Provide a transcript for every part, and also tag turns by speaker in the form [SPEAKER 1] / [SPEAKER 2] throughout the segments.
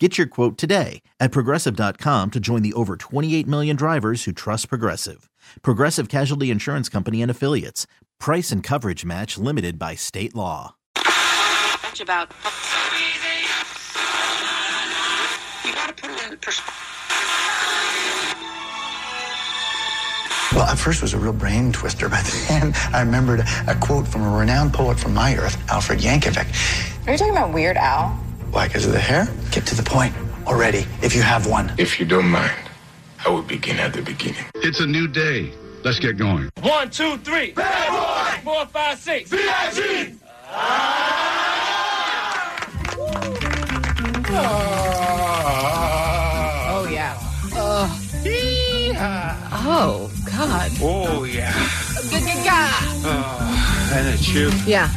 [SPEAKER 1] Get your quote today at progressive.com to join the over 28 million drivers who trust Progressive. Progressive Casualty Insurance Company and Affiliates. Price and coverage match limited by state law.
[SPEAKER 2] much about. You gotta put it in perspective.
[SPEAKER 3] Well, at first it was a real brain twister, but then I remembered a quote from a renowned poet from my earth, Alfred Yankovic.
[SPEAKER 4] Are you talking about Weird Al?
[SPEAKER 3] Black as the hair? Get to the point already, if you have one.
[SPEAKER 5] If you don't mind, I will begin at the beginning.
[SPEAKER 6] It's a new day. Let's get going.
[SPEAKER 7] One, two, three. Bad boy. Four, five, six. VIG.
[SPEAKER 4] Oh yeah. Oh God.
[SPEAKER 7] Oh yeah.
[SPEAKER 4] Ga-ga-ga.
[SPEAKER 7] And it's you.
[SPEAKER 4] Yeah.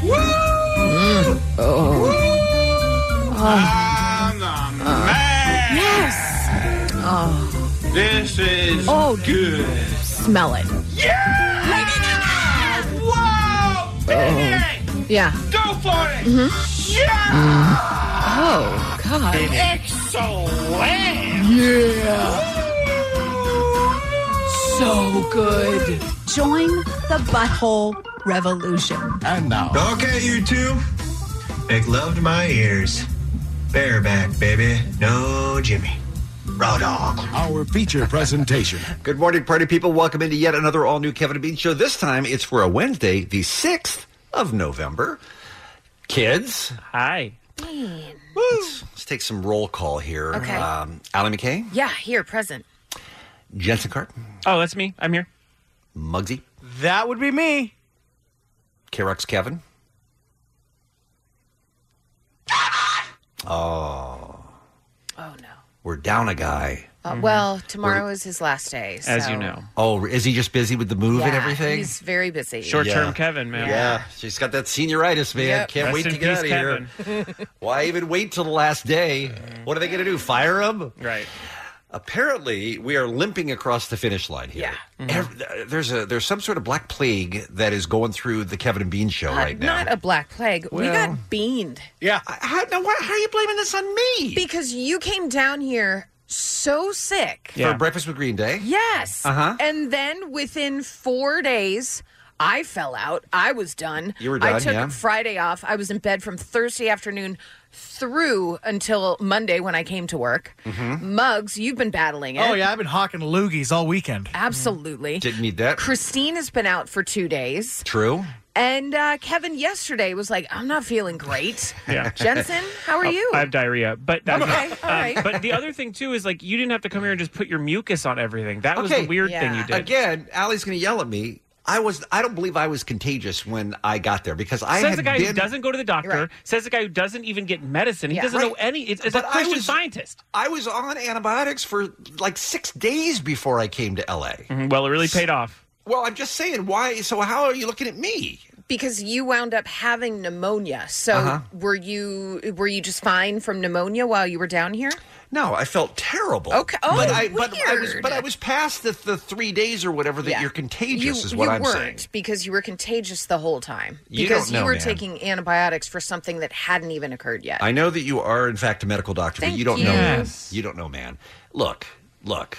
[SPEAKER 4] Oh.
[SPEAKER 6] Ah,
[SPEAKER 7] I'm the man.
[SPEAKER 4] Yes.
[SPEAKER 7] This is
[SPEAKER 4] Oh.
[SPEAKER 7] good.
[SPEAKER 4] Smell it.
[SPEAKER 7] Yeah. Whoa. Big it.
[SPEAKER 4] Yeah. Mm-hmm.
[SPEAKER 7] Go for it. Yeah.
[SPEAKER 4] Oh God.
[SPEAKER 7] Excellent.
[SPEAKER 4] So good.
[SPEAKER 8] Join the butthole revolution.
[SPEAKER 9] Okay, you two. Make love to my ears. Bareback, baby. No Jimmy. Raw dog.
[SPEAKER 6] Our feature presentation.
[SPEAKER 10] Good morning, party people. Welcome into yet another all new Kevin and Bean show. This time it's for a Wednesday, the 6th of November. Kids,
[SPEAKER 7] Hi.
[SPEAKER 4] Mm.
[SPEAKER 10] let's, let's take some roll call here.
[SPEAKER 4] Okay.
[SPEAKER 10] Um, Allie McKay,
[SPEAKER 4] Yeah. Here, present.
[SPEAKER 10] Jensen Cart,
[SPEAKER 7] Oh, that's me. I'm here.
[SPEAKER 10] Muggsy,
[SPEAKER 7] That would be me.
[SPEAKER 10] K-Rex Kevin.
[SPEAKER 4] Oh no.
[SPEAKER 10] We're down a guy.
[SPEAKER 4] Uh, well, tomorrow is his last day. So.
[SPEAKER 7] Hmm. Mm-hmm. As you know,
[SPEAKER 10] Oh, is he just busy with the move
[SPEAKER 4] Yeah,
[SPEAKER 10] and everything?
[SPEAKER 4] He's very busy.
[SPEAKER 7] short-term
[SPEAKER 10] Yeah.
[SPEAKER 7] Kevin, man.
[SPEAKER 10] yeah, she's got that senioritis, man.
[SPEAKER 4] Yep.
[SPEAKER 10] Can't
[SPEAKER 7] Rest
[SPEAKER 10] wait
[SPEAKER 7] in
[SPEAKER 10] to get out of
[SPEAKER 7] peace,
[SPEAKER 10] here. Why even wait till the last day? What are they going to do? Fire him?
[SPEAKER 7] Mm. Right.
[SPEAKER 10] apparently we are limping across the finish line here.
[SPEAKER 7] Mm-hmm.
[SPEAKER 10] Ev- th- there's a there's some sort of black plague that is going through the Kevin and Bean show
[SPEAKER 4] Uh,
[SPEAKER 10] right now.
[SPEAKER 4] Not a black plague. we got beaned
[SPEAKER 10] yeah. How, now, why, how are you blaming this on me?
[SPEAKER 4] because you came down here so sick.
[SPEAKER 10] For breakfast with Green Day.
[SPEAKER 4] Yes.
[SPEAKER 10] Uh-huh.
[SPEAKER 4] And then within four days, I fell out. I was done.
[SPEAKER 10] You were
[SPEAKER 4] I
[SPEAKER 10] done,
[SPEAKER 4] took
[SPEAKER 10] yeah.
[SPEAKER 4] Friday off. I was in bed from Thursday afternoon through until Monday when I came to work.
[SPEAKER 10] Mm-hmm.
[SPEAKER 4] Mugs, you've been battling it.
[SPEAKER 11] Oh yeah, I've been hawking loogies all weekend.
[SPEAKER 4] Absolutely.
[SPEAKER 10] Didn't need Mm. that.
[SPEAKER 4] Christine has been out for two days.
[SPEAKER 10] True.
[SPEAKER 11] Oh,
[SPEAKER 4] And uh, Kevin yesterday was like, I'm not feeling great. yeah. Jensen, how are you?
[SPEAKER 7] Oh, I have diarrhea, but that's Um,
[SPEAKER 4] Okay, all right.
[SPEAKER 7] But the other thing too is like you didn't have to come here and just put your mucus on everything. That was
[SPEAKER 10] Okay.
[SPEAKER 7] the weird thing
[SPEAKER 4] Yeah.
[SPEAKER 7] you did.
[SPEAKER 10] Again, Allie's going to yell at me. I was. I don't believe I was contagious when I got there because I
[SPEAKER 7] says
[SPEAKER 10] had
[SPEAKER 7] the guy who
[SPEAKER 10] been-
[SPEAKER 7] doesn't go to the doctor.
[SPEAKER 4] Right.
[SPEAKER 7] Says the guy who doesn't even get medicine. He
[SPEAKER 4] Yeah.
[SPEAKER 7] doesn't know
[SPEAKER 10] Right.
[SPEAKER 7] any. It's, it's a
[SPEAKER 10] But I
[SPEAKER 7] Christian
[SPEAKER 10] was-
[SPEAKER 7] scientist.
[SPEAKER 10] I was on antibiotics for like six days before I came to LA.
[SPEAKER 7] Mm-hmm. Well, it really paid off.
[SPEAKER 10] Well, I'm just saying why. So how are you looking at me? Uh-huh.
[SPEAKER 4] because you wound up having pneumonia. So were you were you just fine from pneumonia while you were down here?
[SPEAKER 10] No, I felt terrible.
[SPEAKER 4] Okay. Oh,
[SPEAKER 10] but I, But I was,
[SPEAKER 4] weird.
[SPEAKER 10] but I was past the, the three days or whatever that
[SPEAKER 4] Yeah.
[SPEAKER 10] you're contagious
[SPEAKER 4] you,
[SPEAKER 10] is what
[SPEAKER 4] you
[SPEAKER 10] I'm saying.
[SPEAKER 4] weren't because you were contagious the whole time
[SPEAKER 10] You
[SPEAKER 4] because
[SPEAKER 10] don't
[SPEAKER 4] you
[SPEAKER 10] know,
[SPEAKER 4] were
[SPEAKER 10] man.
[SPEAKER 4] taking antibiotics for something that hadn't even occurred yet.
[SPEAKER 10] I know that you are in fact a medical doctor,
[SPEAKER 4] Thank
[SPEAKER 10] but you don't know
[SPEAKER 4] you.
[SPEAKER 10] man. You don't know man. Look, look.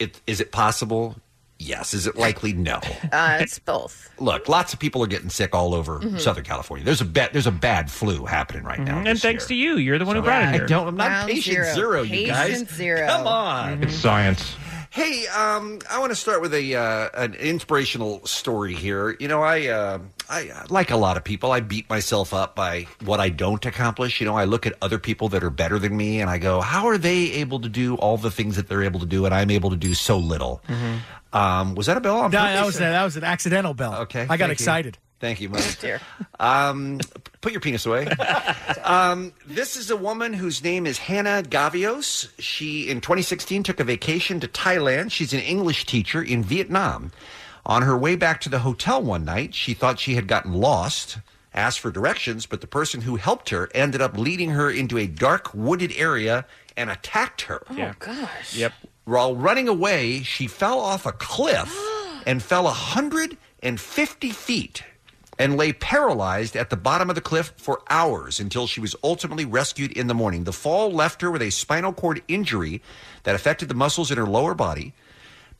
[SPEAKER 10] It is it possible? Yes. Is it likely? No.
[SPEAKER 4] uh, it's both. Mm-hmm.
[SPEAKER 10] Look, lots of people are getting sick all over Southern California. There's a bad, there's a bad flu happening right now.
[SPEAKER 7] And thanks to you, you're the one who brought it
[SPEAKER 4] Yeah, I
[SPEAKER 7] here.
[SPEAKER 10] I don't. I'm not
[SPEAKER 4] Round
[SPEAKER 10] patient
[SPEAKER 4] zero.
[SPEAKER 10] zero, you guys.
[SPEAKER 4] Patient zero.
[SPEAKER 10] Come on.
[SPEAKER 6] It's science.
[SPEAKER 10] Mm-hmm. Hey, um, I want to start with a uh, an inspirational story here. You know, I uh, I like a lot of people. I beat myself up by what I don't accomplish. You know, I look at other people that are better than me, and I go, "How are they able to do all the things that they're able to do, and I'm able to do so little?"
[SPEAKER 4] Mm-hmm.
[SPEAKER 10] Um, was that a bell? On
[SPEAKER 11] That, that
[SPEAKER 10] purpose?
[SPEAKER 11] was a, that was an accidental bell.
[SPEAKER 10] Okay,
[SPEAKER 11] I
[SPEAKER 10] thank
[SPEAKER 11] got
[SPEAKER 10] you.
[SPEAKER 11] excited.
[SPEAKER 10] Thank you, Mike.
[SPEAKER 4] Oh, dear.
[SPEAKER 10] Um, put your penis away. um, this is a woman whose name is Hannah Gavios. She, in 2016, took a vacation to Thailand. She's an English teacher in Vietnam. On her way back to the hotel one night, she thought she had gotten lost, asked for directions, but the person who helped her ended up leading her into a dark, wooded area and attacked her.
[SPEAKER 4] Oh, gosh.
[SPEAKER 10] Yep. While running away, she fell off a cliff and fell 150 feet and lay paralyzed at the bottom of the cliff for hours until she was ultimately rescued in the morning. The fall left her with a spinal cord injury that affected the muscles in her lower body,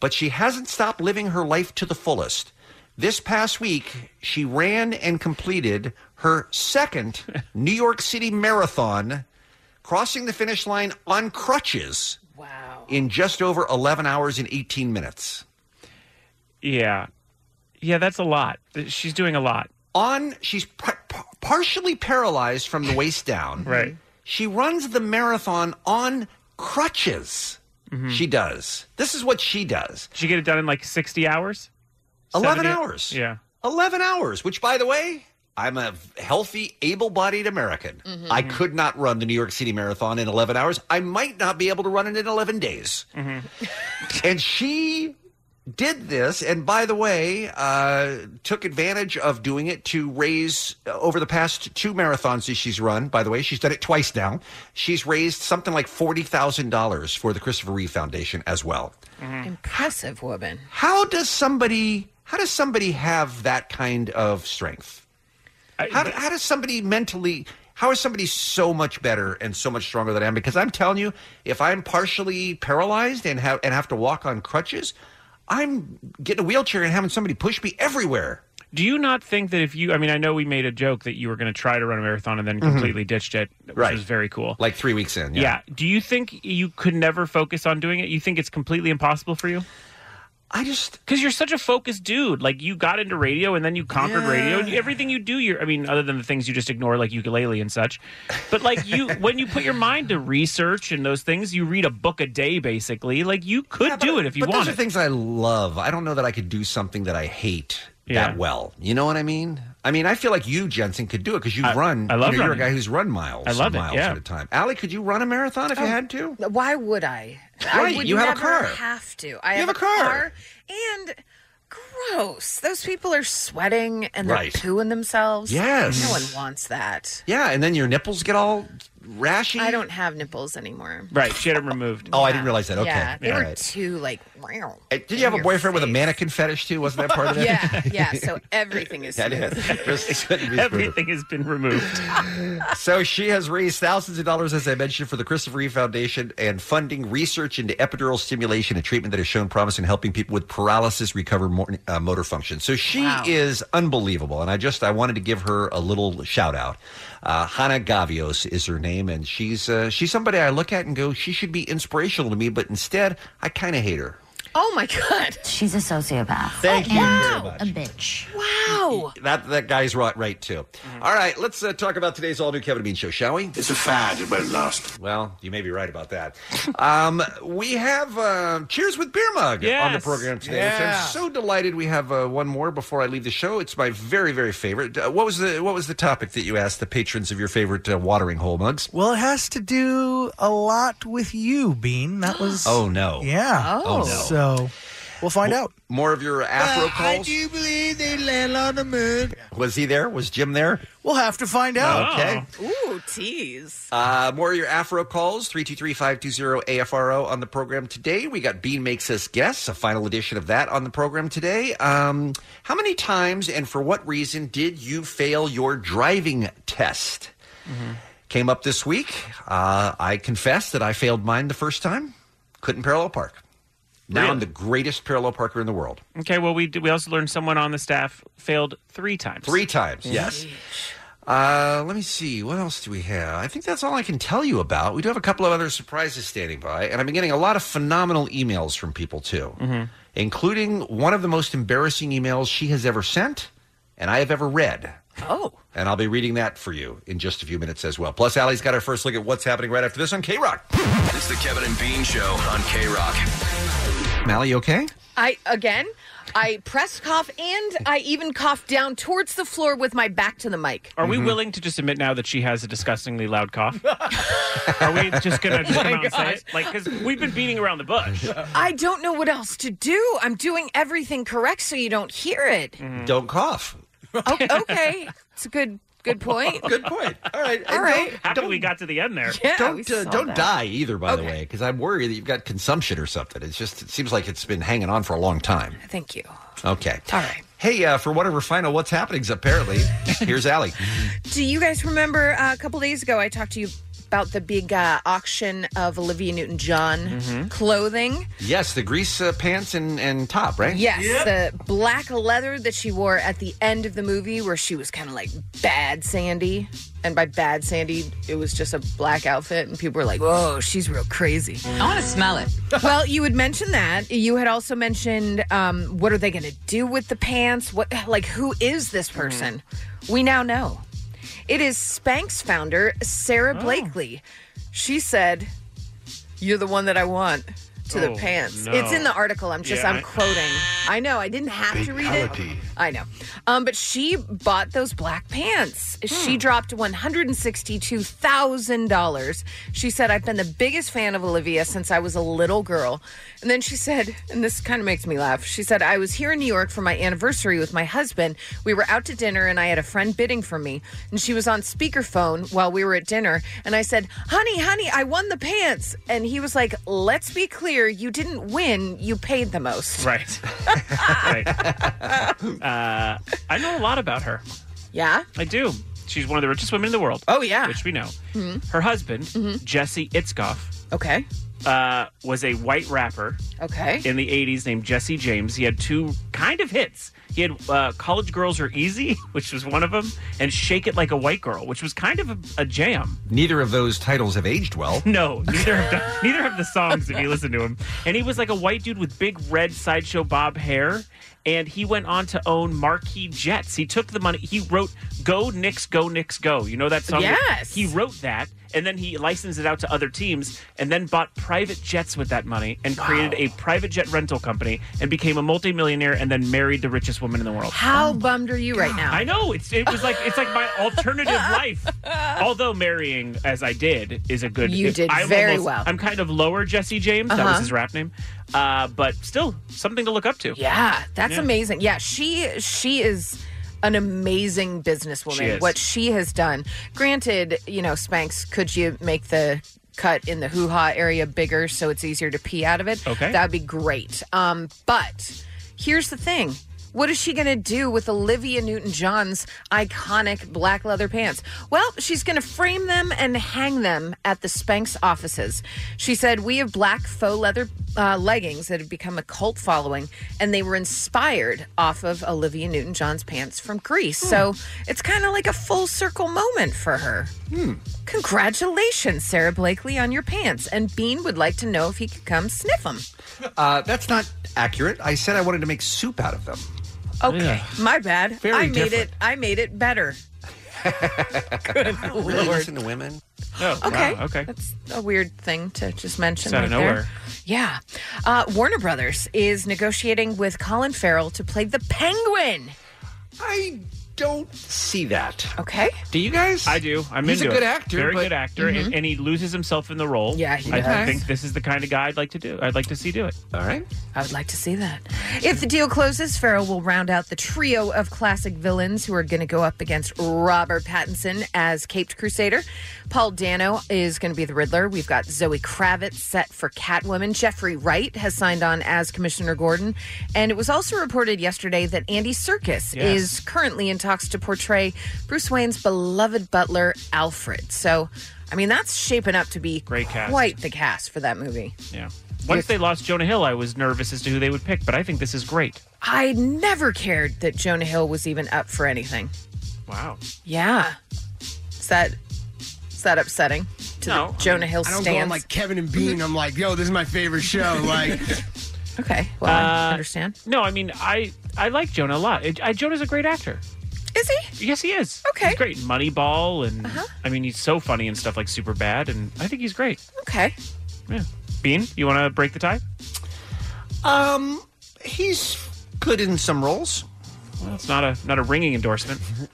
[SPEAKER 10] but she hasn't stopped living her life to the fullest. This past week, she ran and completed her second New York City marathon, crossing the finish line on crutches in just over 11 hours and 18 minutes.
[SPEAKER 12] Yeah. Yeah, that's a lot. She's doing a lot.
[SPEAKER 10] On, she's par- par- partially paralyzed from the waist down. right. She runs the marathon on crutches. She does. This is what she does.
[SPEAKER 12] Did you Mm-hmm. get it done in like 60 hours?
[SPEAKER 10] 11
[SPEAKER 12] 70?
[SPEAKER 10] hours.
[SPEAKER 12] Yeah.
[SPEAKER 10] 11 hours, which, by the way, I'm a healthy, able bodied American.
[SPEAKER 12] Mhm.
[SPEAKER 10] I could not run the New York City Marathon in 11 hours. I might not be able to run it in 11 days.
[SPEAKER 7] Mm-hmm.
[SPEAKER 10] and she did this and by the way uh, took advantage of doing it to raise uh, over the past two marathons that she's run by the way she's done it twice now she's raised something like $40000 for the christopher reeve foundation as well
[SPEAKER 4] Impressive woman.
[SPEAKER 10] how does somebody how does somebody have that kind of strength how, how does somebody mentally how is somebody so much better and so much stronger than i am because i'm telling you if i'm partially paralyzed and have and have to walk on crutches i'm getting a wheelchair and having somebody push me everywhere
[SPEAKER 12] Do you not think that if you, I mean, I know we made a joke that you were going to try to run a marathon and then completely ditched it, which was very cool.
[SPEAKER 10] Mm-hmm. like three weeks in
[SPEAKER 12] Yeah. Do you think you could never focus on doing it? You think it's completely impossible for you?
[SPEAKER 10] I just
[SPEAKER 12] because you're such a focused dude. Like you got into radio and then you conquered
[SPEAKER 13] Yeah.
[SPEAKER 12] radio. And Everything you do, you're. I mean, other than the things you just ignore, like ukulele and such. But like you, when you put your mind to research and those things, you read a book a day basically. Like you could do it if you
[SPEAKER 10] but those
[SPEAKER 12] wanted.
[SPEAKER 10] are things I love. I don't know that I could do something that I hate
[SPEAKER 12] Yeah.
[SPEAKER 10] that well. You know what I mean? I mean, I feel like you, Jensen, could do it because you've run.
[SPEAKER 12] I love
[SPEAKER 10] you know, you're a
[SPEAKER 12] running.
[SPEAKER 10] guy who's run miles.
[SPEAKER 12] I love
[SPEAKER 10] and
[SPEAKER 12] it,
[SPEAKER 10] miles
[SPEAKER 12] yeah.
[SPEAKER 10] at a time. Allie, could you run a marathon if you had to?
[SPEAKER 4] Why would I?
[SPEAKER 10] Right,
[SPEAKER 4] I would
[SPEAKER 10] you have a
[SPEAKER 4] never
[SPEAKER 10] car.
[SPEAKER 4] have to. I
[SPEAKER 10] You have
[SPEAKER 4] have,
[SPEAKER 10] a car.
[SPEAKER 4] And gross. Those people are sweating and
[SPEAKER 10] Right.
[SPEAKER 4] they're pooing themselves.
[SPEAKER 10] Yes.
[SPEAKER 4] No one wants that.
[SPEAKER 10] Yeah, and then your nipples get all rashy.
[SPEAKER 4] I don't have nipples anymore.
[SPEAKER 12] Right, she had them removed.
[SPEAKER 10] Oh, I didn't realize that. Okay,
[SPEAKER 4] Yeah, they
[SPEAKER 10] all
[SPEAKER 4] were
[SPEAKER 10] right.
[SPEAKER 4] too like. Wow.
[SPEAKER 10] Uh, Did you have a boyfriend with a mannequin fetish too? Wasn't that part of it?
[SPEAKER 4] Yeah, yeah. So everything is.
[SPEAKER 10] That is.
[SPEAKER 12] Everything has been removed.
[SPEAKER 10] so she has raised thousands of dollars, as I mentioned, for the Christopher Reeve Foundation and funding research into epidural stimulation, a treatment that has shown promise in helping people with paralysis recover more, uh, motor function. So she is unbelievable, and I just I wanted to give her a little shout out. Uh, Hannah Gavios is her name, and she's uh, she's somebody I look at and go, she should be inspirational to me, but instead I kind of hate her.
[SPEAKER 4] Oh my god. Oh,
[SPEAKER 14] She's a sociopath.
[SPEAKER 10] Thank you
[SPEAKER 14] And
[SPEAKER 10] very much.
[SPEAKER 14] A bitch.
[SPEAKER 4] Wow.
[SPEAKER 10] That that guy's right, right too.
[SPEAKER 13] Mm-hmm.
[SPEAKER 10] All right, let's uh, talk about today's all new Kevin and Bean show, shall we? It's a fad; it won't last. Well, you may be right about that. um, we have um Cheers with Beer Mug on the
[SPEAKER 13] Yes.
[SPEAKER 10] program today, which
[SPEAKER 13] Yeah.
[SPEAKER 10] I'm so delighted we have uh, one more before I leave the show. It's my very, very favorite. Uh, what was the what was the topic that you asked the patrons of your favorite uh, watering hole mugs?
[SPEAKER 11] Well, it has to do a lot with you, Bean. That was.
[SPEAKER 10] Oh no!
[SPEAKER 11] Yeah.
[SPEAKER 10] Oh, no.
[SPEAKER 11] So we'll find out. Uh,
[SPEAKER 10] More of your Afro calls.
[SPEAKER 11] do believe they land on the moon.
[SPEAKER 10] Was he there? Was Jim there?
[SPEAKER 11] We'll have to find out.
[SPEAKER 10] Oh. Okay.
[SPEAKER 4] Ooh, tease.
[SPEAKER 10] Uh, more of your Afro calls, 323-520-AFRO on the program today. We got Bean Makes Us Guess, a final edition of that on the program today. Um, how many times and for what reason did you fail your driving test? Came up this week. Uh, I confess that I failed mine the first time. Couldn't parallel park. Now I'm
[SPEAKER 12] Really?
[SPEAKER 10] the greatest parallel parker in the world.
[SPEAKER 12] Okay. Well, we d- we also learned someone on the staff failed three times.
[SPEAKER 10] Three times, yes. Uh, let me see. What else do we have? I think that's all I can tell you about. We do have a couple of other surprises standing by, and I've been getting a lot of phenomenal emails from people too,
[SPEAKER 4] Mm-hmm.
[SPEAKER 10] including one of the most embarrassing emails she has ever sent and I have ever read.
[SPEAKER 4] Oh.
[SPEAKER 10] And I'll be reading that for you in just a few minutes as well. Plus, Allie's got our first look at what's happening right after this on K Rock.
[SPEAKER 15] It's the Kevin and Bean Show on K Rock.
[SPEAKER 10] Allie, you okay?
[SPEAKER 4] I again. I press cough and I even cough down towards the floor with my back to the mic.
[SPEAKER 12] Are
[SPEAKER 10] Mm-hmm.
[SPEAKER 12] we willing to just admit now that she has a disgustingly loud cough? Are we just gonna just
[SPEAKER 4] Oh
[SPEAKER 12] come
[SPEAKER 4] my
[SPEAKER 12] out and say
[SPEAKER 4] gosh.
[SPEAKER 12] it? Like, because we've been beating around the bush.
[SPEAKER 4] I don't know what else to do. I'm doing everything correct so you don't hear it.
[SPEAKER 12] Mm-hmm.
[SPEAKER 10] Don't cough.
[SPEAKER 4] O- okay, it's a good good point.
[SPEAKER 10] Good point. All right.
[SPEAKER 4] All right.
[SPEAKER 12] Happy we got to the end there.
[SPEAKER 4] Yeah, we
[SPEAKER 10] don't uh,
[SPEAKER 4] saw
[SPEAKER 10] don't
[SPEAKER 4] that.
[SPEAKER 10] die either, by the way, because I'm worried that you've got consumption or something. It's just it seems like it's been hanging on for a long time.
[SPEAKER 4] Thank you.
[SPEAKER 10] Okay.
[SPEAKER 4] All right.
[SPEAKER 10] Hey, uh, for whatever final what's happenings, apparently, here's Allie.
[SPEAKER 4] Do you guys remember uh, a couple days ago I talked to you about the big uh, auction of Olivia Newton John
[SPEAKER 10] Mhm.
[SPEAKER 4] clothing?
[SPEAKER 10] Yes, the grease uh, pants and, and top, right?
[SPEAKER 4] Yes, the black leather that she wore at the end of the movie where she was kind of like bad Sandy. And by bad Sandy, it was just a black outfit, and people were like,
[SPEAKER 16] Oh,
[SPEAKER 4] whoa, she's real crazy. I
[SPEAKER 13] want to smell it.
[SPEAKER 4] well, you had mentioned that. You had also mentioned um, what are they going to do with the pants? What, like, who is
[SPEAKER 13] Mm.
[SPEAKER 4] this person? We now know. It is Spanx founder Sarah
[SPEAKER 13] Oh.
[SPEAKER 4] Blakely. She said, "You're the one that I want." To the
[SPEAKER 13] Oh,
[SPEAKER 4] pants.
[SPEAKER 13] no.
[SPEAKER 4] It's in the article. I'm just
[SPEAKER 13] Yeah,
[SPEAKER 4] I'm
[SPEAKER 13] I-
[SPEAKER 4] quoting. I know. I didn't have to read it.
[SPEAKER 13] Fatality.
[SPEAKER 4] I know. Um, but she bought those black pants. She dropped $162,000. She said, I've been the biggest fan of Olivia since I was a little girl. And then she said, and this kind of makes me laugh. She said, I was here in New York for my anniversary with my husband. We were out to dinner and I had a friend bidding for me. And she was on speakerphone while we were at dinner. And I said, Honey, honey, I won the pants. And he was like, Let's be clear, you didn't win, you paid the most.
[SPEAKER 12] Right. right. Uh, I know a lot about her.
[SPEAKER 4] Yeah?
[SPEAKER 12] I do. She's one of the richest women in the world.
[SPEAKER 4] Oh, yeah.
[SPEAKER 12] Which we know.
[SPEAKER 4] Mhm.
[SPEAKER 12] Her husband, Jesse Itzkoff,
[SPEAKER 4] Okay.
[SPEAKER 12] uh, was a white rapper
[SPEAKER 4] Okay.
[SPEAKER 12] in the 80s named Jesse James. He had two kind of hits. He had uh, College Girls Are Easy, which was one of them, and Shake It Like a White Girl, which was kind of a, a jam.
[SPEAKER 10] Neither of those titles have aged well.
[SPEAKER 12] No, neither of the, neither of the songs. If you listen to him, and he was like a white dude with big red sideshow bob hair, and he went on to own Marquee Jets. He took the money. He wrote "Go Knicks, Go Knicks, Go." You know that song?
[SPEAKER 4] Yes.
[SPEAKER 12] He wrote that, and then he licensed it out to other teams, and then bought private jets with that money, and created a private jet rental company, and became a multimillionaire, and then married the richest woman in the world.
[SPEAKER 4] How bummed are you right now?
[SPEAKER 12] I know it's it was like it's like my alternative life. Although marrying as I did is a good.
[SPEAKER 4] You
[SPEAKER 12] if-
[SPEAKER 4] did
[SPEAKER 12] I'm
[SPEAKER 4] very well.
[SPEAKER 12] I'm kind of lower Jesse James. That
[SPEAKER 4] Uh-huh.
[SPEAKER 12] was his rap name, uh, but still something to look up to.
[SPEAKER 4] Yeah, that's
[SPEAKER 12] Yeah.
[SPEAKER 4] amazing. Yeah, she she is an amazing businesswoman.
[SPEAKER 12] She is.
[SPEAKER 4] What she has done. Granted, you know, Spanx, could you make the cut in the hoo ha area bigger so it's easier to pee out of it?
[SPEAKER 13] Okay.
[SPEAKER 4] That'd be great. Um, but here's the thing. What is she going to do with Olivia Newton John's iconic black leather pants? Well, she's going to frame them and hang them at the Spanx offices. She said, We have black faux leather uh, leggings that have become a cult following, and they were inspired off of Olivia Newton John's pants from Greece. So it's kind of like a full circle moment for her.
[SPEAKER 10] Hmm.
[SPEAKER 4] Congratulations, Sarah Blakely, on your pants. And Bean would like to know if he could come sniff them.
[SPEAKER 10] Uh, that's not accurate. I said I wanted to make soup out of them.
[SPEAKER 4] Okay,
[SPEAKER 10] Yeah.
[SPEAKER 4] my bad.
[SPEAKER 10] Very
[SPEAKER 4] I made
[SPEAKER 10] different.
[SPEAKER 4] it. I made it better. Good
[SPEAKER 10] Really
[SPEAKER 4] lord.
[SPEAKER 10] listen to women.
[SPEAKER 4] okay.
[SPEAKER 10] Wow, okay.
[SPEAKER 4] That's a weird thing to just mention.
[SPEAKER 10] Just out
[SPEAKER 4] right
[SPEAKER 10] of
[SPEAKER 4] There.
[SPEAKER 10] nowhere.
[SPEAKER 4] Yeah. Uh, Warner Brothers is negotiating with Colin Farrell to play the Penguin.
[SPEAKER 10] I don't see that.
[SPEAKER 4] Okay.
[SPEAKER 10] Do you guys?
[SPEAKER 12] I do. I'm
[SPEAKER 10] He's
[SPEAKER 12] into
[SPEAKER 10] a good
[SPEAKER 12] it.
[SPEAKER 10] actor,
[SPEAKER 12] very
[SPEAKER 10] but-
[SPEAKER 12] good actor, and,
[SPEAKER 10] Mhm.
[SPEAKER 12] and he loses himself in the role. Yeah,
[SPEAKER 4] Mm-hmm. he
[SPEAKER 12] I
[SPEAKER 4] does.
[SPEAKER 12] think this is the kind of guy I'd like to do. I'd like to see do it.
[SPEAKER 10] All right.
[SPEAKER 4] I would like to see that. If the deal closes, Farrell will round out the trio of classic villains who are going to go up against Robert Pattinson as Caped Crusader. Paul Dano is going to be the Riddler. We've got Zoe Kravitz set for Catwoman. Jeffrey Wright has signed on as Commissioner Gordon. And it was also reported yesterday that Andy
[SPEAKER 13] Yes.
[SPEAKER 4] Serkis is currently in talks to portray Bruce Wayne's beloved butler, Alfred. So, I mean, that's shaping up to be Great
[SPEAKER 12] cast.
[SPEAKER 4] quite the cast for that movie.
[SPEAKER 12] Yeah. Once they lost Jonah Hill, I was nervous as to who they would pick, but I think this is great.
[SPEAKER 4] I never cared that Jonah Hill was even up for anything.
[SPEAKER 12] Wow.
[SPEAKER 4] Yeah. Is that is that upsetting to the Jonah Hill
[SPEAKER 14] I don't
[SPEAKER 4] stands?
[SPEAKER 14] go on like Kevin and Bean. I'm like, yo, this is my favorite show. Like,
[SPEAKER 4] okay, well,
[SPEAKER 10] Uh,
[SPEAKER 4] I understand.
[SPEAKER 12] Uh, No, I mean, I I like Jonah a lot. I, I- Jonah's a great actor.
[SPEAKER 4] Is he? Uh-huh.
[SPEAKER 12] Yes, he is. Okay, he's great. in Moneyball, and I mean, he's so funny and stuff like Super Bad, and I think he's great.
[SPEAKER 4] Okay.
[SPEAKER 12] Yeah. Bean, you want to break the tie?
[SPEAKER 10] Um, he's good in some roles.
[SPEAKER 12] Well, it's not a not a ringing endorsement.
[SPEAKER 4] Mm-hmm.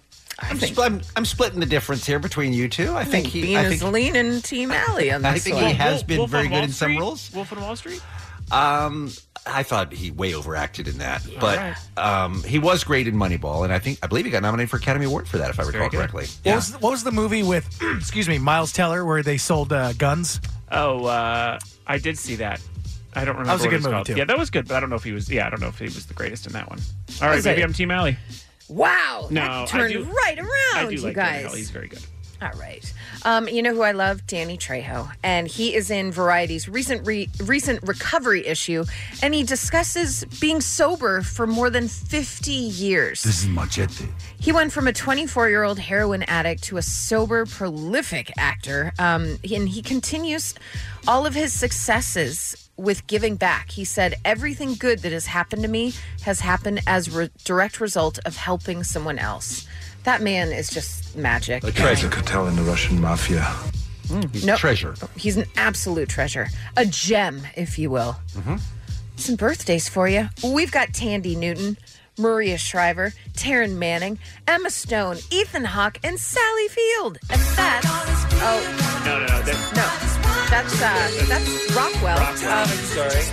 [SPEAKER 10] I'm, sp- I'm, I'm splitting the difference here between you two. I think he.
[SPEAKER 4] Bean
[SPEAKER 10] I
[SPEAKER 4] is
[SPEAKER 10] think,
[SPEAKER 4] leaning Team Alley on this
[SPEAKER 10] I think
[SPEAKER 4] one.
[SPEAKER 10] he has been very
[SPEAKER 12] on
[SPEAKER 10] good
[SPEAKER 12] Wall
[SPEAKER 10] in some
[SPEAKER 12] Street?
[SPEAKER 10] roles.
[SPEAKER 12] Wolf on Wall Street.
[SPEAKER 10] Um, I thought he way overacted in that,
[SPEAKER 12] All
[SPEAKER 10] but
[SPEAKER 12] right.
[SPEAKER 10] um, he was great in Moneyball, and I think I believe he got nominated for Academy Award for that, if I recall correctly.
[SPEAKER 11] What, was, what was the movie with, excuse me, Miles Teller where they sold uh, guns?
[SPEAKER 12] Oh, uh, I did see that. I don't remember.
[SPEAKER 11] was a
[SPEAKER 12] what
[SPEAKER 11] good
[SPEAKER 12] it's
[SPEAKER 11] movie,
[SPEAKER 12] called.
[SPEAKER 11] too.
[SPEAKER 12] Yeah, that was good, but I don't know if he was. Yeah, I don't know if he was the greatest in that one. All right,
[SPEAKER 4] Was
[SPEAKER 12] maybe
[SPEAKER 4] it?
[SPEAKER 12] I'm Team Alley.
[SPEAKER 4] Wow.
[SPEAKER 12] No, I
[SPEAKER 4] that turned
[SPEAKER 12] do-
[SPEAKER 4] right around,
[SPEAKER 12] I do
[SPEAKER 4] Oh, you
[SPEAKER 12] like Jonah
[SPEAKER 4] guys.
[SPEAKER 12] Hill. He's very good.
[SPEAKER 4] All right. Um, you know who I love? Danny Trejo. And he is in Variety's recent re- recent recovery issue, and he discusses being sober for more than 50 years.
[SPEAKER 13] This is Machete.
[SPEAKER 4] He went from a 24 year old heroin addict to a sober, prolific actor. Um, and he continues all of his successes with giving back. He said, Everything good that has happened to me has happened as a re- direct result of helping someone else. That man is just magic.
[SPEAKER 13] A treasure cartel in the Russian mafia.
[SPEAKER 4] He's a Mm. Nope. treasure. He's an absolute treasure, a gem, if you will. Some birthdays for you. We've got Tandy Newton, Maria Shriver, Taryn Manning, Emma Stone, Ethan Hawke, and Sally Field. And that's oh
[SPEAKER 12] No, no, no. that-
[SPEAKER 4] no, that's uh, that's Rockwell.
[SPEAKER 12] Rockwell.
[SPEAKER 4] sorry.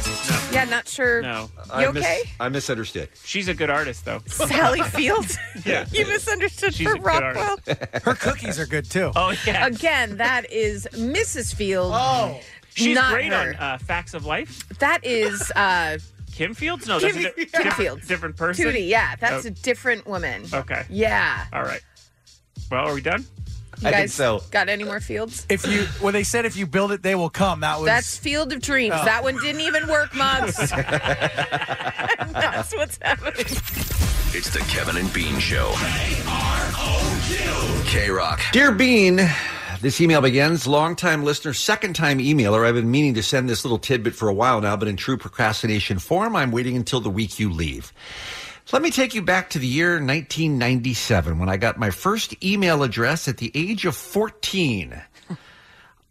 [SPEAKER 4] Yeah, not sure.
[SPEAKER 12] No.
[SPEAKER 4] You okay?
[SPEAKER 10] I misunderstood.
[SPEAKER 12] She's a good artist, though.
[SPEAKER 4] Sally Fields.
[SPEAKER 12] Yeah.
[SPEAKER 4] you misunderstood
[SPEAKER 12] She's
[SPEAKER 4] for
[SPEAKER 12] a good
[SPEAKER 4] Rockwell.
[SPEAKER 11] Her cookies are good too.
[SPEAKER 12] Oh yeah.
[SPEAKER 4] Again, that is Mrs. Field. Oh,
[SPEAKER 12] She's
[SPEAKER 4] not
[SPEAKER 12] great
[SPEAKER 4] her.
[SPEAKER 12] on uh, Facts of Life.
[SPEAKER 4] That is uh,
[SPEAKER 12] Kim Fields? No,
[SPEAKER 4] Kim-
[SPEAKER 12] that's a di-
[SPEAKER 4] Kim
[SPEAKER 12] different,
[SPEAKER 4] Fields.
[SPEAKER 12] different person.
[SPEAKER 4] Tootie. Yeah, that's
[SPEAKER 12] Oh,
[SPEAKER 4] a different woman.
[SPEAKER 12] okay.
[SPEAKER 4] Yeah.
[SPEAKER 12] All right. Well, are we done?
[SPEAKER 4] You guys got any more fields?
[SPEAKER 11] If you, when they said if you build it, they will come. That was
[SPEAKER 4] That's Field of Dreams.
[SPEAKER 11] Oh.
[SPEAKER 4] That one didn't even work, Mugs. that's what's happening.
[SPEAKER 13] It's the Kevin and Bean Show. K Rock.
[SPEAKER 10] Dear Bean, this email begins longtime listener, second time emailer. I've been meaning to send this little tidbit for a while now, but in true procrastination form, I'm waiting until the week you leave. Let me take you back to the year 1997 when I got my first email address at the age of 14.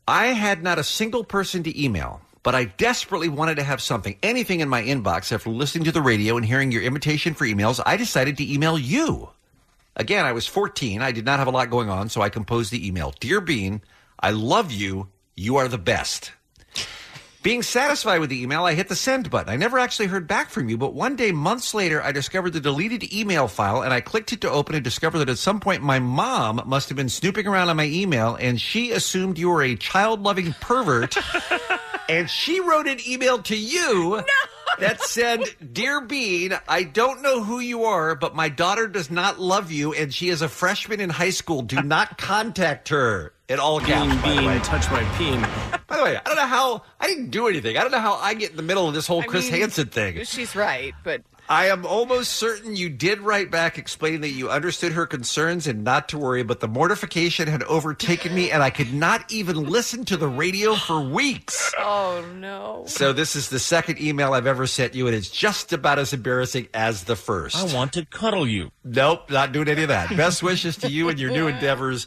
[SPEAKER 10] I had not a single person to email, but I desperately wanted to have something, anything in my inbox after listening to the radio and hearing your invitation for emails. I decided to email you. Again, I was 14. I did not have a lot going on, so I composed the email Dear Bean, I love you. You are the best. Being satisfied with the email, I hit the send button. I never actually heard back from you, but one day, months later, I discovered the deleted email file and I clicked it to open and discovered that at some point my mom must have been snooping around on my email and she assumed you were a child loving pervert and she wrote an email to you that said, Dear Bean, I don't know who you are, but my daughter does not love you and she is a freshman in high school. Do not contact her. It all caps, by the way.
[SPEAKER 15] touch my peen.
[SPEAKER 10] By the way, I don't know how I didn't do anything. I don't know how I get in the middle of this whole
[SPEAKER 4] I
[SPEAKER 10] Chris
[SPEAKER 4] mean,
[SPEAKER 10] Hansen thing.
[SPEAKER 4] She's right, but
[SPEAKER 10] I am almost certain you did write back explaining that you understood her concerns and not to worry, but the mortification had overtaken me and I could not even listen to the radio for weeks.
[SPEAKER 4] oh no.
[SPEAKER 10] So this is the second email I've ever sent you, and it's just about as embarrassing as the first.
[SPEAKER 15] I
[SPEAKER 10] want to cuddle you. Nope, not doing any of that. Best wishes to you and your new endeavors,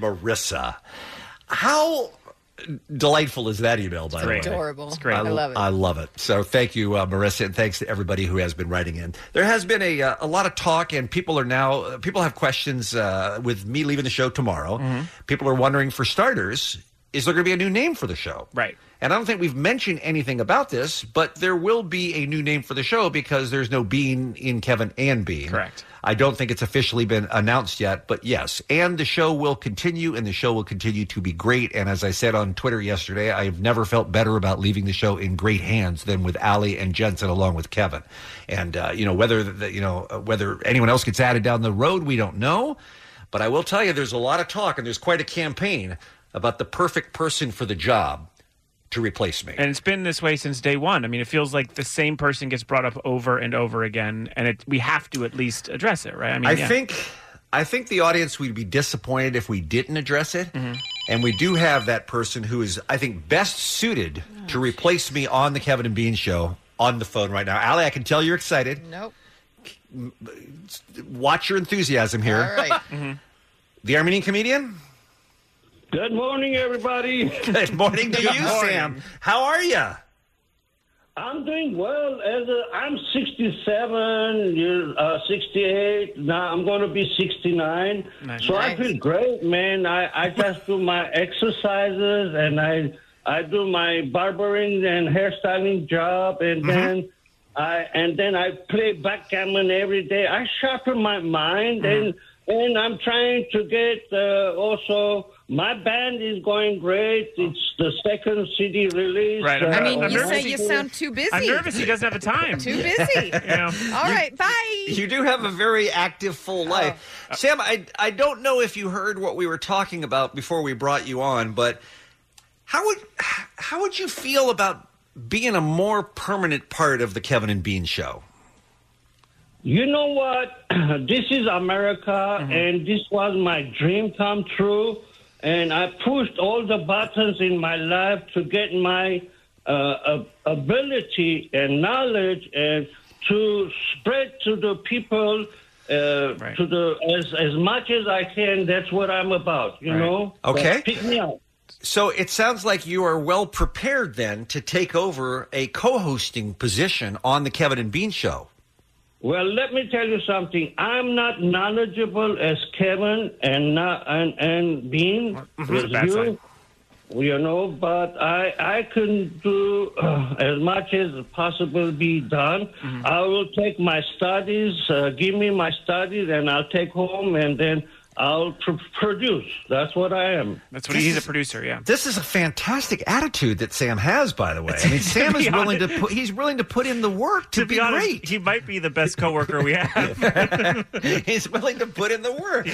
[SPEAKER 10] Marissa. How delightful is that email, by the way?
[SPEAKER 4] It's adorable. It's great. I love it.
[SPEAKER 10] I love it. So thank you, uh, Marissa, and thanks to everybody who has been writing in. There has been a, uh, a lot of talk, and people are now uh, people have questions uh, with me leaving the show tomorrow.
[SPEAKER 4] Mm-hmm.
[SPEAKER 10] People are wondering, for starters, is there going to be a new name for the show? Right. And I don't think we've mentioned anything about this, but there will be a new name for the show because there's no Bean in Kevin and Bean. Correct. I don't think it's officially been announced yet, but yes. And the show will continue, and the show will continue to be great. And as I said on Twitter yesterday, I have never felt better about leaving the show in great hands than with Ali and Jensen, along with Kevin. And uh, you know whether the, you know uh, whether anyone else gets added down the road, we don't know. But I will tell you, there's a lot of talk, and there's quite a campaign about the perfect person for the job to replace me.
[SPEAKER 12] And it's been this way since day one. I mean, it feels like the same person gets brought up over and over again, and it, we have to at least address it, right? I mean,
[SPEAKER 10] I
[SPEAKER 12] yeah.
[SPEAKER 10] think I think the audience would be disappointed if we didn't address it.
[SPEAKER 12] Mm-hmm.
[SPEAKER 10] And we do have that person who is, I think, best suited to replace me on the Kevin and Bean show on the phone right now. Allie, I can tell you're excited.
[SPEAKER 4] Nope.
[SPEAKER 10] Watch your enthusiasm here.
[SPEAKER 4] All right.
[SPEAKER 12] Mm-hmm.
[SPEAKER 10] The Armenian comedian.
[SPEAKER 17] Good morning, everybody.
[SPEAKER 10] Good morning to
[SPEAKER 17] Good
[SPEAKER 10] you,
[SPEAKER 17] morning.
[SPEAKER 10] Sam. How are you?
[SPEAKER 15] I'm doing well. As a, I'm 67, you're uh, 68. Now I'm going to be 69.
[SPEAKER 17] Nice.
[SPEAKER 15] So I feel great, man. I, I just do my exercises and I I do my barbering and hairstyling job, and
[SPEAKER 17] Mm-hmm.
[SPEAKER 15] then I and then I play backgammon every day. I sharpen my mind, and and I'm trying to get uh, also. My band is going great. It's the second CD release.
[SPEAKER 12] Right, I'm
[SPEAKER 15] uh,
[SPEAKER 12] not-
[SPEAKER 4] I mean,
[SPEAKER 15] on
[SPEAKER 4] you say
[SPEAKER 15] Apple.
[SPEAKER 4] you sound too busy.
[SPEAKER 12] I'm nervous he doesn't have the time.
[SPEAKER 4] Too busy.
[SPEAKER 12] Yeah.
[SPEAKER 4] All right, bye.
[SPEAKER 10] You do have a very active,
[SPEAKER 12] Uh,
[SPEAKER 10] full life. Sam, I, I don't know if you heard what we were talking about before we brought you on, but how would how would you feel about being a more permanent part of the Kevin and Bean show?
[SPEAKER 15] You know what? this is America,
[SPEAKER 10] Mm-hmm.
[SPEAKER 15] and this was my dream come true. And I pushed all the buttons in my life to get my uh, ab- ability and knowledge and to spread to the people. Uh, To the as as much as I can, that's what I'm about. You
[SPEAKER 10] Right.
[SPEAKER 15] know.
[SPEAKER 10] Okay.
[SPEAKER 15] But pick me
[SPEAKER 12] Oh.
[SPEAKER 15] up.
[SPEAKER 10] So it sounds like you are well prepared then to take over a co-hosting position on the Kevin and Bean show.
[SPEAKER 15] Well, let me tell you something. I'm not knowledgeable as Kevin and not, and and Bean
[SPEAKER 12] that's a
[SPEAKER 15] as
[SPEAKER 12] bad sign.
[SPEAKER 15] you. You know, but I I can do uh, as much as possible be done.
[SPEAKER 12] Mm-hmm.
[SPEAKER 15] I will take my studies, uh, give me my studies, and I'll take home, and then I'll pr- produce. That's what I am.
[SPEAKER 12] That's what he's a producer. Yeah.
[SPEAKER 10] This is a fantastic attitude that Sam has, by the way. I mean, Sam
[SPEAKER 12] be
[SPEAKER 10] is willing
[SPEAKER 12] honest-
[SPEAKER 10] to put he's willing to put in the work to,
[SPEAKER 12] To be
[SPEAKER 10] be
[SPEAKER 12] honest,
[SPEAKER 10] great.
[SPEAKER 12] he might be the best coworker we have.
[SPEAKER 10] He's willing to put in the work.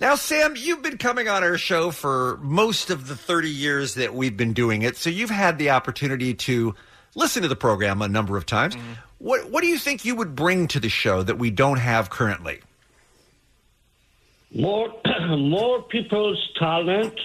[SPEAKER 10] Now, Sam, you've been coming on our show for most of the 30 years that we've been doing it, so you've had the opportunity to listen to the program a number of times. What What do you think you would bring to the show that we don't have currently?
[SPEAKER 15] More more people's talent.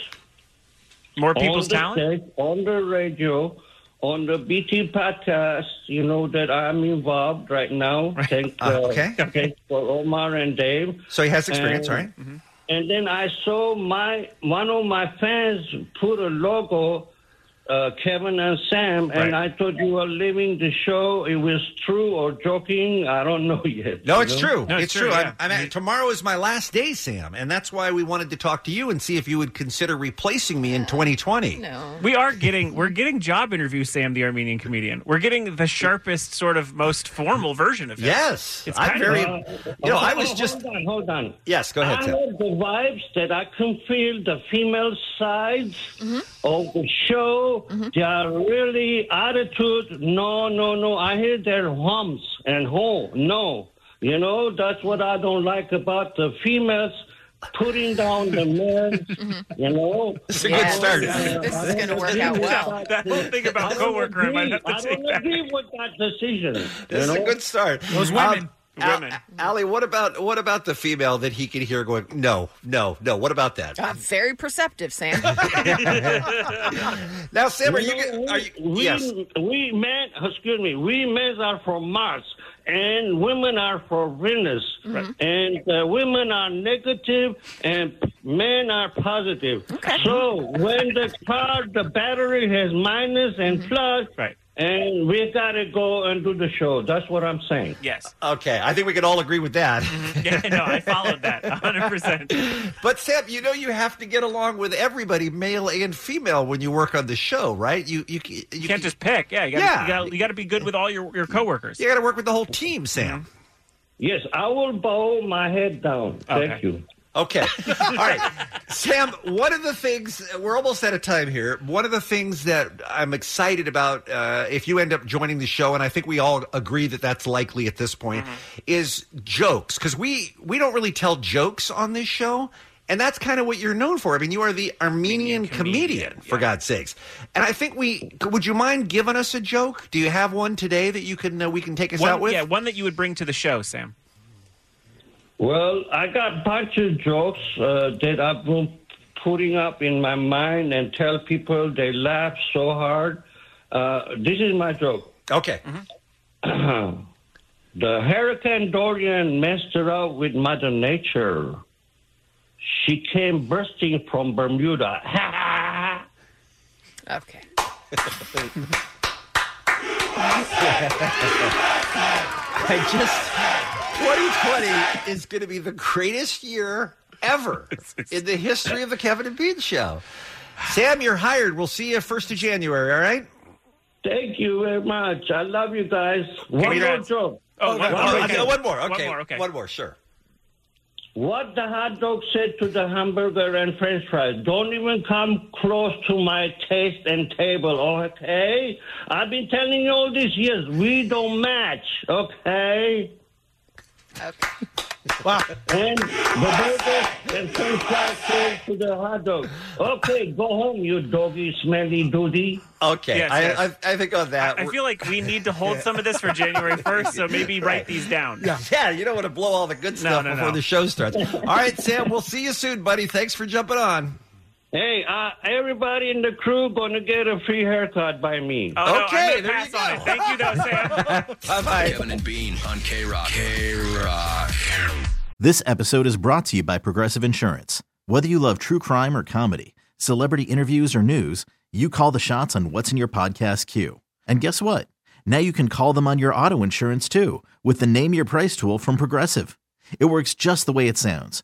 [SPEAKER 12] More
[SPEAKER 15] on the tech, on the radio, on the BT podcast. You know that I'm involved right now. Thanks,
[SPEAKER 10] Ah, okay.
[SPEAKER 15] thanks for Omar and Dave.
[SPEAKER 10] So he has experience,
[SPEAKER 15] And-
[SPEAKER 10] all right?
[SPEAKER 15] And then I saw my one of my fans put a logo. Uh, Kevin and Sam, and I thought you were leaving the show. It was true or joking. I don't know yet.
[SPEAKER 10] No,
[SPEAKER 15] you
[SPEAKER 10] it's
[SPEAKER 15] know?
[SPEAKER 10] true. it's, true. I'm, I'm at, tomorrow is my last day, Sam, and that's why we wanted to talk to you and see if you would consider replacing me in 2020.
[SPEAKER 4] No.
[SPEAKER 12] We are getting we're getting job interviews, Sam, the Armenian comedian. We're getting the sharpest, sort of most formal version of him.
[SPEAKER 10] Yes,
[SPEAKER 12] it's
[SPEAKER 10] I'm
[SPEAKER 12] kind
[SPEAKER 10] very-
[SPEAKER 12] Of,
[SPEAKER 10] You know, I was
[SPEAKER 15] Oh,
[SPEAKER 10] just-
[SPEAKER 15] Hold on, hold on.
[SPEAKER 10] Yes, go ahead,
[SPEAKER 15] I
[SPEAKER 10] Tim.
[SPEAKER 15] have the vibes that I can feel the female sides
[SPEAKER 10] Mm-hmm.
[SPEAKER 15] of the show. They are really attitude. No, no, no. I hear their hums and ho. No, you know that's what I don't like about the females. Putting down the men, you know.
[SPEAKER 10] It's a good Yeah, start.
[SPEAKER 15] Uh,
[SPEAKER 10] this is- Mm-hmm. this
[SPEAKER 15] I
[SPEAKER 10] is
[SPEAKER 15] don't
[SPEAKER 10] gonna work
[SPEAKER 15] agree
[SPEAKER 10] out
[SPEAKER 15] with
[SPEAKER 10] well. That whole thing about
[SPEAKER 15] I don't
[SPEAKER 10] coworker, I
[SPEAKER 15] agree.
[SPEAKER 10] might have to
[SPEAKER 15] I
[SPEAKER 10] take
[SPEAKER 15] don't
[SPEAKER 10] back.
[SPEAKER 15] agree with that decision. you
[SPEAKER 10] This is a
[SPEAKER 15] know?
[SPEAKER 10] good start.
[SPEAKER 15] Those women.
[SPEAKER 10] women. Um, Allie, what about what about the female that he could hear going, no, no, no? What about that?
[SPEAKER 4] Uh, very perceptive, Sam.
[SPEAKER 10] now, Sam,
[SPEAKER 15] are you? are you we,
[SPEAKER 10] yes.
[SPEAKER 15] we men, excuse me, we men are from Mars and women are from Venus.
[SPEAKER 2] Right.
[SPEAKER 15] And uh, women are negative and men are positive. So when the car, the battery has minus and
[SPEAKER 10] Mm-hmm.
[SPEAKER 15] plus,
[SPEAKER 12] right.
[SPEAKER 15] and we got to go and do the show. That's what I'm saying.
[SPEAKER 12] Yes.
[SPEAKER 10] Okay, I think we can all agree with that.
[SPEAKER 12] yeah, no, I followed that 100%.
[SPEAKER 10] But Sam, you know you have to get along with everybody, male and female, when you work on the show, right? You you, you,
[SPEAKER 12] can't just pick. Yeah, you gotta,
[SPEAKER 10] Yeah.
[SPEAKER 12] You, gotta, you gotta be good with all your, your coworkers.
[SPEAKER 10] You got to work with the whole team, Sam.
[SPEAKER 15] Yes, I will bow my head down. Thank you.
[SPEAKER 10] Okay. All right. Sam, one of the things, we're almost out of time here. One of the things that I'm excited about, uh, if you end up joining the show, and I think we all agree that that's likely at this point, is jokes. Because we, we don't really tell jokes on this show. And that's kind of what you're known for. I mean, you are the Armenian comedian, for God's sakes. And I think we would you mind giving us a joke? Do you have one today that you can uh, we can take us
[SPEAKER 12] One-
[SPEAKER 10] out with?
[SPEAKER 12] yeah, one that you would bring to the show, Sam.
[SPEAKER 15] Well, I got a bunch of jokes uh, that I've been putting up in my mind and tell people they laugh so hard. Uh, this is my joke.
[SPEAKER 10] Okay.
[SPEAKER 15] the Hurricane Dorian messed her up with Mother Nature. She came bursting from Bermuda.
[SPEAKER 4] okay.
[SPEAKER 10] I just 2020 is going to be the greatest year ever in the history of the Kevin and Bean Show. Sam, you're hired. We'll see you first of January. All right.
[SPEAKER 15] Thank you very much. I love you guys. One more
[SPEAKER 10] Congrats.
[SPEAKER 15] joke.
[SPEAKER 10] Oh, one more. Okay, one more.
[SPEAKER 15] One
[SPEAKER 10] Okay,
[SPEAKER 15] more, okay.
[SPEAKER 10] one more. Sure.
[SPEAKER 15] What the hot dog said to the hamburger and french fries, don't even come close to my taste and table, okay? I've been telling you all these years, we don't match, okay? Wow. And the burger and french fries said to the hot dog, okay, go home, you doggy smelly doody.
[SPEAKER 10] Okay,
[SPEAKER 12] Yes, I- yes.
[SPEAKER 10] I think on that.
[SPEAKER 12] I feel like we need to hold some of this for January 1st, so maybe write these down.
[SPEAKER 10] Yeah, you don't want to blow all the good stuff
[SPEAKER 12] Oh, no,
[SPEAKER 10] before
[SPEAKER 12] no.
[SPEAKER 10] the show starts. All right, Sam, we'll see you soon, buddy. Thanks for jumping on.
[SPEAKER 15] Hey, uh, everybody in the crew gonna get a free haircut by me.
[SPEAKER 10] Oh, no, I'm Okay, gonna there
[SPEAKER 13] pass
[SPEAKER 12] on it. Thank you, though, Sam.
[SPEAKER 10] bye bye.
[SPEAKER 13] Kevin and Bean on K Rock. K Rock.
[SPEAKER 1] This episode is brought to you by Progressive Insurance. Whether you love true crime or comedy, celebrity interviews or news, you call the shots on what's in your podcast queue. And guess what? Now you can call them on your auto insurance too with the Name Your Price tool from Progressive. It works just the way it sounds.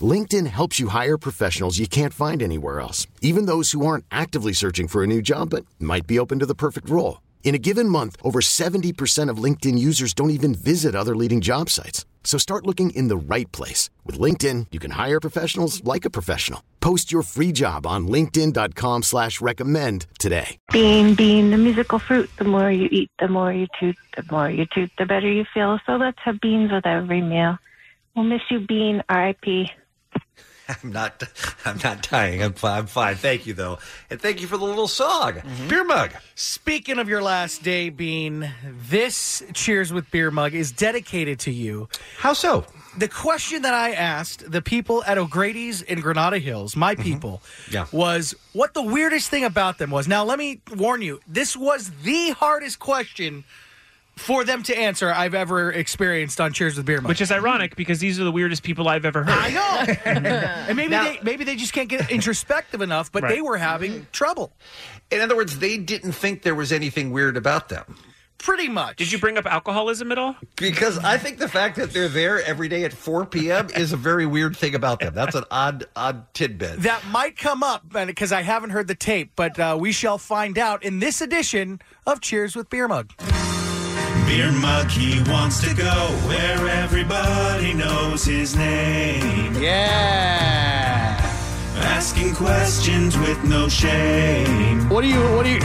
[SPEAKER 17] LinkedIn helps you hire professionals you can't find anywhere else, even those who aren't actively searching for a new job but might be open to the perfect role. In a given month, over 70% of LinkedIn users don't even visit other leading job sites. So start looking in the right place. With LinkedIn, you can hire professionals like a professional. Post your free job on linkedin.com slash recommend today.
[SPEAKER 18] Bean, bean, the musical fruit. The more you eat, the more you toot. The more you toot, the better you feel. So let's have beans with every meal. We'll miss you, Bean. R.I.P.
[SPEAKER 10] I'm not. I'm not dying. I'm, fi- I'm fine. Thank you though, and thank you for the little song, beer mug.
[SPEAKER 11] Speaking of your last day, Bean, this Cheers with Beer mug is dedicated to you.
[SPEAKER 10] How so?
[SPEAKER 11] The question that I asked the people at O'Grady's in Granada Hills,
[SPEAKER 10] Mm-hmm.
[SPEAKER 11] my people,
[SPEAKER 10] Yeah.
[SPEAKER 11] was what the weirdest thing about them was. Now, let me warn you, this was the hardest question for them to answer I've ever experienced on Cheers with Beer mug.
[SPEAKER 12] Which is ironic because these are the weirdest people I've ever heard.
[SPEAKER 11] I know. and maybe they maybe they just can't get introspective enough, but they were having trouble.
[SPEAKER 10] In other words, they didn't think there was anything weird about them.
[SPEAKER 11] Pretty much.
[SPEAKER 12] Did you bring up alcoholism at all?
[SPEAKER 10] Because I think the fact that they're there every day at 4 p.m. is a very weird thing about them. That's an odd, odd tidbit.
[SPEAKER 11] That might come up because I haven't heard the tape, but uh, we shall find out in this edition of Cheers with Beer Mug.
[SPEAKER 19] Beer mug, he wants to go where everybody knows his name. Yeah. Asking questions with no shame. What do you? What do you?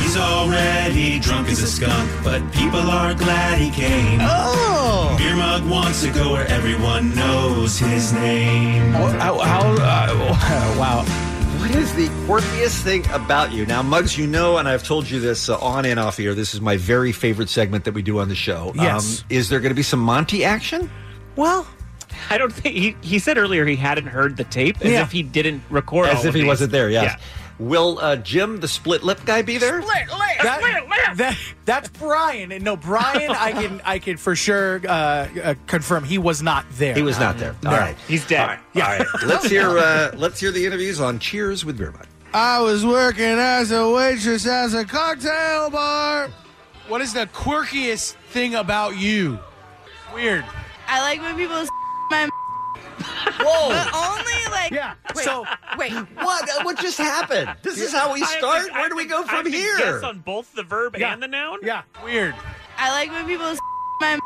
[SPEAKER 19] He's already drunk as a skunk, but people are glad he came.
[SPEAKER 11] Oh.
[SPEAKER 19] Beer mug wants to go where everyone knows his name. How?
[SPEAKER 10] wow. What is the quirkiest thing about you? Now, Muggs, you know, and I've told you this uh, on and off here, this is my very favorite segment that we do on the show.
[SPEAKER 12] Yes.
[SPEAKER 10] Um, is there going to be some Monty action?
[SPEAKER 11] Well,
[SPEAKER 12] I don't think he, he said earlier he hadn't heard the tape as
[SPEAKER 10] Yeah.
[SPEAKER 12] if he didn't record.
[SPEAKER 10] As
[SPEAKER 12] all
[SPEAKER 10] if
[SPEAKER 12] of
[SPEAKER 10] he
[SPEAKER 12] these.
[SPEAKER 10] wasn't there, yes.
[SPEAKER 12] Yeah.
[SPEAKER 10] Will uh, Jim, the split lip guy, be there?
[SPEAKER 11] That, that- that's Brian, and no, Brian, I can I can for sure uh, uh, confirm he was not there.
[SPEAKER 10] He was not there.
[SPEAKER 11] No.
[SPEAKER 10] All right.
[SPEAKER 12] He's dead.
[SPEAKER 10] All right. All right. Let's hear uh, let's hear the interviews on Cheers with Beer Mug.
[SPEAKER 14] I was working as a waitress as a cocktail bar. What is the quirkiest thing about you? Weird.
[SPEAKER 16] I like when people s- my
[SPEAKER 10] Whoa!
[SPEAKER 16] But only like yeah.
[SPEAKER 11] Wait, so
[SPEAKER 16] wait,
[SPEAKER 10] what? Uh, What just happened? This is how we
[SPEAKER 12] I have to-
[SPEAKER 10] start?
[SPEAKER 12] I
[SPEAKER 10] Where do
[SPEAKER 12] have
[SPEAKER 10] we
[SPEAKER 12] to-
[SPEAKER 10] go
[SPEAKER 12] I have
[SPEAKER 10] from
[SPEAKER 12] to
[SPEAKER 10] here?
[SPEAKER 12] Guess on both the verb and the noun.
[SPEAKER 11] Yeah. Weird.
[SPEAKER 16] I like when people s- my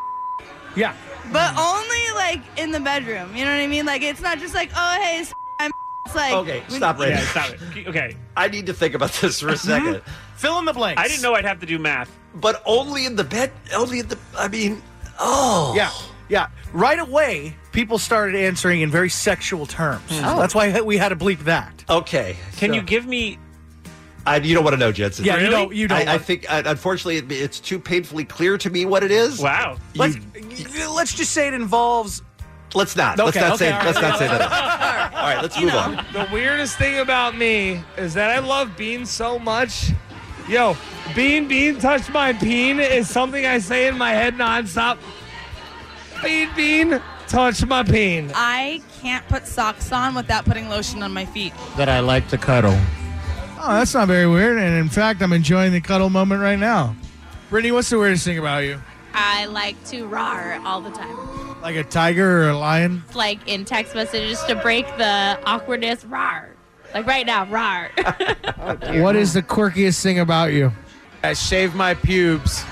[SPEAKER 11] Yeah.
[SPEAKER 16] but only like in the bedroom. You know what I mean? Like it's not just like oh hey, s- my it's like
[SPEAKER 10] okay,
[SPEAKER 16] when-
[SPEAKER 10] stop right
[SPEAKER 12] Yeah,
[SPEAKER 10] now.
[SPEAKER 12] stop it. Okay.
[SPEAKER 10] I need to think about this for a 2nd
[SPEAKER 11] Fill in the blanks.
[SPEAKER 12] I didn't know I'd have to do math.
[SPEAKER 10] But only in the bed. Only in the. I mean, oh.
[SPEAKER 11] Yeah, yeah. Right away, people started answering in very
[SPEAKER 10] Hmm. Oh.
[SPEAKER 11] sexual terms. That's why we had to bleep that.
[SPEAKER 10] Okay.
[SPEAKER 12] Can
[SPEAKER 11] So-
[SPEAKER 12] you give me
[SPEAKER 10] I, you don't want to know, Jensen.
[SPEAKER 20] Yeah, you Really? don't- you don't
[SPEAKER 10] I, I
[SPEAKER 20] want-
[SPEAKER 10] think, I, unfortunately, it, it's too painfully clear to me what it is.
[SPEAKER 12] Wow.
[SPEAKER 20] Let's let's just say it involves.
[SPEAKER 10] Let's not. Let's
[SPEAKER 20] Okay,
[SPEAKER 10] not say.
[SPEAKER 20] okay, all right.
[SPEAKER 10] Let's not say that. All right, let's move on.
[SPEAKER 8] The weirdest thing about me is that I love Bean so much. Yo, Bean, Bean, touch my peen is something I say in my head nonstop. Bean, Bean, touch my peen.
[SPEAKER 21] I can't put socks on without putting lotion on my feet.
[SPEAKER 22] That I like to cuddle.
[SPEAKER 11] Oh, that's not very weird. And in fact, I'm enjoying the cuddle moment right now. Brittany, what's the weirdest thing about you?
[SPEAKER 23] I like to roar all the time.
[SPEAKER 11] Like a tiger or a lion?
[SPEAKER 23] It's like in text messages to break the awkwardness. Roar. Like right now, roar.
[SPEAKER 11] What is the quirkiest thing about you?
[SPEAKER 22] I shave my pubes,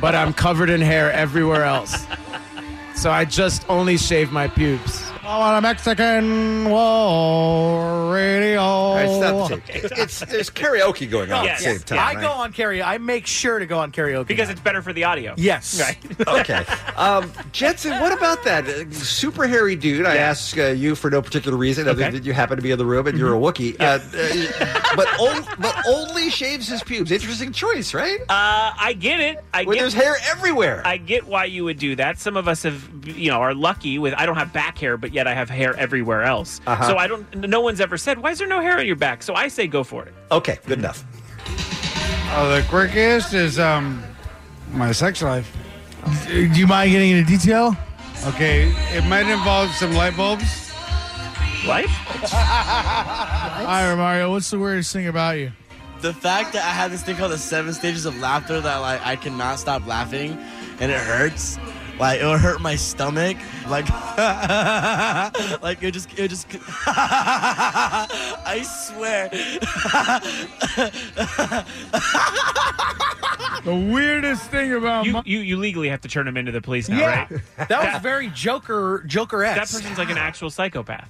[SPEAKER 22] but I'm covered in hair everywhere else. So I just only shave my pubes.
[SPEAKER 11] I want a Mexican wall radio.
[SPEAKER 10] It's, there's karaoke going on at the same time.
[SPEAKER 20] Oh. I
[SPEAKER 10] right?
[SPEAKER 20] go on karaoke. I make sure to go on karaoke
[SPEAKER 12] because it's better for the audio.
[SPEAKER 20] Yes.
[SPEAKER 12] Right.
[SPEAKER 10] okay. Um, Jetson, what about that uh, super hairy dude? I asked uh, you for no particular reason other
[SPEAKER 12] Okay. Mm-hmm.
[SPEAKER 10] than you happen to be in the room and you're a Wookiee. Uh, uh, but, on, but only shaves his pubes. Interesting choice, right?
[SPEAKER 12] Uh, I get it. I
[SPEAKER 10] Well,
[SPEAKER 12] get
[SPEAKER 10] there's hair everywhere.
[SPEAKER 12] I get why you would do that. Some of us have, you know, are lucky with. I don't have back hair, but yet I have hair everywhere else.
[SPEAKER 10] Uh-huh.
[SPEAKER 12] So I don't. No one's ever said, "Why is there no hair on your back?" So I say, go for it.
[SPEAKER 10] Okay, good enough.
[SPEAKER 19] Oh, the quirkiest is um my sex life.
[SPEAKER 11] Do you mind getting into detail?
[SPEAKER 19] Okay, it might involve some light bulbs.
[SPEAKER 12] Light?
[SPEAKER 11] All right, Mario, what's the weirdest thing about you?
[SPEAKER 24] The fact that I have this thing called the seven stages of laughter that like I cannot stop laughing and it hurts. Like it'll hurt my stomach. Like like it just it just I swear.
[SPEAKER 11] The weirdest thing about
[SPEAKER 12] you, you, you legally have to turn him into the police now,
[SPEAKER 20] Yeah.
[SPEAKER 12] right?
[SPEAKER 20] That was very Joker Joker
[SPEAKER 12] That
[SPEAKER 20] esque.
[SPEAKER 12] person's like an actual psychopath.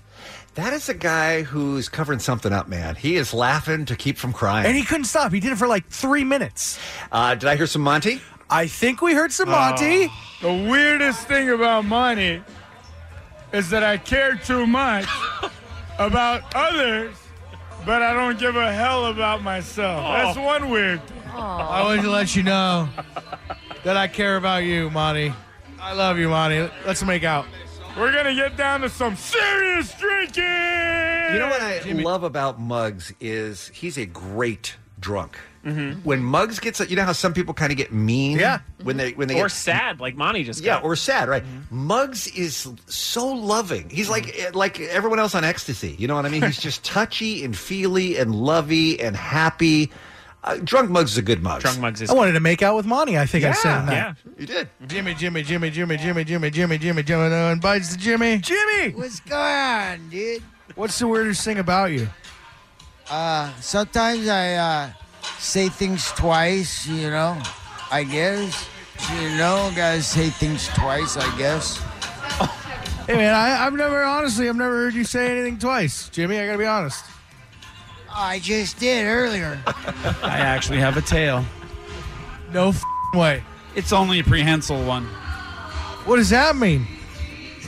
[SPEAKER 10] That is a guy who's covering something up, man. He is laughing to keep from crying.
[SPEAKER 20] And he couldn't stop. He did it for like three minutes.
[SPEAKER 10] uh, did I hear some Monty?
[SPEAKER 20] I think we heard some Monty.
[SPEAKER 19] Oh. The weirdest thing about Monty is that I care too much about others, but I don't give a hell about myself. That's
[SPEAKER 20] Oh.
[SPEAKER 19] one weird. thing.
[SPEAKER 11] I wanted to let you know that I care about you, Monty. I love you, Monty. Let's make out.
[SPEAKER 19] We're gonna get down to some serious drinking.
[SPEAKER 10] You know what I
[SPEAKER 19] Jimmy.
[SPEAKER 10] love about Muggs is he's a great drunk. When Muggs gets, you know how some people kind of get mean, yeah, when they when they
[SPEAKER 12] or
[SPEAKER 10] get,
[SPEAKER 12] sad, like Monty just.
[SPEAKER 10] yeah, or sad, right? Muggs is so loving. He's like eh, like everyone else on ecstasy. You know what I mean? He's just touchy and feely and lovey and happy. Uh, drunk Muggs is a good Muggs. Drunk
[SPEAKER 12] Muggs
[SPEAKER 20] I wanted to make out with Monty. I think I said
[SPEAKER 10] Yeah.
[SPEAKER 20] that.
[SPEAKER 10] Yeah. You did.
[SPEAKER 11] Jimmy, Jimmy, Jimmy, Jimmy, Jimmy, Jimmy, Jimmy, Jimmy, Jimmy, no one bites the Jimmy. Jimmy!
[SPEAKER 25] What's going on, dude?
[SPEAKER 11] What's the weirdest thing about you?
[SPEAKER 25] Uh, sometimes I uh, say things twice, you know, I guess. You know, gotta say things twice, I guess.
[SPEAKER 11] Hey, man, I, I've never, honestly, I've never heard you say anything twice. Jimmy, I gotta be honest.
[SPEAKER 25] Oh, I just did earlier.
[SPEAKER 26] I actually have a tail.
[SPEAKER 11] No f- way.
[SPEAKER 26] It's only a prehensile one.
[SPEAKER 11] What does that mean?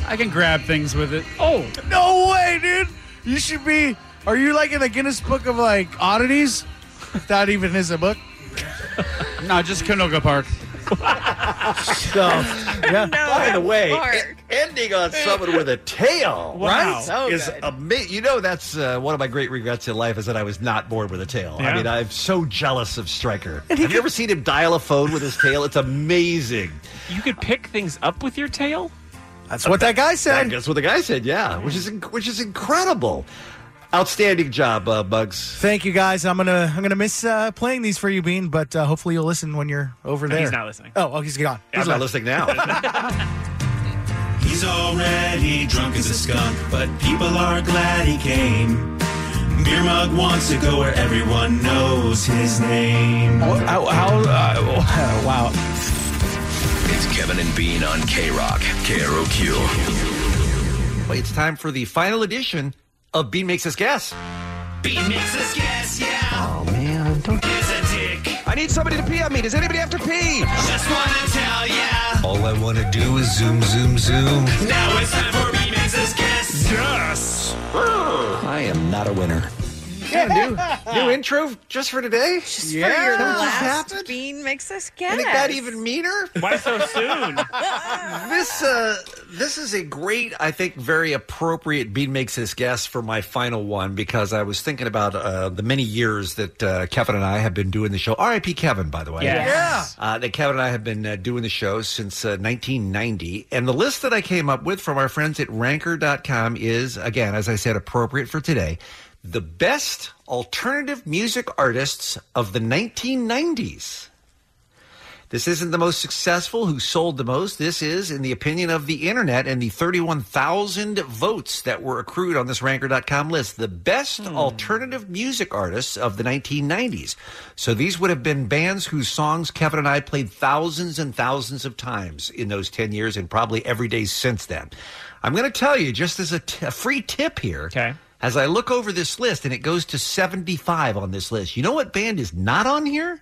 [SPEAKER 26] I can grab things with it.
[SPEAKER 11] Oh. No way, dude! You should be. Are you like in the Guinness Book of like oddities? If that even is a book.
[SPEAKER 26] No, just Canoga Park.
[SPEAKER 10] So, yeah. By the way, e- ending on someone with a tail,
[SPEAKER 26] Wow.
[SPEAKER 10] right?
[SPEAKER 26] So
[SPEAKER 10] is
[SPEAKER 26] good.
[SPEAKER 10] amazing. You know, that's uh, one of my great regrets in life is that I was not born with a tail. I
[SPEAKER 26] Yeah.
[SPEAKER 10] mean, I'm so jealous of Stryker. Have you ever seen him dial a phone with his tail? It's amazing.
[SPEAKER 12] You could pick things up with your tail.
[SPEAKER 10] That's
[SPEAKER 12] what that guy said.
[SPEAKER 10] That's what the guy said. Yeah, which is inc- which is incredible. Outstanding job, uh, Bugs.
[SPEAKER 20] Thank you guys. I'm gonna I'm gonna miss uh, playing these for you, Bean. But uh, hopefully you'll listen when you're over
[SPEAKER 26] No,
[SPEAKER 20] there.
[SPEAKER 26] he's not listening.
[SPEAKER 20] Oh, oh, he's gone.
[SPEAKER 26] I'm
[SPEAKER 20] He's
[SPEAKER 26] not
[SPEAKER 20] left.
[SPEAKER 26] listening
[SPEAKER 10] now.
[SPEAKER 27] He's already drunk as a skunk, but people are glad he came. Beer mug wants to go where everyone knows his name.
[SPEAKER 26] How? how
[SPEAKER 18] Oh,
[SPEAKER 26] uh, wow.
[SPEAKER 13] It's Kevin and Bean on K Rock, KROQ.
[SPEAKER 10] Well, it's time for the final edition of Bean Makes Us Guess.
[SPEAKER 27] Bean makes us guess, yeah.
[SPEAKER 10] Oh man, don't.
[SPEAKER 27] Is a dick.
[SPEAKER 10] I need somebody to pee on me. Does anybody have to pee?
[SPEAKER 27] Just wanna tell ya.
[SPEAKER 10] All I want to do is zoom, zoom, zoom.
[SPEAKER 27] Now it's time for Bean makes us guess. Yes.
[SPEAKER 10] I am not a winner. Yeah, new, new intro just for today?
[SPEAKER 4] Just for your last bean makes us guess.
[SPEAKER 10] And it got even meaner.
[SPEAKER 12] Why so soon?
[SPEAKER 10] this uh, this is a great, I think, very appropriate Bean makes his guess for my final one because I was thinking about uh, the many years that uh, Kevin and I have been doing the show. R.I.P. Kevin, by the way.
[SPEAKER 3] Yes. Yeah.
[SPEAKER 10] Uh, that Kevin and I have been uh, doing the show since uh, 1990, and the list that I came up with from our friends at Ranker.com is, again, as I said, appropriate for today. The best alternative music artists of the 1990s. This isn't the most successful who sold the most. This is, in the opinion of the internet and the 31,000 votes that were accrued on this ranker.com list, the best alternative music artists of the 1990s. So these would have been bands whose songs Kevin and I played thousands and thousands of times in those 10 years and probably every day since then. I'm going to tell you just as a, t- a free tip here. Okay. As I look over this list and it goes to 75 on this list, you know what band is not on here?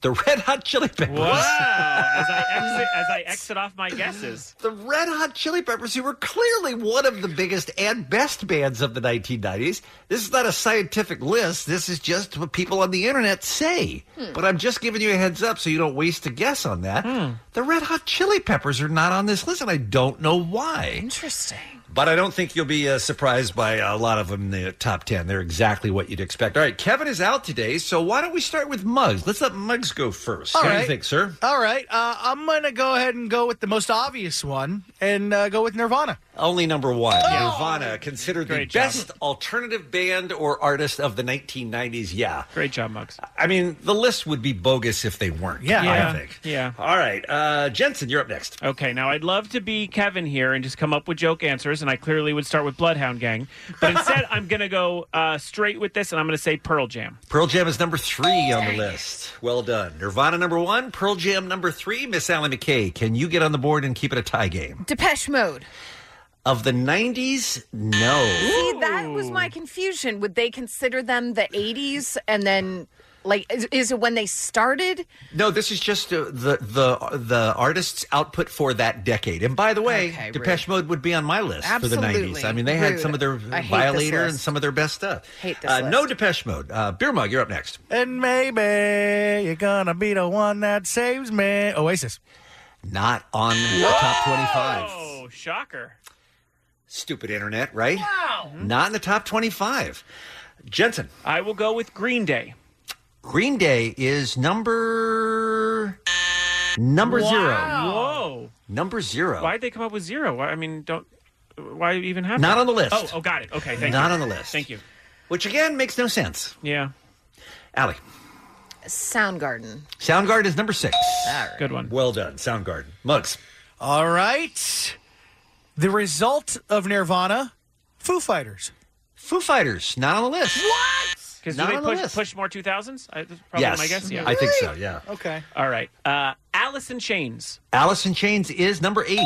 [SPEAKER 10] The Red Hot Chili Peppers.
[SPEAKER 12] Wow! as I exit, as I exit off my guesses.
[SPEAKER 10] The Red Hot Chili Peppers, who were clearly one of the biggest and best bands of the 1990s. This is not a scientific list. This is just what people on the internet say.
[SPEAKER 3] Hmm.
[SPEAKER 10] But I'm just giving you a heads up so you don't waste a guess on that. The Red Hot Chili Peppers are not on this list, and I don't know why.
[SPEAKER 4] Interesting.
[SPEAKER 10] But I don't think you'll be uh, surprised by a lot of them in the top 10. They're exactly what you'd expect. All right, Kevin is out today, so why don't we start with Muggs? Let's let Muggs go first.
[SPEAKER 11] All
[SPEAKER 10] what do you
[SPEAKER 11] right.
[SPEAKER 10] think, sir?
[SPEAKER 11] All right, uh, I'm gonna go ahead and go with the most obvious one and uh, go with Nirvana.
[SPEAKER 10] Only number one,
[SPEAKER 12] Oh,
[SPEAKER 10] Nirvana, considered the
[SPEAKER 11] Great job.
[SPEAKER 10] best alternative band or artist of the 1990s. Yeah.
[SPEAKER 12] Great job, Muggs.
[SPEAKER 10] I mean, the list would be bogus if they weren't.
[SPEAKER 12] yeah.
[SPEAKER 10] I think.
[SPEAKER 12] Yeah.
[SPEAKER 10] All right, uh, Jensen, you're up next.
[SPEAKER 12] Okay, now I'd love to be Kevin here and just come up with joke answers, and I clearly would start with Bloodhound Gang, but instead I'm going to go uh, straight with this, and I'm going to say Pearl Jam.
[SPEAKER 10] Pearl Jam is number three on the list. Well done. Nirvana number one, Pearl Jam number three. Miss Allie McKay, can you get on the board and keep it a tie game?
[SPEAKER 4] Depeche Mode.
[SPEAKER 10] Of the 90s, no.
[SPEAKER 4] See, that was my confusion. Would they consider them the 80s and then, like, is, is it when they started?
[SPEAKER 10] No, this is just uh, the the the artist's output for that decade. And by the way,
[SPEAKER 4] Okay, rude.
[SPEAKER 10] Depeche Mode would be on my list for the 90s.
[SPEAKER 4] Absolutely.
[SPEAKER 10] I mean, they had
[SPEAKER 4] Rude.
[SPEAKER 10] some of their
[SPEAKER 4] I hate this
[SPEAKER 10] Violator and
[SPEAKER 4] list.
[SPEAKER 10] some of their best stuff.
[SPEAKER 4] Hate this
[SPEAKER 10] Uh,
[SPEAKER 4] list.
[SPEAKER 10] no Depeche Mode. Uh, Beer Mug, you're up next.
[SPEAKER 11] And maybe you're gonna be the one that saves me. Oasis.
[SPEAKER 10] Not on the top 25.
[SPEAKER 12] Oh, shocker. Mm-hmm.
[SPEAKER 10] Stupid internet, right? Wow. Not in the top 25. Jensen.
[SPEAKER 12] I will go with Green Day.
[SPEAKER 10] Green Day is number number
[SPEAKER 12] Wow.
[SPEAKER 10] zero.
[SPEAKER 12] Whoa.
[SPEAKER 10] Number zero.
[SPEAKER 12] Why'd they come up with zero? Why, I mean, don't. Why even have
[SPEAKER 10] Not
[SPEAKER 12] that?
[SPEAKER 10] on the list.
[SPEAKER 12] Oh, oh, got it. Okay, thank
[SPEAKER 10] Not
[SPEAKER 12] you.
[SPEAKER 10] on the list.
[SPEAKER 12] Thank you.
[SPEAKER 10] Which again makes no sense.
[SPEAKER 12] Yeah.
[SPEAKER 10] Allie.
[SPEAKER 4] Soundgarden.
[SPEAKER 10] Soundgarden is number six. Good one. Well done, Soundgarden. Mugs.
[SPEAKER 11] All right. The result of Nirvana, Foo Fighters.
[SPEAKER 10] Foo Fighters, not on the list.
[SPEAKER 12] What? Because do
[SPEAKER 11] Not
[SPEAKER 12] they
[SPEAKER 11] on the
[SPEAKER 12] push,
[SPEAKER 11] list.
[SPEAKER 12] push more 2000s? I, that's probably
[SPEAKER 10] Yes.
[SPEAKER 12] my guess. Yeah.
[SPEAKER 10] I think so, yeah.
[SPEAKER 11] Okay.
[SPEAKER 12] All right. Uh, Alice in Chains.
[SPEAKER 10] Alice in Chains is number eight.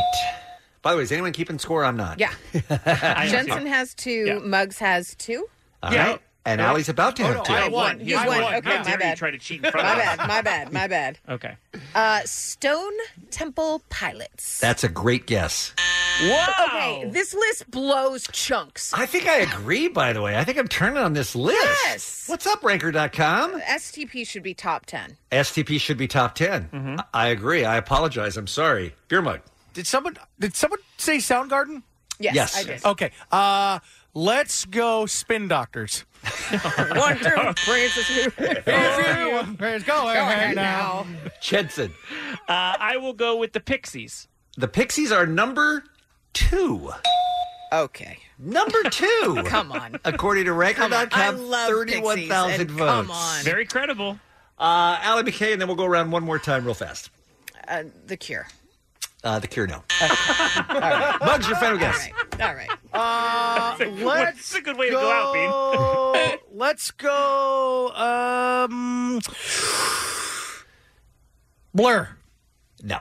[SPEAKER 10] By the way, is anyone keeping score? I'm not.
[SPEAKER 4] Yeah.
[SPEAKER 10] Yeah.
[SPEAKER 4] Jensen has two, Muggs has two.
[SPEAKER 10] All right. And Allie's about to
[SPEAKER 12] Oh,
[SPEAKER 10] have
[SPEAKER 12] no,
[SPEAKER 10] two.
[SPEAKER 12] I won.
[SPEAKER 4] He's
[SPEAKER 12] I
[SPEAKER 4] won.
[SPEAKER 12] won.
[SPEAKER 4] Okay,
[SPEAKER 12] How
[SPEAKER 4] my
[SPEAKER 12] dare you
[SPEAKER 4] bad.
[SPEAKER 12] try to cheat
[SPEAKER 4] My
[SPEAKER 12] in front of
[SPEAKER 4] bad,
[SPEAKER 12] us.
[SPEAKER 4] my bad, my bad.
[SPEAKER 12] Okay.
[SPEAKER 4] Uh, Stone Temple Pilots.
[SPEAKER 10] That's a great guess.
[SPEAKER 4] Whoa. Okay, this list blows chunks.
[SPEAKER 10] I think I agree, by the way. I think I'm turning on this list.
[SPEAKER 4] Yes.
[SPEAKER 10] What's up, ranker.com?
[SPEAKER 4] STP should be top 10.
[SPEAKER 10] STP should be top 10.
[SPEAKER 12] Mm-hmm.
[SPEAKER 10] I I agree. I apologize. I'm sorry. Beer mug.
[SPEAKER 11] Did someone did someone say Soundgarden?
[SPEAKER 10] Yes, Yes. I did.
[SPEAKER 11] Okay. Uh let's go Spin Doctors.
[SPEAKER 4] One, two, Francis.
[SPEAKER 11] It's going right now.
[SPEAKER 10] Jensen.
[SPEAKER 12] Uh, I will go with the Pixies.
[SPEAKER 10] The Pixies are number two.
[SPEAKER 4] Okay.
[SPEAKER 10] Number two.
[SPEAKER 4] Come on.
[SPEAKER 10] According to ranker.com,
[SPEAKER 4] Come on. I love
[SPEAKER 10] 31,000
[SPEAKER 4] Pixies,
[SPEAKER 10] votes.
[SPEAKER 4] and come on. Very
[SPEAKER 12] credible.
[SPEAKER 10] Uh, Allie McKay, and then we'll go around one more time real fast.
[SPEAKER 4] Uh, the Cure.
[SPEAKER 10] Uh, the Cure, no. Bugs, your final guess.
[SPEAKER 4] All right.
[SPEAKER 11] Uh, let's
[SPEAKER 12] That's a good way to go out, Bean.
[SPEAKER 11] Bean. let's go um Blur.
[SPEAKER 10] No.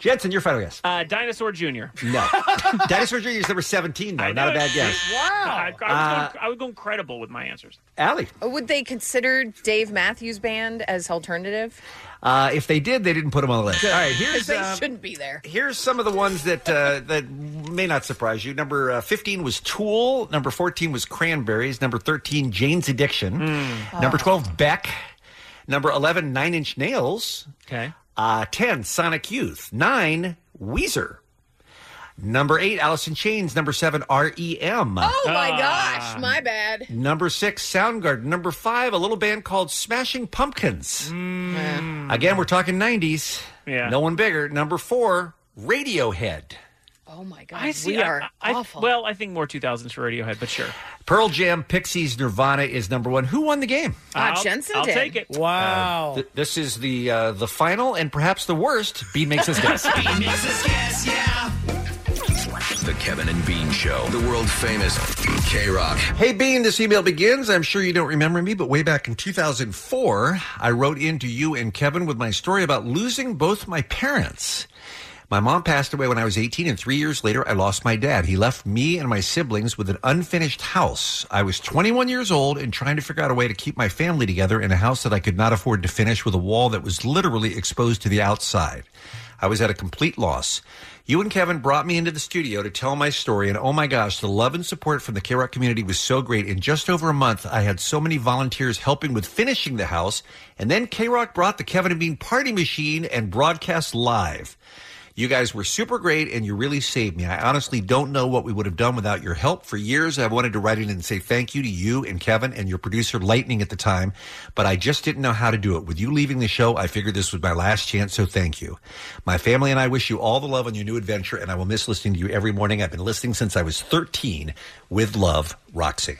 [SPEAKER 10] Jensen, your final guess.
[SPEAKER 12] Uh, Dinosaur Jr.
[SPEAKER 10] No. Dinosaur Jr. is number 17, though. Oh, Not a bad guess.
[SPEAKER 12] Wow. I, I, was
[SPEAKER 10] Uh,
[SPEAKER 12] going, I was going credible with my answers.
[SPEAKER 10] Allie.
[SPEAKER 4] Uh, Would they consider Dave Matthews Band as alternative?
[SPEAKER 10] Uh, if they did, they didn't put him on the list. All right, here's
[SPEAKER 4] 'Cause
[SPEAKER 12] uh,
[SPEAKER 4] they
[SPEAKER 10] um,
[SPEAKER 4] shouldn't be there.
[SPEAKER 10] here's some of the ones that uh, that may not surprise you. Number uh, 15 was Tool. Number 14 was Cranberries. Number 13, Jane's Addiction.
[SPEAKER 12] Hmm.
[SPEAKER 10] Number 12, Beck. Number 11, Nine Inch Nails.
[SPEAKER 12] Okay.
[SPEAKER 10] Uh, 10, Sonic Youth. 9, Weezer. Number 8, Alice in Chains. Number 7, REM.
[SPEAKER 4] Oh my
[SPEAKER 12] Ah.
[SPEAKER 4] gosh, my bad.
[SPEAKER 10] Number 6, Soundgarden. Number 5, a little band called Smashing Pumpkins.
[SPEAKER 12] Mm.
[SPEAKER 10] Again, we're talking 90s. Yeah. No one bigger. Number 4, Radiohead.
[SPEAKER 4] Oh my god,
[SPEAKER 12] I see.
[SPEAKER 4] we
[SPEAKER 12] I-
[SPEAKER 4] are
[SPEAKER 12] I- I-
[SPEAKER 4] awful.
[SPEAKER 12] well, I think more 2000s for Radiohead, but sure.
[SPEAKER 10] Pearl Jam, Pixies, Nirvana is number one. Who won the game?
[SPEAKER 12] Ah, I'll- Jensen I'll did. take it.
[SPEAKER 10] Wow. this is the uh, the final and perhaps the worst. B makes his guess.
[SPEAKER 13] Bean makes his guess, yeah. The Kevin and Bean Show, the world famous K Rock.
[SPEAKER 10] Hey, Bean, this email begins. I'm sure you don't remember me, but way back in 2004, I wrote in to you and Kevin with my story about losing both my parents. My mom passed away when I was 18, and three years later, I lost my dad. He left me and my siblings with an unfinished house. I was 21 years old and trying to figure out a way to keep my family together in a house that I could not afford to finish with a wall that was literally exposed to the outside. I was at a complete loss. You and Kevin brought me into the studio to tell my story, and oh my gosh, the love and support from the K Rock community was so great. In just over a month, I had so many volunteers helping with finishing the house, and then K Rock brought the Kevin and Bean party machine and broadcast live. You guys were super great, and you really saved me. I honestly don't know what we would have done without your help. For years, I wanted to write in and say thank you to you and Kevin and your producer, Lightning, at the time, but I just didn't know how to do it. With you leaving the show, I figured this was my last chance, so thank you. My family and I wish you all the love on your new adventure, and I will miss listening to you every morning. I've been listening since I was 13. With love, Roxanne.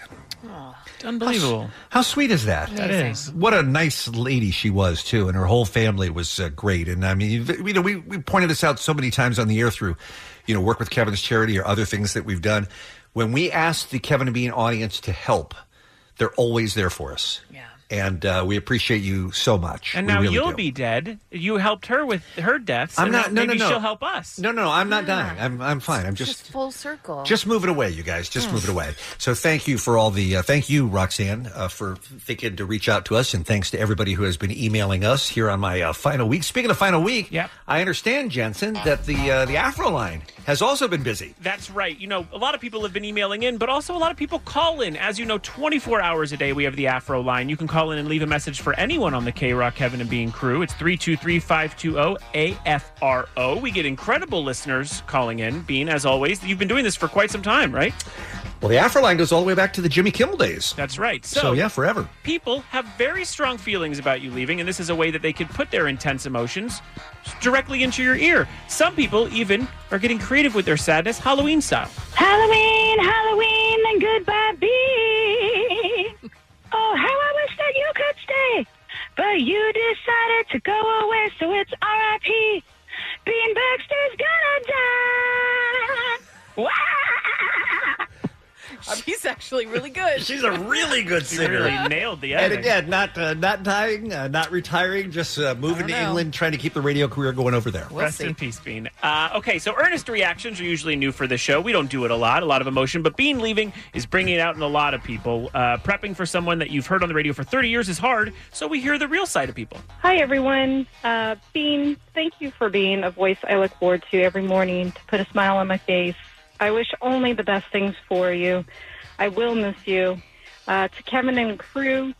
[SPEAKER 12] Unbelievable.
[SPEAKER 10] How sweet is that?
[SPEAKER 12] That is.
[SPEAKER 10] What a nice lady she was too, and her whole family was uh, great. And I mean, you know, we we pointed this out so many times on the air through, you know, work with Kevin's charity or other things that we've done. When we ask the Kevin and Bean audience to help, they're always there for us. Yeah. And uh, we appreciate you so much.
[SPEAKER 12] And
[SPEAKER 10] We
[SPEAKER 12] now
[SPEAKER 10] really
[SPEAKER 12] you'll
[SPEAKER 10] do.
[SPEAKER 12] be dead. You helped her with her death.
[SPEAKER 10] I'm not. No,
[SPEAKER 12] Maybe
[SPEAKER 10] no, no.
[SPEAKER 12] she'll help us.
[SPEAKER 10] No, no, no. I'm not
[SPEAKER 12] Ah.
[SPEAKER 10] dying. I'm I'm fine. I'm just
[SPEAKER 4] Full circle.
[SPEAKER 10] Just move it away, you guys. Just move it away. So thank you for all the uh, thank you, Roxanne, uh, for thinking to reach out to us, and thanks to everybody who has been emailing us here on my uh, final week. Speaking of final week, yeah, I understand Jensen that the uh, the Afro line has also been busy.
[SPEAKER 12] That's right. You know, a lot of people have been emailing in, but also a lot of people call in. As you know, 24 hours a day, we have the Afro line. You can call in and leave a message for anyone on the K Rock Kevin and Bean crew. It's 323 520 AFRO. We get incredible listeners calling in. Bean, as always, you've been doing this for quite some time, right?
[SPEAKER 10] Well, the Afro line goes all the way back to the Jimmy Kimmel days.
[SPEAKER 12] That's right. So,
[SPEAKER 10] So, yeah, forever.
[SPEAKER 12] people have very strong feelings about you leaving, and this is a way that they could put their intense emotions directly into your ear. Some people even are getting creative with their sadness, Halloween style.
[SPEAKER 3] Halloween, Halloween, and goodbye, bee. Oh, how I wish that you could stay, but you decided to go away, so it's R.I.P. Bean Baxter's gonna die.
[SPEAKER 4] She's actually really good.
[SPEAKER 10] She's a really good
[SPEAKER 12] She
[SPEAKER 10] singer.
[SPEAKER 12] really nailed the
[SPEAKER 10] And
[SPEAKER 12] ending.
[SPEAKER 10] again, not uh, not dying, uh, not retiring, just uh, moving to
[SPEAKER 12] know.
[SPEAKER 10] England, trying to keep the radio career going over there.
[SPEAKER 12] Rest in peace, Bean. Uh, okay, so earnest reactions are usually new for the show. We don't do it a lot, a lot of emotion, but Bean leaving is bringing it out in a lot of people. Uh, prepping for someone that you've heard on the radio for 30 years is hard, so we hear the real side of people.
[SPEAKER 3] Hi, everyone. Uh, Bean, thank you for being a voice I look forward to every morning to put a smile on my face. I wish only the best things for you. I will miss you. Uh, to Kevin and crew,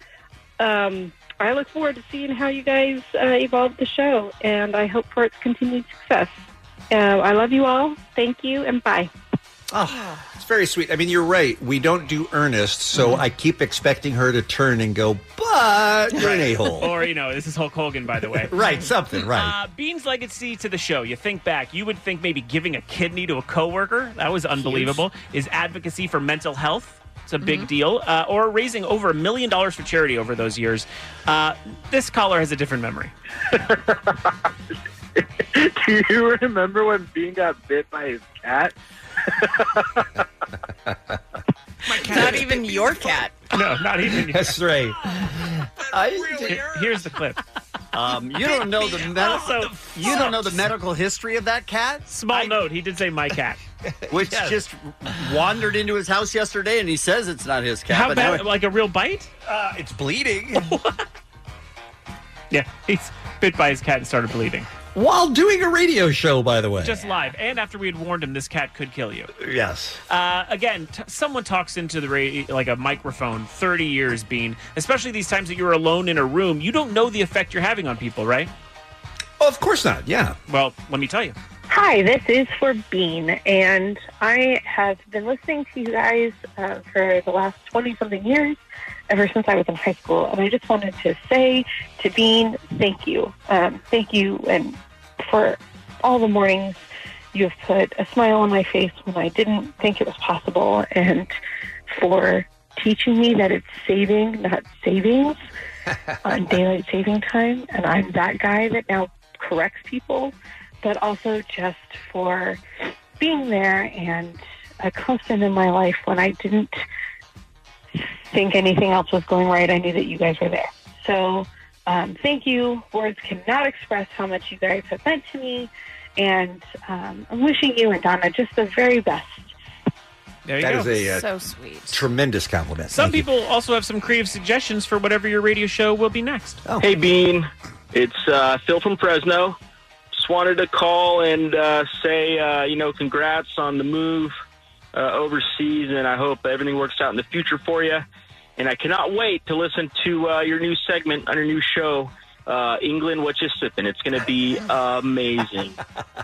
[SPEAKER 3] um, I look forward to seeing how you guys uh, evolve the show, and I hope for its continued success. Uh, I love you all. Thank you, and bye.
[SPEAKER 10] Oh, it's very sweet. I mean, you're right. We don't do Ernest, so
[SPEAKER 12] Mm-hmm.
[SPEAKER 10] I keep expecting her to turn and go, but you're an a hole.
[SPEAKER 12] or, you know, this is Hulk Hogan, by the way.
[SPEAKER 10] right, something, right.
[SPEAKER 12] Uh, Bean's legacy to the show. You think back, you would think maybe giving a kidney to a coworker. That was unbelievable. His advocacy for mental health. It's a big deal. Uh, or raising over a million dollars for charity over those years. Uh, this caller has a different memory.
[SPEAKER 5] Do you remember when Bean got bit by his cat?
[SPEAKER 4] Not even your cat.
[SPEAKER 12] No, not even.
[SPEAKER 10] That's right.
[SPEAKER 12] Here's the clip.
[SPEAKER 2] Um, you don't know the med-
[SPEAKER 12] Also-
[SPEAKER 2] you don't know the medical history of that cat.
[SPEAKER 12] Small note: He did say my cat,
[SPEAKER 2] which just wandered into his house yesterday, and he says it's not his cat.
[SPEAKER 12] How
[SPEAKER 2] but
[SPEAKER 12] bad?
[SPEAKER 2] now it-
[SPEAKER 12] like a real bite?
[SPEAKER 10] Uh, it's bleeding.
[SPEAKER 12] yeah, he's bit by his cat and started bleeding.
[SPEAKER 10] While doing a radio show, by the way.
[SPEAKER 12] Just live. And after we had warned him, this cat could kill you.
[SPEAKER 10] yes.
[SPEAKER 12] Uh, again, t- someone talks into the radio, like a microphone. Thirty years, Bean. Especially these times that you're alone in a room, you don't know the effect you're having on people, right?
[SPEAKER 10] Oh, of course not. Yeah.
[SPEAKER 12] Well, let me tell you.
[SPEAKER 6] Hi, this is for Bean, and I have been listening to you guys uh, for the last 20 something years, ever since I was in high school. And I just wanted to say to Bean, thank you. Um, thank you and for all the mornings you have put a smile on my face when I didn't think it was possible, and for teaching me that it's saving, not savings, on daylight saving time. And I'm that guy that now corrects people but also just for being there and a constant in my life when I didn't think anything else was going right. I knew that you guys were there. So um, thank you. Words cannot express how much you guys have meant to me. And um, I'm wishing you and Donna just the very best.
[SPEAKER 12] There you
[SPEAKER 10] That
[SPEAKER 12] go.
[SPEAKER 10] is a, uh, So
[SPEAKER 6] sweet.
[SPEAKER 10] Tremendous compliment.
[SPEAKER 12] Some
[SPEAKER 10] Thank you.
[SPEAKER 12] people also have some creative suggestions for whatever your radio show will be next.
[SPEAKER 10] Oh.
[SPEAKER 7] Hey, Bean. It's uh, Phil from Fresno. Just wanted to call and uh, say, uh, you know, congrats on the move uh, overseas, and I hope everything works out in the future for you. And I cannot wait to listen to uh, your new segment on your new show, uh, England, What You Sippin'. It's going to be amazing.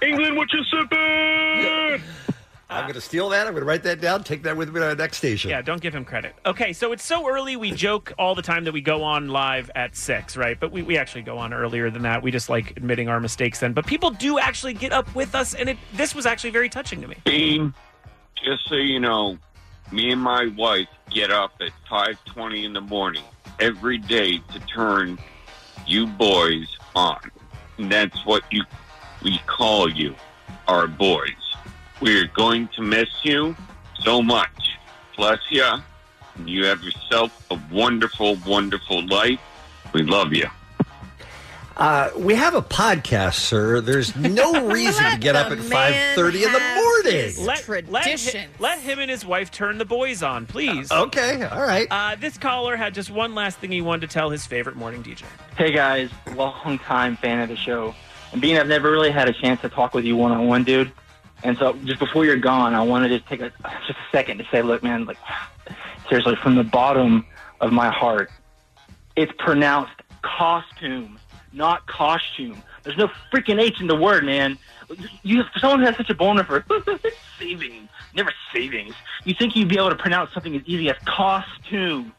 [SPEAKER 7] England, What You Sippin'?
[SPEAKER 10] I'm going to steal that. I'm going to write that down. Take that with me to the next station.
[SPEAKER 12] Yeah, don't give him credit. Okay, so it's so early. We joke all the time that we go on live at six, right? But we, we actually go on earlier than that. We just like admitting our mistakes then. But people do actually get up with us, and it, this was actually very touching to me.
[SPEAKER 8] Dean, just so you know, me and my wife get up at five twenty in the morning every day to turn you boys on. And that's what you we call you, our boys. We're going to miss you so much. Bless ya. You have yourself a wonderful, wonderful life. We love you.
[SPEAKER 10] Uh, we have a podcast, sir. There's no reason to get up at 5.30 in the morning.
[SPEAKER 12] Let, let hi- let him and his wife turn the boys on, please.
[SPEAKER 10] Uh, okay, all right.
[SPEAKER 12] Uh, this caller had just one last thing he wanted to tell his favorite morning DJ.
[SPEAKER 7] Hey guys, long time fan of the show. And Bean, I've never really had a chance to talk with you one on one, dude. And so just before you're gone, I want to just take a just a second to say, look, man, like seriously, from the bottom of my heart, it's pronounced costume, not costume. There's no freaking H in the word, man. You, someone who has such a boner for saving, never savings. You think you'd be able to pronounce something as easy as costume?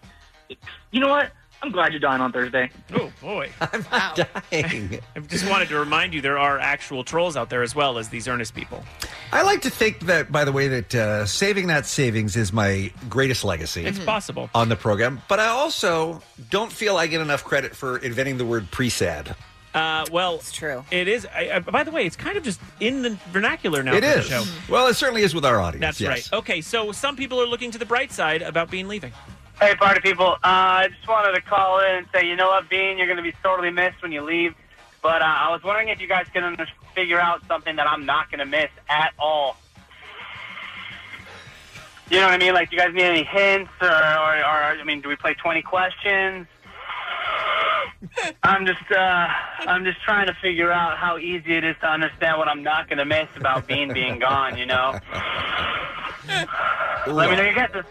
[SPEAKER 7] You know what? I'm glad you're dying on Thursday.
[SPEAKER 12] Oh boy,
[SPEAKER 10] I'm
[SPEAKER 12] not
[SPEAKER 10] dying.
[SPEAKER 12] I just wanted to remind you there are actual trolls out there as well as these earnest people.
[SPEAKER 10] I like to think that, by the way, that uh, saving that savings is my greatest legacy.
[SPEAKER 12] It's Mhm. possible.
[SPEAKER 10] on the program, but I also don't feel I get enough credit for inventing the word pre-sad.
[SPEAKER 12] Uh, well, it's true. It is. I, I, by the way, it's kind of just in the vernacular now.
[SPEAKER 10] it
[SPEAKER 12] for the
[SPEAKER 10] is.
[SPEAKER 12] show.
[SPEAKER 10] Well, it certainly is with our audience.
[SPEAKER 12] That's
[SPEAKER 10] yes.
[SPEAKER 12] right. Okay, so some people are looking to the bright side about Bean leaving.
[SPEAKER 9] Hey, party people. Uh, I just wanted to call in and say, you know what, Bean, you're going to be sorely missed when you leave. But uh, I was wondering if you guys can figure out something that I'm not going to miss at all. You know what I mean? Like, do you guys need any hints? Or, or, or I mean, do we play 20 questions? I'm just, uh, I'm just trying to figure out how easy it is to understand what I'm not going to miss about Bean being gone. You know? Let me know your guesses.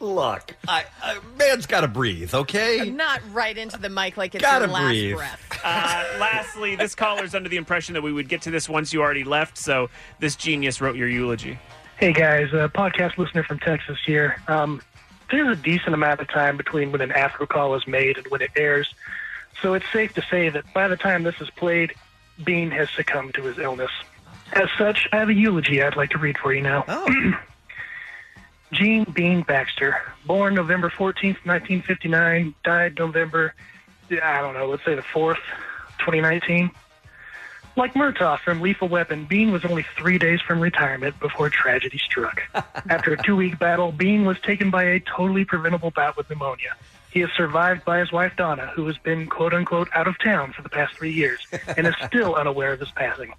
[SPEAKER 10] Look, I, I, man's got to breathe, okay?
[SPEAKER 4] Not right into the mic like it's
[SPEAKER 10] Gotta
[SPEAKER 4] your last
[SPEAKER 10] breathe.
[SPEAKER 4] breath.
[SPEAKER 12] Uh, lastly, this caller's under the impression that we would get to this once you already left, so this genius wrote your eulogy.
[SPEAKER 8] Hey guys, uh, podcast listener from Texas here. Um, there's a decent amount of time between when an after call is made and when it airs, so it's safe to say that by the time this is played, Bean has succumbed to his illness. As such, I have a eulogy I'd like to read for you now. Oh. Gene Bean Baxter, born November 14th, 1959, died November, I don't know, let's say the 4th, 2019. Like Murtaugh from Lethal Weapon, Bean was only three days from retirement before tragedy struck. After a two week battle, Bean was taken by a totally preventable bout with pneumonia. He is survived by his wife, Donna, who has been quote unquote out of town for the past three years and is still unaware of his passing.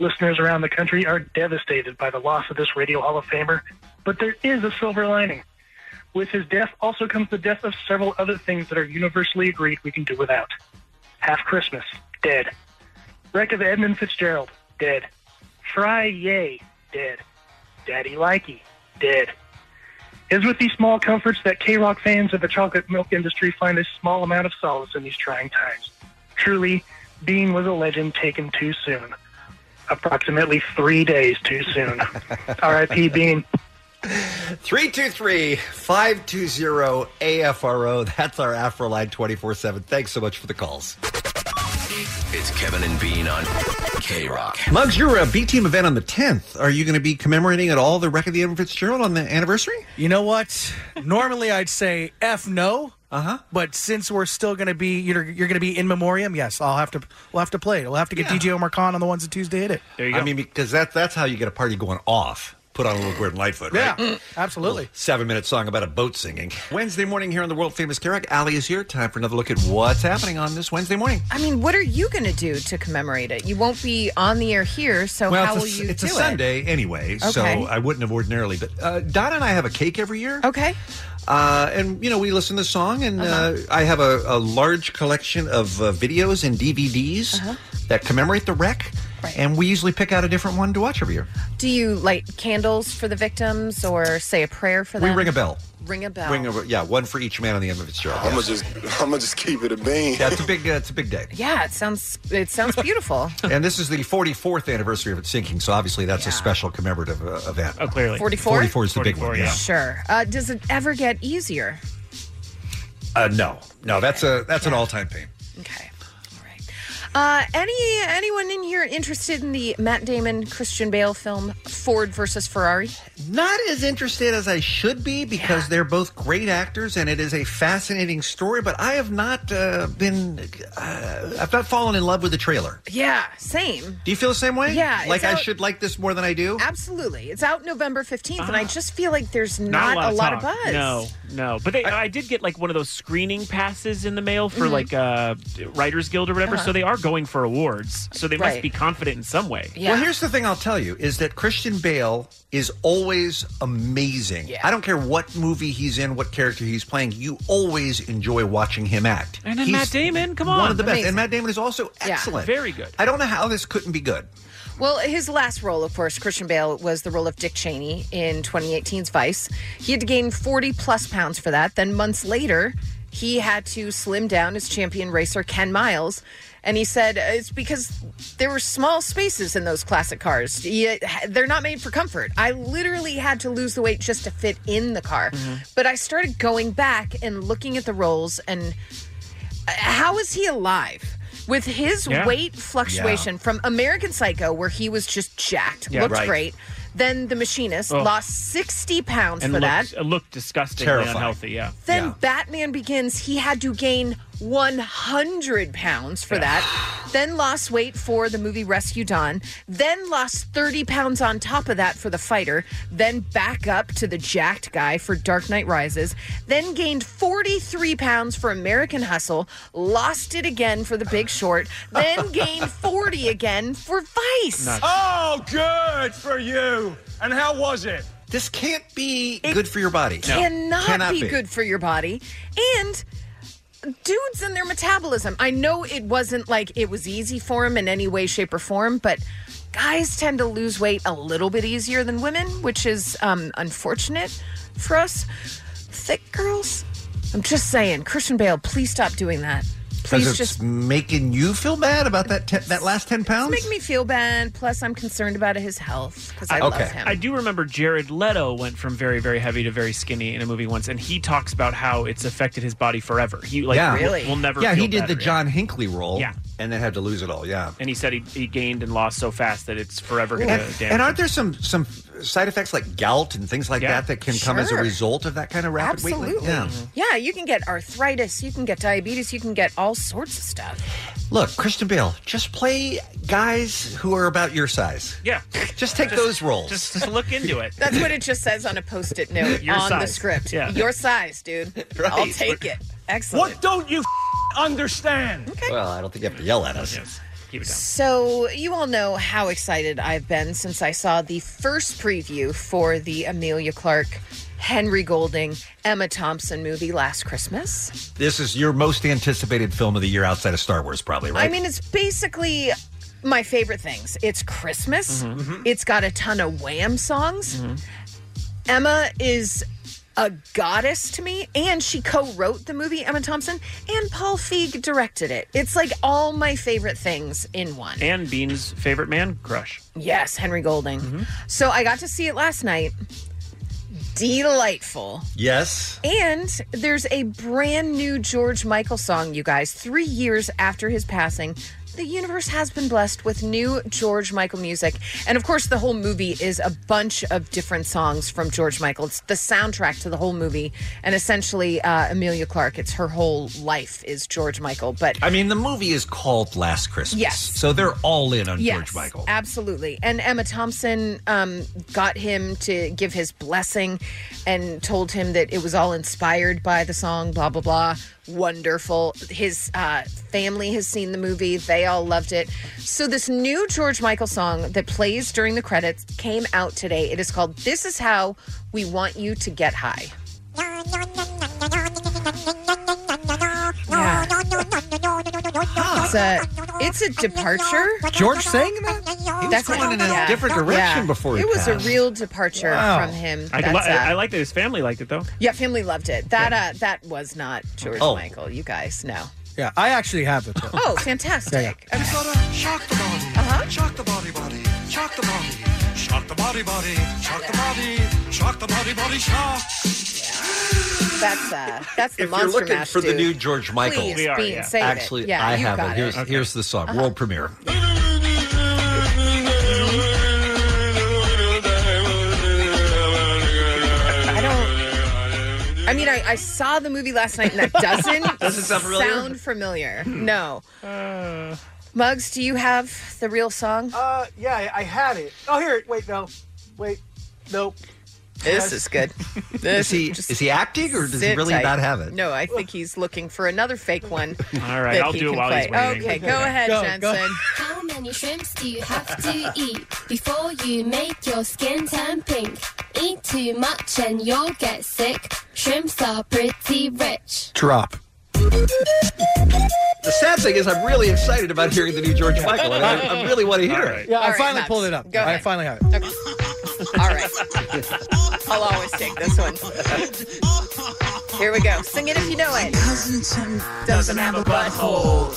[SPEAKER 8] Listeners around the country are devastated by the loss of this Radio Hall of Famer, but there is a silver lining. With his death also comes the death of several other things that are universally agreed we can do without. Half Christmas, dead. Wreck of Edmund Fitzgerald, dead. Fry Yay, dead. Daddy Likey, dead. It is with these small comforts that K Rock fans of the chocolate milk industry find a small amount of solace in these trying times. Truly, Bean was a legend taken too soon. Approximately three days too soon. R.I.P. Bean.
[SPEAKER 10] 323 520 AFRO. That's our Afro line 24 7. Thanks so much for the calls.
[SPEAKER 13] It's Kevin and Bean on K Rock.
[SPEAKER 10] Muggs, you're a B team event on the 10th. Are you going to be commemorating at all the Wreck of the Edmund Fitzgerald on the anniversary?
[SPEAKER 11] You know what? Normally I'd say F no.
[SPEAKER 10] Uh-huh.
[SPEAKER 11] But since we're still going to be you're, you're going to be in memoriam, yes, I'll have to we'll have to play it. We'll have to get DJ Omar Khan on the ones that Tuesday hit it.
[SPEAKER 10] There you go. I mean, because that, that's how you get a party going off. Put on a little Gordon Lightfoot, right?
[SPEAKER 11] Yeah, absolutely.
[SPEAKER 10] Seven minute song about a boat singing. Wednesday morning here on the world famous Carrick. Allie is here. Time for another look at what's happening on this Wednesday morning.
[SPEAKER 4] I mean, what are you going to do to commemorate it? You won't be on the air here, so
[SPEAKER 10] well,
[SPEAKER 4] how
[SPEAKER 10] it's
[SPEAKER 4] will
[SPEAKER 10] a,
[SPEAKER 4] you
[SPEAKER 10] It's
[SPEAKER 4] do
[SPEAKER 10] a
[SPEAKER 4] it?
[SPEAKER 10] Sunday anyway, so
[SPEAKER 4] Okay.
[SPEAKER 10] I wouldn't have ordinarily. But uh, Donna and I have a cake every year.
[SPEAKER 4] Okay. Uh-huh.
[SPEAKER 10] Uh, and you know we listen to the song, and uh I have a, a large collection of uh, videos and DVDs
[SPEAKER 4] Uh-huh.
[SPEAKER 10] that commemorate the wreck, and we usually pick out a different one to watch every year.
[SPEAKER 4] Do you light candles for the victims or say a prayer for them?
[SPEAKER 10] We ring a bell,
[SPEAKER 4] Ring a bell.
[SPEAKER 10] ring a yeah, one for each man on the end of its job.
[SPEAKER 1] I'm gonna just, I'm gonna just keep it a bean.
[SPEAKER 10] That's a big, uh, it's a big day.
[SPEAKER 4] yeah, it sounds it sounds beautiful.
[SPEAKER 10] and this is the 44th anniversary of its sinking, so obviously that's a special commemorative uh, event. Oh,
[SPEAKER 12] clearly.
[SPEAKER 4] 44?
[SPEAKER 10] 44 is the big one, yeah.
[SPEAKER 4] Sure. Uh, does it ever get easier?
[SPEAKER 10] Uh, no, no, that's a that's an all time pain.
[SPEAKER 4] Uh, any anyone in here interested in the Matt Damon Christian Bale film Ford versus Ferrari?
[SPEAKER 10] Not as interested as I should be because they're both great actors and it is a fascinating story. But I have not uh, been, uh, I've not fallen in love with the trailer.
[SPEAKER 4] Yeah, same.
[SPEAKER 10] Do you feel the same way?
[SPEAKER 4] Yeah, it's
[SPEAKER 10] like I
[SPEAKER 4] out-
[SPEAKER 10] should like this more than I do.
[SPEAKER 4] Absolutely. It's out November 15th, and I just feel like there's
[SPEAKER 12] Not
[SPEAKER 4] not,
[SPEAKER 12] of
[SPEAKER 4] a lot of,
[SPEAKER 12] talk.
[SPEAKER 4] buzz.
[SPEAKER 12] No, no. But they, I, did get like one of those screening passes in the mail for
[SPEAKER 4] Mhm.
[SPEAKER 12] like uh, Writers Guild or whatever.
[SPEAKER 4] Uh-huh.
[SPEAKER 12] So they are going for awards. So they
[SPEAKER 10] Right.
[SPEAKER 12] must be confident in some way.
[SPEAKER 10] Well, here's the thing I'll tell you is that Christian Bale is always amazing. I don't care what movie he's in, what character he's playing, you always enjoy watching him act.
[SPEAKER 12] And then
[SPEAKER 10] He's
[SPEAKER 12] Matt Damon, come on,
[SPEAKER 10] One of the best.
[SPEAKER 4] Amazing.
[SPEAKER 10] And Matt Damon is also
[SPEAKER 4] Yeah.
[SPEAKER 10] excellent.
[SPEAKER 4] Very
[SPEAKER 12] good.
[SPEAKER 10] I don't know how this couldn't be good.
[SPEAKER 4] Well, his last role, of course, Christian Bale was the role of Dick Cheney in 2018's Vice. He had to gain 40 plus pounds for that. Then months later, he had to slim down his champion racer Ken Miles. And he said uh, it's because there were small spaces in those classic cars. Yeah, They're not made for comfort. I literally had to lose the weight just to fit in the car. But I started going back and looking at the roles and uh, how is he alive? With his
[SPEAKER 15] Yeah.
[SPEAKER 4] weight fluctuation from American Psycho, where he was just jacked,
[SPEAKER 12] Yeah,
[SPEAKER 4] looked
[SPEAKER 12] right.
[SPEAKER 4] great. Then The Machinist
[SPEAKER 12] Ugh.
[SPEAKER 4] lost 60 pounds
[SPEAKER 12] and
[SPEAKER 4] for
[SPEAKER 12] looked,
[SPEAKER 4] that.
[SPEAKER 12] uh, looked disgustingly
[SPEAKER 10] Terrifying.
[SPEAKER 12] unhealthy. Yeah.
[SPEAKER 4] Then Batman Begins, he had to gain 100 pounds for that. Then lost weight for the movie Rescue Dawn. Then lost 30 pounds on top of that for The Fighter. Then back up to the jacked guy for Dark Knight Rises. Then gained 43 pounds for American Hustle. Lost it again for The Big Short. Then gained 40 again for Vice.
[SPEAKER 17] Oh, good for you. And how was it?
[SPEAKER 10] This can't be good for your body.
[SPEAKER 4] cannot, be, good for your body. And dudes and their metabolism. I know it wasn't like it was easy for him in any way, shape, or form, but guys tend to lose weight a little bit easier than women, which is um, unfortunate for us thick girls. I'm just saying, Christian Bale, please stop doing that.
[SPEAKER 10] Because
[SPEAKER 4] Please
[SPEAKER 10] it's
[SPEAKER 4] just
[SPEAKER 10] making you feel bad about that te- that last ten pounds.
[SPEAKER 4] make me feel bad. Plus, I'm concerned about his health because I love him.
[SPEAKER 12] I do remember Jared Leto went from very, very heavy to very skinny in a movie once, and he talks about how it's affected his body forever. He like will, will never.
[SPEAKER 10] Yeah,
[SPEAKER 12] feel
[SPEAKER 10] he did
[SPEAKER 12] better,
[SPEAKER 10] the John Hinckley role.
[SPEAKER 12] Yeah.
[SPEAKER 10] and then had to lose it all. Yeah.
[SPEAKER 12] And he said he, he gained and lost so fast that it's forever going to
[SPEAKER 10] And,
[SPEAKER 12] damage.
[SPEAKER 10] and aren't there some some side effects like gout and things like that that can come as a
[SPEAKER 4] Sure.
[SPEAKER 10] result of that kind of rapid weight?
[SPEAKER 4] Absolutely.
[SPEAKER 10] loss?
[SPEAKER 4] Yeah.
[SPEAKER 10] Yeah.
[SPEAKER 4] you can get arthritis, you can get diabetes, you can get all sorts of stuff.
[SPEAKER 10] Look, Kristen Bale, just play guys who are about your size.
[SPEAKER 12] Yeah.
[SPEAKER 10] Just take those roles.
[SPEAKER 12] Just, just look into it.
[SPEAKER 4] That's what it just says on a post it note
[SPEAKER 10] Your
[SPEAKER 4] on the
[SPEAKER 10] size.
[SPEAKER 4] script.
[SPEAKER 10] Yeah.
[SPEAKER 4] Your size, dude.
[SPEAKER 10] Right.
[SPEAKER 4] I'll take it. Excellent. What
[SPEAKER 10] don't you
[SPEAKER 4] understand? Okay.
[SPEAKER 10] Well, I don't think you have to yell at us.
[SPEAKER 12] Keep it
[SPEAKER 4] So, you all know how excited I've been since I saw the first preview for the Amelia Clark, Henry Golding, Emma Thompson movie last Christmas.
[SPEAKER 10] This is your most anticipated film of the year outside of Star Wars, probably, right?
[SPEAKER 4] I mean, it's basically my favorite things. It's Christmas,
[SPEAKER 10] Mhm. Mhm.
[SPEAKER 4] it's got a ton of wham songs. Emma is a goddess to me, and she co wrote the movie, Emma Thompson, and Paul Feig directed it. It's like all my favorite things in one.
[SPEAKER 12] And Bean's favorite man crush.
[SPEAKER 4] Yes, Henry Golding. So I got to see it last night. Delightful.
[SPEAKER 10] yes.
[SPEAKER 4] And there's a brand new George Michael song, you guys. Three years after his passing, the universe has been blessed with new George Michael music. And of course, the whole movie is a bunch of different songs from George Michael. It's the soundtrack to the whole movie. And essentially, uh, Amelia Clark, it's her whole life is George Michael. But
[SPEAKER 10] I mean, the movie is called Last Christmas.
[SPEAKER 4] Yes.
[SPEAKER 10] So they're all in on
[SPEAKER 4] yes,
[SPEAKER 10] George Michael.
[SPEAKER 4] Absolutely. And Emma Thompson um, got him to give his blessing and told him that it was all inspired by the song, blah, blah, blah. Wonderful. His uh, family has seen the movie, they all loved it. So, this new George Michael song that plays during the credits came out today. It is called This Is How We Want You to Get High. Yeah. It's a, it's a departure.
[SPEAKER 11] George sang that?
[SPEAKER 4] That's
[SPEAKER 11] going in a
[SPEAKER 12] different direction before he
[SPEAKER 4] It was
[SPEAKER 12] passed.
[SPEAKER 4] a real departure
[SPEAKER 12] Wow.
[SPEAKER 4] from him.
[SPEAKER 12] I,
[SPEAKER 4] That's,
[SPEAKER 12] li-
[SPEAKER 4] uh,
[SPEAKER 12] I, I like that his family liked it, though.
[SPEAKER 4] yeah, family loved it. That uh, that was not George
[SPEAKER 12] Oh.
[SPEAKER 4] Michael. You guys know.
[SPEAKER 11] Yeah, I actually have it. Though.
[SPEAKER 4] Oh, fantastic.
[SPEAKER 11] Yeah,
[SPEAKER 4] shock the body.
[SPEAKER 8] Uh-huh.
[SPEAKER 4] Shock the body body. Shock the body.
[SPEAKER 19] Shock the body, body, shock the body, shock the body, body, shock.
[SPEAKER 4] That's uh, that's the
[SPEAKER 10] if
[SPEAKER 4] monster
[SPEAKER 10] you're looking
[SPEAKER 4] mash
[SPEAKER 10] for the
[SPEAKER 4] dude.
[SPEAKER 10] new George Michael,
[SPEAKER 4] Please, We are, Bean, yeah. save it.
[SPEAKER 10] actually,
[SPEAKER 4] Yeah,
[SPEAKER 10] I
[SPEAKER 4] you
[SPEAKER 10] have
[SPEAKER 4] got it. Uh-huh.
[SPEAKER 10] it. Here's,
[SPEAKER 4] Okay.
[SPEAKER 10] here's the song, world premiere.
[SPEAKER 4] I don't. I mean, I, I saw the movie last night, and that doesn't,
[SPEAKER 19] Doesn't sound familiar?
[SPEAKER 4] sound familiar.
[SPEAKER 12] Hmm.
[SPEAKER 4] No. Muggs, do you have the real song?
[SPEAKER 11] Uh, yeah, I, I had it. Oh, here. Wait, no. Wait, nope.
[SPEAKER 4] This is good.
[SPEAKER 10] is he is he acting or does he
[SPEAKER 4] Sit
[SPEAKER 10] really
[SPEAKER 4] tight.
[SPEAKER 10] not have it?
[SPEAKER 4] No, I think he's looking for another fake one.
[SPEAKER 10] All right,
[SPEAKER 4] that
[SPEAKER 10] I'll
[SPEAKER 4] he
[SPEAKER 10] do it
[SPEAKER 4] can
[SPEAKER 10] while he's
[SPEAKER 4] play.
[SPEAKER 10] waiting.
[SPEAKER 4] Okay, go
[SPEAKER 10] Okay.
[SPEAKER 4] ahead,
[SPEAKER 10] Go,
[SPEAKER 4] Jensen.
[SPEAKER 10] go.
[SPEAKER 15] How many shrimps do you have to eat before you make your skin turn pink? Eat too much and you'll get sick. Shrimps are pretty rich.
[SPEAKER 11] Drop.
[SPEAKER 10] The sad thing is, I'm really excited about hearing the new George Michael. and I, I really want to hear
[SPEAKER 11] All
[SPEAKER 10] it.
[SPEAKER 11] right. Yeah, I finally pulled it up.
[SPEAKER 4] Go
[SPEAKER 11] I
[SPEAKER 4] ahead.
[SPEAKER 11] finally have it.
[SPEAKER 4] All right. I'll always take this one. Here we go. Sing it if you know it. doesn't have a butthole.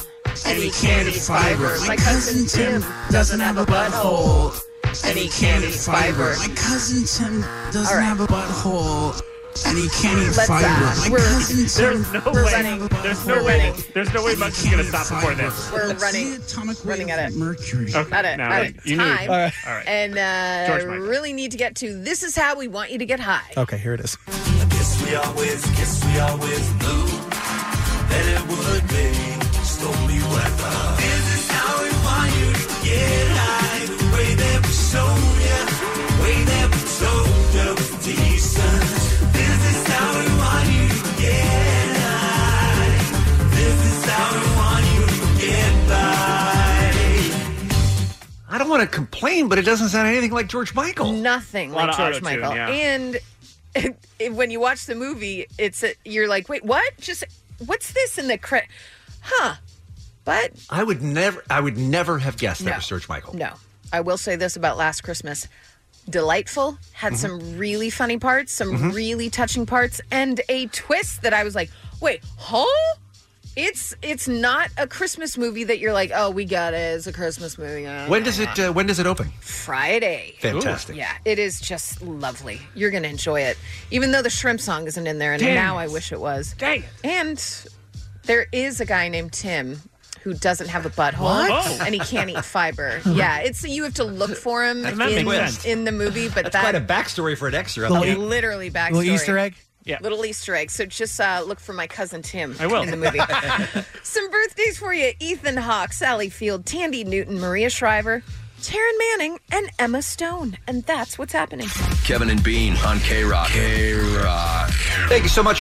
[SPEAKER 19] And he can't eat fiber. My cousin Tim doesn't have a butthole. And he can't eat fiber. My cousin Tim doesn't have a butthole. And he can't eat
[SPEAKER 12] Let's, uh,
[SPEAKER 19] fiber. My
[SPEAKER 12] we're-
[SPEAKER 19] cousin Tim
[SPEAKER 12] There's no way. There's no way. There's no way Muggs is going to stop before this.
[SPEAKER 4] We're running, running at it.
[SPEAKER 19] Mercury.
[SPEAKER 4] At it,
[SPEAKER 12] No,
[SPEAKER 4] at it.
[SPEAKER 12] you knew-
[SPEAKER 4] time.
[SPEAKER 12] All right. All right.
[SPEAKER 4] And
[SPEAKER 12] George
[SPEAKER 4] uh,
[SPEAKER 12] Michael.
[SPEAKER 4] really need to get to this is how we want you to get high.
[SPEAKER 11] Okay, here it is.
[SPEAKER 19] Guess we always, guess we always knew that it would be stormy weather. This is how we want you to get high. Way that we showed ya, way that we told ya was decent. This is how we want you to get high. This is how we want you to get by.
[SPEAKER 10] I don't want to complain, but it doesn't sound anything like George Michael.
[SPEAKER 4] Nothing
[SPEAKER 10] Lot
[SPEAKER 4] like
[SPEAKER 10] of
[SPEAKER 4] George
[SPEAKER 10] auto-tune,
[SPEAKER 4] Michael.
[SPEAKER 10] yeah.
[SPEAKER 4] And it- when you watch the movie, it's a, you're like, wait, what? Just what's this in the credit? Huh? But
[SPEAKER 10] I would never, I would never have guessed that
[SPEAKER 4] No.
[SPEAKER 10] was George Michael.
[SPEAKER 4] No. I will say this about Last Christmas. Delightful, had
[SPEAKER 10] Mm-hmm.
[SPEAKER 4] some really funny parts, some
[SPEAKER 10] Mhm.
[SPEAKER 4] really touching parts, and a twist that I was like, wait, huh? It's it's not a Christmas movie that you're like, oh, we got it. It's a Christmas movie.
[SPEAKER 10] When does it? Uh, when does it open?
[SPEAKER 4] Friday.
[SPEAKER 10] Fantastic.
[SPEAKER 4] Yeah, it is just lovely. You're going to enjoy it. Even though the shrimp song isn't in there, and
[SPEAKER 10] Dang
[SPEAKER 4] now
[SPEAKER 10] it.
[SPEAKER 4] I wish it was.
[SPEAKER 12] Dang it.
[SPEAKER 4] And there is a guy named Tim who doesn't have a butthole
[SPEAKER 10] What? Oh.
[SPEAKER 4] and he can't eat fiber. yeah, it's you have to look for him
[SPEAKER 10] That
[SPEAKER 4] in,
[SPEAKER 10] makes sense.
[SPEAKER 4] in the movie, but
[SPEAKER 10] That's
[SPEAKER 4] that
[SPEAKER 10] quite a backstory for an extra.
[SPEAKER 4] Little
[SPEAKER 10] I
[SPEAKER 4] e- literally backstory.
[SPEAKER 10] Little Easter egg?
[SPEAKER 4] Yeah. Little Easter egg. So just uh, look for my cousin Tim
[SPEAKER 10] I will.
[SPEAKER 4] in the movie. Some birthdays for you Ethan Hawke, Sally Field, Tandy Newton, Maria Shriver, Taryn Manning, and Emma Stone. And that's what's happening.
[SPEAKER 13] Kevin and Bean on K Rock. K Rock.
[SPEAKER 18] Thank you so much.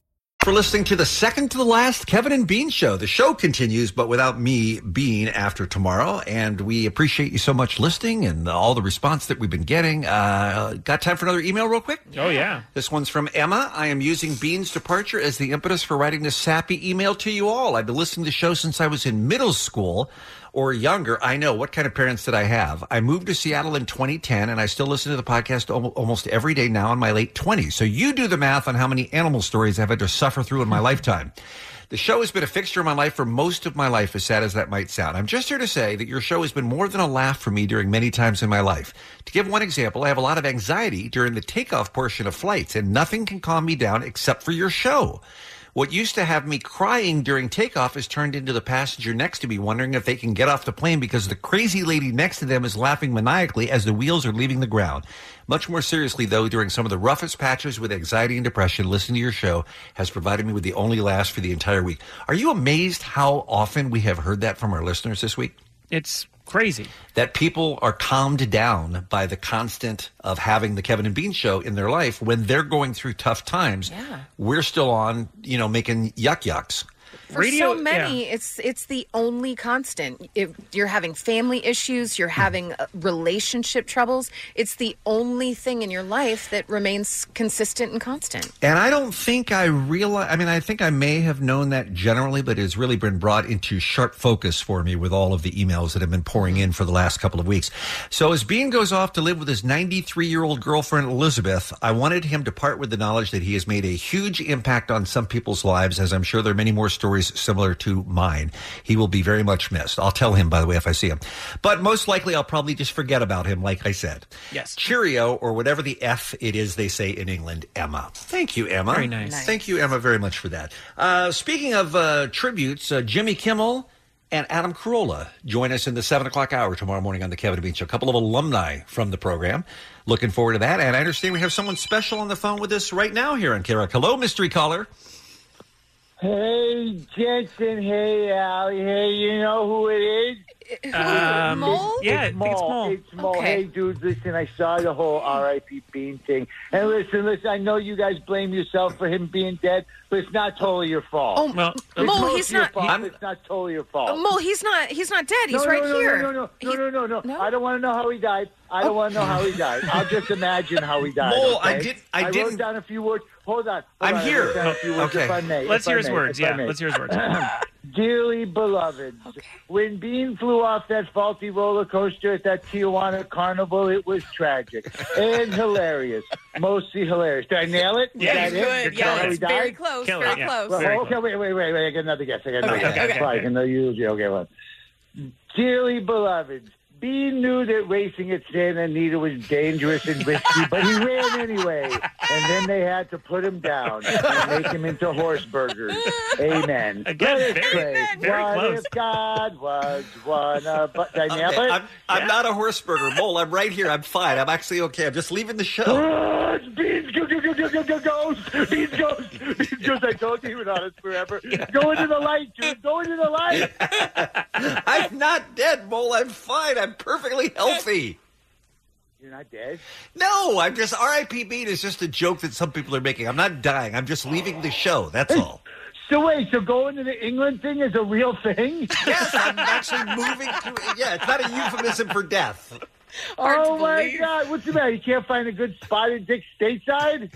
[SPEAKER 10] For listening to the second to the last Kevin and Bean show. The show continues, but without me, Bean, after tomorrow. And we appreciate you so much listening and all the response that we've been getting. Uh, got time for another email, real quick?
[SPEAKER 12] Oh, yeah.
[SPEAKER 10] This one's from Emma. I am using Bean's departure as the impetus for writing this sappy email to you all. I've been listening to the show since I was in middle school or younger. I know what kind of parents did I have. I moved to Seattle in 2010, and I still listen to the podcast al- almost every day now in my late 20s. So you do the math on how many animal stories I've had to suffer through in my lifetime. The show has been a fixture in my life for most of my life, as sad as that might sound. I'm just here to say that your show has been more than a laugh for me during many times in my life. To give one example, I have a lot of anxiety during the takeoff portion of flights, and nothing can calm me down except for your show. What used to have me crying during takeoff is turned into the passenger next to me wondering if they can get off the plane because the crazy lady next to them is laughing maniacally as the wheels are leaving the ground. Much more seriously, though, during some of the roughest patches with anxiety and depression, listening to your show has provided me with the only last for the entire week. Are you amazed how often we have heard that from our listeners this week?
[SPEAKER 12] It's crazy.
[SPEAKER 10] That people are calmed down by the constant of having the Kevin and Bean show in their life when they're going through tough times. We're still on, you know, making yuck yucks.
[SPEAKER 4] For so many, it's it's the only constant. If you're having family issues, you're
[SPEAKER 12] Hmm.
[SPEAKER 4] having uh, relationship troubles, it's the only thing in your life that remains consistent and constant.
[SPEAKER 10] And I don't think I realize. I mean, I think I may have known that generally, but it's really been brought into sharp focus for me with all of the emails that have been pouring in for the last couple of weeks. So, as Bean goes off to live with his 93 year old girlfriend, Elizabeth, I wanted him to part with the knowledge that he has made a huge impact on some people's lives, as I'm sure there are many more stories similar to mine. He will be very much missed. I'll tell him, by the way, if I see him. But most likely, I'll probably just forget about him, like I said. Yes. Cheerio, or whatever the F it is they say in England, Emma. Thank you, Emma.
[SPEAKER 12] Very nice. Nice.
[SPEAKER 10] Thank you, Emma, very much for that. Uh, speaking of uh, tributes, uh, Jimmy Kimmel and Adam Carolla join us in the 7 o'clock hour tomorrow morning on the Kevin and Bean Show. A couple of alumni from the program. Looking forward to that. And I understand we have someone special on the phone with us right now here on KROC. Hello, mystery caller.
[SPEAKER 25] Hey, Jensen. Hey, Allie. Hey, you know who it is?
[SPEAKER 12] Um, Mole? yeah, I
[SPEAKER 25] it's
[SPEAKER 12] think it's
[SPEAKER 25] Mole.
[SPEAKER 12] Mole.
[SPEAKER 25] It's Mole.
[SPEAKER 12] Okay.
[SPEAKER 25] Hey, dudes, listen, I saw the whole R.I.P. Bean thing. And listen, listen, I know you guys blame yourself for him being dead, but it's not totally your fault.
[SPEAKER 4] Oh, well,
[SPEAKER 25] it's
[SPEAKER 4] Mole,
[SPEAKER 25] mostly
[SPEAKER 4] he's
[SPEAKER 25] your
[SPEAKER 4] not-
[SPEAKER 25] fault,
[SPEAKER 4] I'm-
[SPEAKER 25] it's not totally your fault.
[SPEAKER 4] Uh, Mole, he's not he's not dead. He's
[SPEAKER 25] no,
[SPEAKER 4] right
[SPEAKER 25] no, no,
[SPEAKER 4] here.
[SPEAKER 25] No, no, no, no, no, no, no. I don't want to know how he died. I don't want to know how he died. I'll just imagine how he died.
[SPEAKER 10] Mole, I
[SPEAKER 25] okay?
[SPEAKER 10] did- I
[SPEAKER 25] wrote
[SPEAKER 10] didn't-
[SPEAKER 25] down a few words. Hold on. hold
[SPEAKER 10] I'm
[SPEAKER 25] on, I
[SPEAKER 10] here.
[SPEAKER 25] wrote down a few words,
[SPEAKER 10] Okay.
[SPEAKER 25] if I may,
[SPEAKER 10] Let's
[SPEAKER 25] if I
[SPEAKER 10] hear his
[SPEAKER 25] may,
[SPEAKER 10] words,
[SPEAKER 25] if I
[SPEAKER 10] yeah,
[SPEAKER 25] may.
[SPEAKER 10] let's hear his words.
[SPEAKER 25] Dearly beloved, when Bean flew off that faulty roller coaster at that Tijuana carnival, it was tragic and hilarious. Mostly hilarious. Did I nail it? Was Yeah, that you it? could. Is that Yeah, how he it's very died? close, Killer, very yeah. close. Well, Very okay, wait, wait, wait, wait. I got another guess. I got another Okay, guess. okay, okay. Sorry, I can know you usually. Okay, well. Dearly beloved, Bean knew that racing at Santa Anita was dangerous and risky, but he ran anyway. and then they had to put him down and make him into horse burgers. Amen.
[SPEAKER 5] Again,
[SPEAKER 25] Let us
[SPEAKER 5] very-
[SPEAKER 25] pray.
[SPEAKER 5] very
[SPEAKER 25] what
[SPEAKER 5] close.
[SPEAKER 25] if God was one of us? Did I nail
[SPEAKER 10] Okay,
[SPEAKER 25] it?
[SPEAKER 10] Uh, I'm, I'm not a horse burger. Mole, I'm right here. I'm fine. I'm actually okay. I'm just leaving the show.
[SPEAKER 25] Beans, go, go, go, go, go, go, ghost. Beans, ghost. Beans, ghost. I told you he was on us forever. Go into the light, dude. Go into the light.
[SPEAKER 10] I'm not dead, Mole. I'm fine. I'm perfectly healthy.
[SPEAKER 25] You're not dead?
[SPEAKER 10] No, I'm just RIP Bean is just a joke that some people are making. I'm not dying. I'm just leaving the show. That's all.
[SPEAKER 25] So wait, so going to the England thing is a real thing?
[SPEAKER 10] Yes, I'm actually moving to. Yeah, it's not a euphemism for death.
[SPEAKER 25] oh my God! What's the matter? You can't find a good spot in Dick stateside?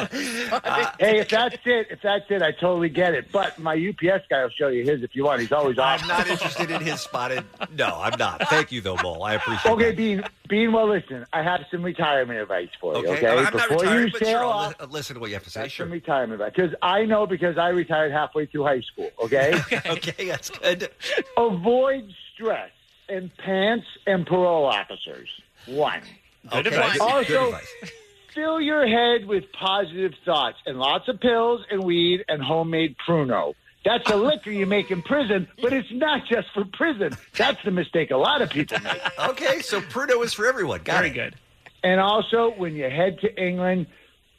[SPEAKER 25] Uh, hey, if that's it, if that's it, I totally get it. But my UPS guy will show you his if you want. He's always off.
[SPEAKER 10] I'm not interested in his spotted. No, I'm not. Thank you, though, Mole. I appreciate
[SPEAKER 25] Okay, Bean. Bean, well, listen, I have some retirement advice for
[SPEAKER 10] it.
[SPEAKER 25] you.
[SPEAKER 10] Okay,
[SPEAKER 25] Okay,
[SPEAKER 10] I'm not
[SPEAKER 25] Before
[SPEAKER 10] retired,
[SPEAKER 25] you
[SPEAKER 10] but
[SPEAKER 25] sail
[SPEAKER 10] sure,
[SPEAKER 25] off,
[SPEAKER 10] I'll li- listen to what you have to say. Sure.
[SPEAKER 25] some retirement advice because I know because I retired halfway through high school. Okay.
[SPEAKER 10] okay, that's good.
[SPEAKER 25] Avoid stress and pants and parole officers. One.
[SPEAKER 10] Good Okay. advice.
[SPEAKER 25] Also,
[SPEAKER 10] Good advice.
[SPEAKER 25] fill your head with positive thoughts and lots of pills and weed and homemade pruno. That's a liquor you make in prison, but it's not just for prison. That's the mistake a lot of people make.
[SPEAKER 10] Okay, so Pruno is for everyone. Got Very good.
[SPEAKER 25] And also, when you head to England,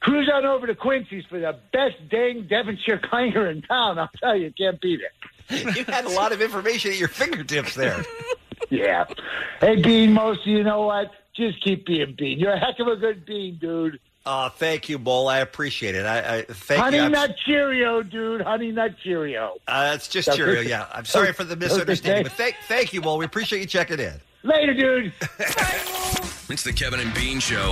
[SPEAKER 25] cruise on over to Quincy's for the best dang Devonshire clanger in town. I'll tell you, you can't beat it.
[SPEAKER 10] You had a lot of information at your fingertips there.
[SPEAKER 25] Yeah. Hey, Bean, most of you know what? Just keep being Bean. You're a heck of a good Bean, dude.
[SPEAKER 10] Uh, thank you, Mole. I appreciate it. I, I thank
[SPEAKER 25] Honey
[SPEAKER 10] you. I'm-
[SPEAKER 25] Nut Cheerio, dude. Honey Nut Cheerio.
[SPEAKER 10] Uh, it's just Cheerio. Yeah, I'm sorry for the misunderstanding, but thank thank you, Mole. We appreciate you checking in.
[SPEAKER 25] Later, dude.
[SPEAKER 13] It's the Kevin and Bean Show.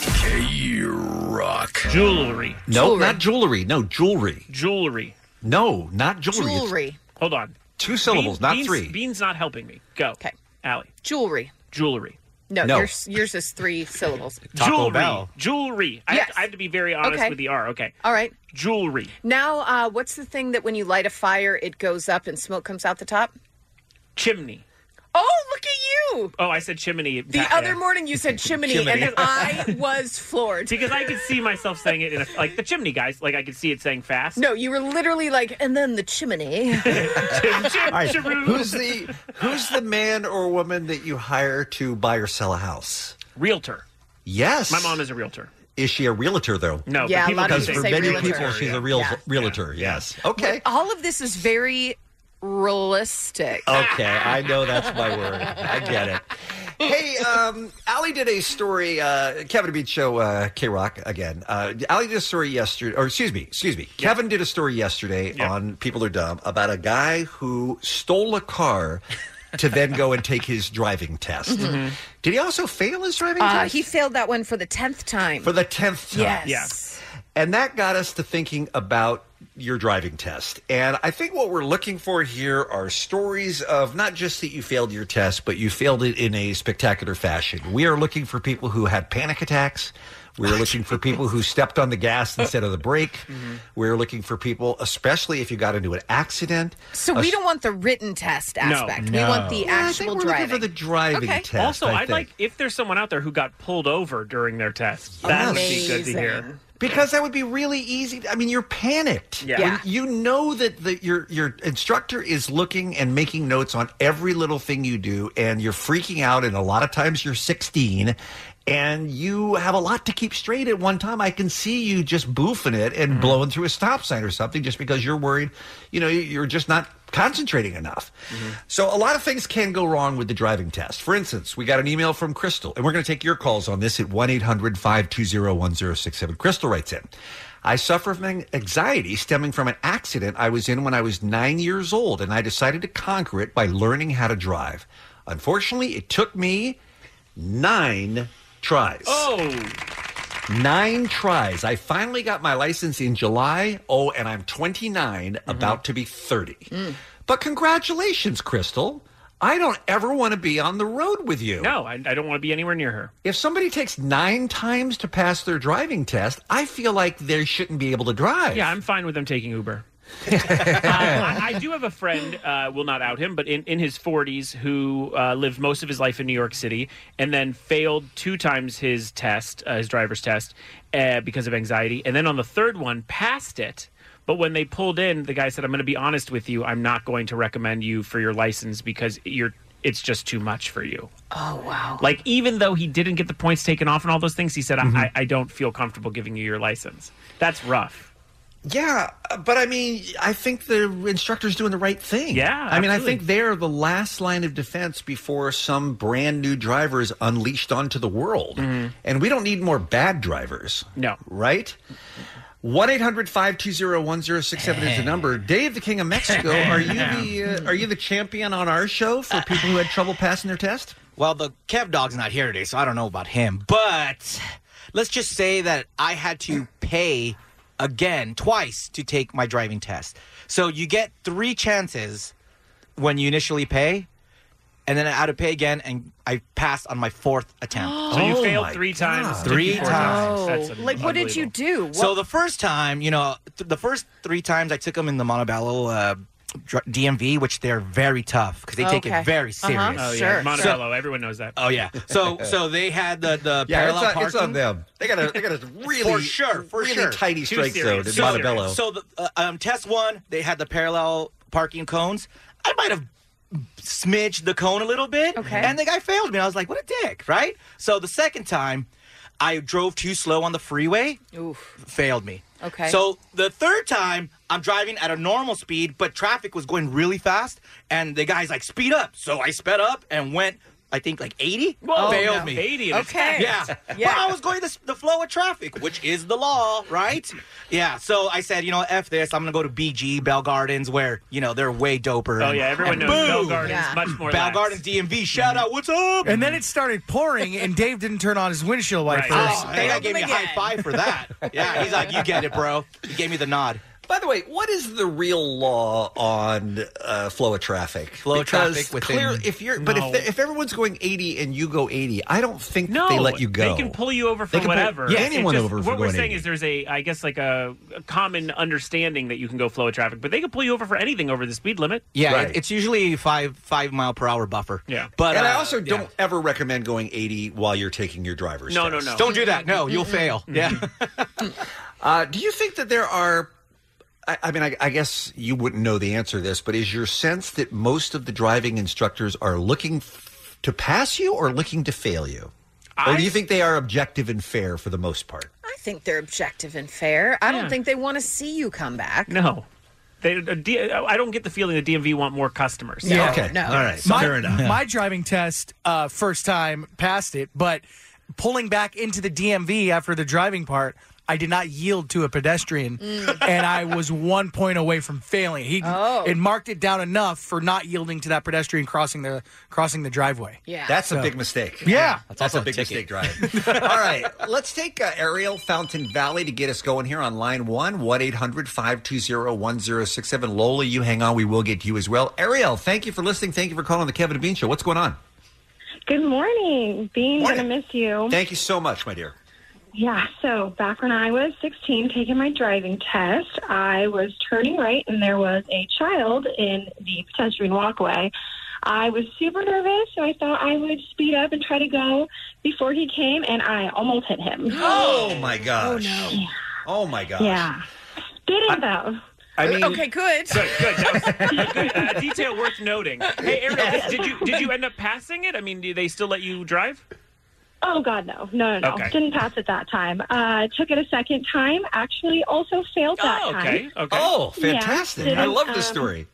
[SPEAKER 13] K Rock.
[SPEAKER 12] Jewelry.
[SPEAKER 10] No, not jewelry. No, jewelry.
[SPEAKER 12] Jewelry.
[SPEAKER 10] No, not jewelry. It's
[SPEAKER 12] Hold on.
[SPEAKER 10] Two syllables,
[SPEAKER 12] Bean-
[SPEAKER 10] not
[SPEAKER 12] Bean's-
[SPEAKER 10] three.
[SPEAKER 12] Bean's not helping me. Go. Okay. Allie.
[SPEAKER 4] Jewelry.
[SPEAKER 12] Jewelry.
[SPEAKER 4] No,
[SPEAKER 12] No.
[SPEAKER 4] Yours, yours is three syllables.
[SPEAKER 12] jewelry. Jewelry. I, have, I have to be very honest
[SPEAKER 4] Okay.
[SPEAKER 12] with the R. Okay.
[SPEAKER 4] All right.
[SPEAKER 12] Jewelry.
[SPEAKER 4] Now, uh, what's the thing that when you light a fire, it goes up and smoke comes out the top?
[SPEAKER 12] Chimney.
[SPEAKER 4] Oh, look at you!
[SPEAKER 12] Oh, I said chimney.
[SPEAKER 4] The
[SPEAKER 12] Yeah.
[SPEAKER 4] other morning you said chimney,
[SPEAKER 12] Chimney.
[SPEAKER 4] and I was floored.
[SPEAKER 12] Because I could see myself saying it in a, like the chimney guys. Like I could see it saying fast.
[SPEAKER 4] No, you were literally like, and then the chimney.
[SPEAKER 10] All right, Who's the Who's the man or woman that you hire to buy or sell a house?
[SPEAKER 12] Realtor.
[SPEAKER 10] Yes.
[SPEAKER 12] My mom is a realtor.
[SPEAKER 10] Is she a realtor though?
[SPEAKER 12] No,
[SPEAKER 4] but Yeah, a people lot
[SPEAKER 10] because
[SPEAKER 4] of people
[SPEAKER 10] for
[SPEAKER 4] say
[SPEAKER 10] many
[SPEAKER 4] realtor.
[SPEAKER 10] people she's a real
[SPEAKER 4] Yeah.
[SPEAKER 10] realtor. Yes. Okay.
[SPEAKER 4] All of this is very realistic.
[SPEAKER 10] Okay, I know that's my word. I get it. Uh, Hey, um, Allie did a story, uh, Kevin Beach Show, uh, K Rock again. Uh, Allie did a story yesterday, or excuse me, excuse me. Kevin did a story yesterday on People Are Dumb about a guy who stole a car to then go and take his driving test.
[SPEAKER 4] Mhm.
[SPEAKER 10] Did he also fail his driving
[SPEAKER 4] Uh,
[SPEAKER 10] test?
[SPEAKER 4] he failed that one for the tenth time.
[SPEAKER 10] For the 10th time.
[SPEAKER 4] Yes.
[SPEAKER 10] And that got us to thinking about your driving test. And I think what we're looking for here are stories of not just that you failed your test, but you failed it in a spectacular fashion. We are looking for people who had panic attacks. We are looking for people who stepped on the gas instead of the brake.
[SPEAKER 4] Mm-hmm.
[SPEAKER 10] We're looking for people, especially if you got into an accident.
[SPEAKER 4] So
[SPEAKER 10] A-
[SPEAKER 4] we don't want the written test aspect. We want the
[SPEAKER 10] No, I think
[SPEAKER 4] actual
[SPEAKER 10] we're
[SPEAKER 4] driving.
[SPEAKER 10] looking for the driving test.
[SPEAKER 12] Also,
[SPEAKER 10] I
[SPEAKER 12] I'd
[SPEAKER 10] think. Oh,
[SPEAKER 12] like if there's someone out there who got pulled over during their test. That would be good to hear.
[SPEAKER 10] Because that would be really easy. I mean, you're panicked.
[SPEAKER 12] Yeah.
[SPEAKER 10] When You know that the, your your instructor is looking and making notes on every little thing you do, and you're freaking out. And a lot of times you're 16, and you have a lot to keep straight at one time. I can see you just boofing it and blowing through a stop sign or something, just because you're worried. You know, you're just not concentrating enough. So a lot of things can go wrong with the driving test. For instance, we got an email from Crystal, and we're going to take your calls on this at 1-800-520-1067. Crystal writes in, I suffer from anxiety stemming from an accident I was in when I was nine years old, and I decided to conquer it by learning how to drive. Unfortunately, it took me nine tries.
[SPEAKER 12] Oh.
[SPEAKER 10] Nine tries. I finally got my license in July. Oh, and I'm 29, about to be 30. But congratulations, Crystal. I don't ever want to be on the road with you.
[SPEAKER 12] No, I, I don't want to be anywhere near her.
[SPEAKER 10] If somebody takes nine times to pass their driving test, I feel like they shouldn't be able to drive.
[SPEAKER 12] Yeah, I'm fine with them taking Uber. I, I do have a friend, uh, will not out him, but in, in his 40s, who uh, lived most of his life in New York City and then failed two times his test, uh, his driver's test, uh, because of anxiety. And then on the third one, passed it. But when they pulled in, the guy said, "I'm going to be honest with you. I'm not going to recommend you for your license because you're it's just too much for you."
[SPEAKER 4] Oh wow!
[SPEAKER 12] Like even though he didn't get the points taken off and all those things, he said, "I, I, I don't feel comfortable giving you your license." That's rough.
[SPEAKER 10] Yeah, uh, but I mean, I think the instructor's doing the right thing.
[SPEAKER 12] Yeah,
[SPEAKER 10] I mean, I
[SPEAKER 12] absolutely.
[SPEAKER 10] think they're the last line of defense before some brand new driver is unleashed onto the world. And we don't need more bad drivers.
[SPEAKER 12] Mm-hmm. No.
[SPEAKER 10] Right? 1 800 520 1067 is the number. Dave, the King of Mexico, are you the, uh, are you the champion on our show
[SPEAKER 12] Uh,
[SPEAKER 10] for people who had trouble passing their test?
[SPEAKER 3] Well, the Kev dog's not here today, so I don't know about him. But let's just say that I had to pay again twice to take my driving test. So you get three chances when you initially pay, and then I had to pay again, and I passed on my fourth attempt.
[SPEAKER 12] So you Oh failed my three times, God. took
[SPEAKER 3] Three
[SPEAKER 12] you four
[SPEAKER 3] times.
[SPEAKER 12] times. That's
[SPEAKER 4] Like, what did you do? What-
[SPEAKER 3] So the first time, you know, th- the first three times I took them in the Montebello uh, dr- DMV, which they're very tough because they take
[SPEAKER 12] Okay.
[SPEAKER 3] it very
[SPEAKER 12] Uh-huh.
[SPEAKER 3] serious.
[SPEAKER 12] Oh, yeah. Montebello, everyone knows that.
[SPEAKER 3] Oh yeah. So so they had the the
[SPEAKER 10] Yeah,
[SPEAKER 3] parallel
[SPEAKER 10] it's on-
[SPEAKER 3] parking.
[SPEAKER 10] it's on them. They got a- they got a really-
[SPEAKER 3] for sure for
[SPEAKER 10] really
[SPEAKER 3] sure
[SPEAKER 10] tidy Too strike serious. zone in Too Montebello. serious.
[SPEAKER 3] So the, uh, um, test one, they had the parallel parking cones. I might have smidged the cone a little bit, okay. and the guy failed me. I was like, what a dick, right? So the second time, I drove too slow on the freeway.
[SPEAKER 4] Oof.
[SPEAKER 3] Failed me.
[SPEAKER 4] Okay.
[SPEAKER 3] So the third time, I'm driving at a normal speed, but traffic was going really fast, and the guy's like, "Speed up!" So I sped up and went, I think like 80.
[SPEAKER 12] Whoa.
[SPEAKER 3] failed
[SPEAKER 12] Oh, no.
[SPEAKER 3] me.
[SPEAKER 12] 80 and it's
[SPEAKER 3] Okay. Yeah.
[SPEAKER 12] fast.
[SPEAKER 3] yeah. But I was going the, the flow of traffic, which is the law, right? Yeah. So I said, you know, f this. I'm gonna go to BG Bell Gardens, where you know they're way doper.
[SPEAKER 12] Oh, yeah, everyone
[SPEAKER 3] and
[SPEAKER 12] knows
[SPEAKER 3] boom!
[SPEAKER 12] Bell Gardens, Yeah. much more
[SPEAKER 3] Bell
[SPEAKER 12] lax.
[SPEAKER 3] Gardens DMV. Shout out. What's up?
[SPEAKER 11] And then it started pouring, and Dave didn't turn on his windshield wiper.
[SPEAKER 3] Oh, that guy gave me a high five for that. Yeah, he's like, you get it, bro. He gave me the nod.
[SPEAKER 10] By the way, what is the real law on uh, flow of traffic? Flow
[SPEAKER 3] of traffic within-
[SPEAKER 10] if you're, but
[SPEAKER 3] No.
[SPEAKER 10] if, if everyone's going eighty and you go eighty, I don't think that they let you go.
[SPEAKER 12] They can pull you over
[SPEAKER 10] They
[SPEAKER 12] for
[SPEAKER 10] can pull-
[SPEAKER 12] whatever.
[SPEAKER 10] yeah,
[SPEAKER 12] It's
[SPEAKER 10] anyone
[SPEAKER 12] just-
[SPEAKER 10] over for
[SPEAKER 12] What we're
[SPEAKER 10] going
[SPEAKER 12] saying
[SPEAKER 10] 80.
[SPEAKER 12] is there's a, I guess, like a, a common understanding that you can go flow of traffic, but they can pull you over for anything over the speed limit.
[SPEAKER 3] Yeah, it- it's usually five five mile per hour buffer. Yeah, but
[SPEAKER 10] and I
[SPEAKER 3] uh,
[SPEAKER 10] also
[SPEAKER 3] yeah.
[SPEAKER 10] don't ever recommend going eighty while you're taking your driver's
[SPEAKER 3] No, no,
[SPEAKER 10] test.
[SPEAKER 3] no. Don't do that. No, you'll Mm-mm. fail. Yeah.
[SPEAKER 10] uh, do you think that there are? I, I mean, I, I guess you wouldn't know the answer to this, but is your sense that most of the driving instructors are looking f- to pass you or looking to fail you? or do you think they are objective and fair for the most part?
[SPEAKER 4] I think they're objective and fair. I
[SPEAKER 12] Yeah.
[SPEAKER 4] don't think they want to see you come back.
[SPEAKER 12] No. They, uh, D, I don't get the feeling the DMV want more customers.
[SPEAKER 4] No, Yeah, okay. no. All right.
[SPEAKER 11] my, My driving test, uh, first time, passed it, but pulling back into the DMV after the driving part, I did not yield to a pedestrian, and I was one point away from failing. He
[SPEAKER 4] Mm. Oh.
[SPEAKER 11] it marked it down enough for not yielding to that pedestrian crossing the crossing the driveway.
[SPEAKER 4] Yeah,
[SPEAKER 10] That's
[SPEAKER 11] So-
[SPEAKER 10] a big mistake.
[SPEAKER 11] Yeah.
[SPEAKER 10] that's, also a big mistake, Drive. All right, let's take uh, Ariel Fountain Valley to get us going here on line one, 1 800 520 1067. Lola, you hang on. We will get to you as well. Ariel, thank you for listening. Thank you for calling the Kevin and Bean Show. What's going on?
[SPEAKER 6] Good morning, Bean. Gonna miss you.
[SPEAKER 10] Thank you so much, my dear.
[SPEAKER 6] Yeah, so back when I was 16 taking my driving test, I was turning right and there was a child in the pedestrian walkway. I was super nervous, so I thought I would speed up and try to go before he came, and I almost hit him.
[SPEAKER 10] Oh, my gosh. Oh, no. Oh, my gosh.
[SPEAKER 6] Yeah. Didn't, though.
[SPEAKER 10] I mean-
[SPEAKER 4] okay, good.
[SPEAKER 12] Good, good. That was a good, uh, detail worth noting. Hey, Ariel, did- did you did you end up passing it? I mean, do they still let you drive?
[SPEAKER 6] Oh God, no, no, no, no!
[SPEAKER 12] Okay.
[SPEAKER 6] Didn't pass it that time. Uh, took it a second time. Actually, also failed that
[SPEAKER 10] Oh, okay.
[SPEAKER 6] time.
[SPEAKER 12] Okay.
[SPEAKER 10] Oh, fantastic.
[SPEAKER 6] Yeah,
[SPEAKER 10] I
[SPEAKER 6] didn't,
[SPEAKER 10] love this
[SPEAKER 6] um,
[SPEAKER 10] story.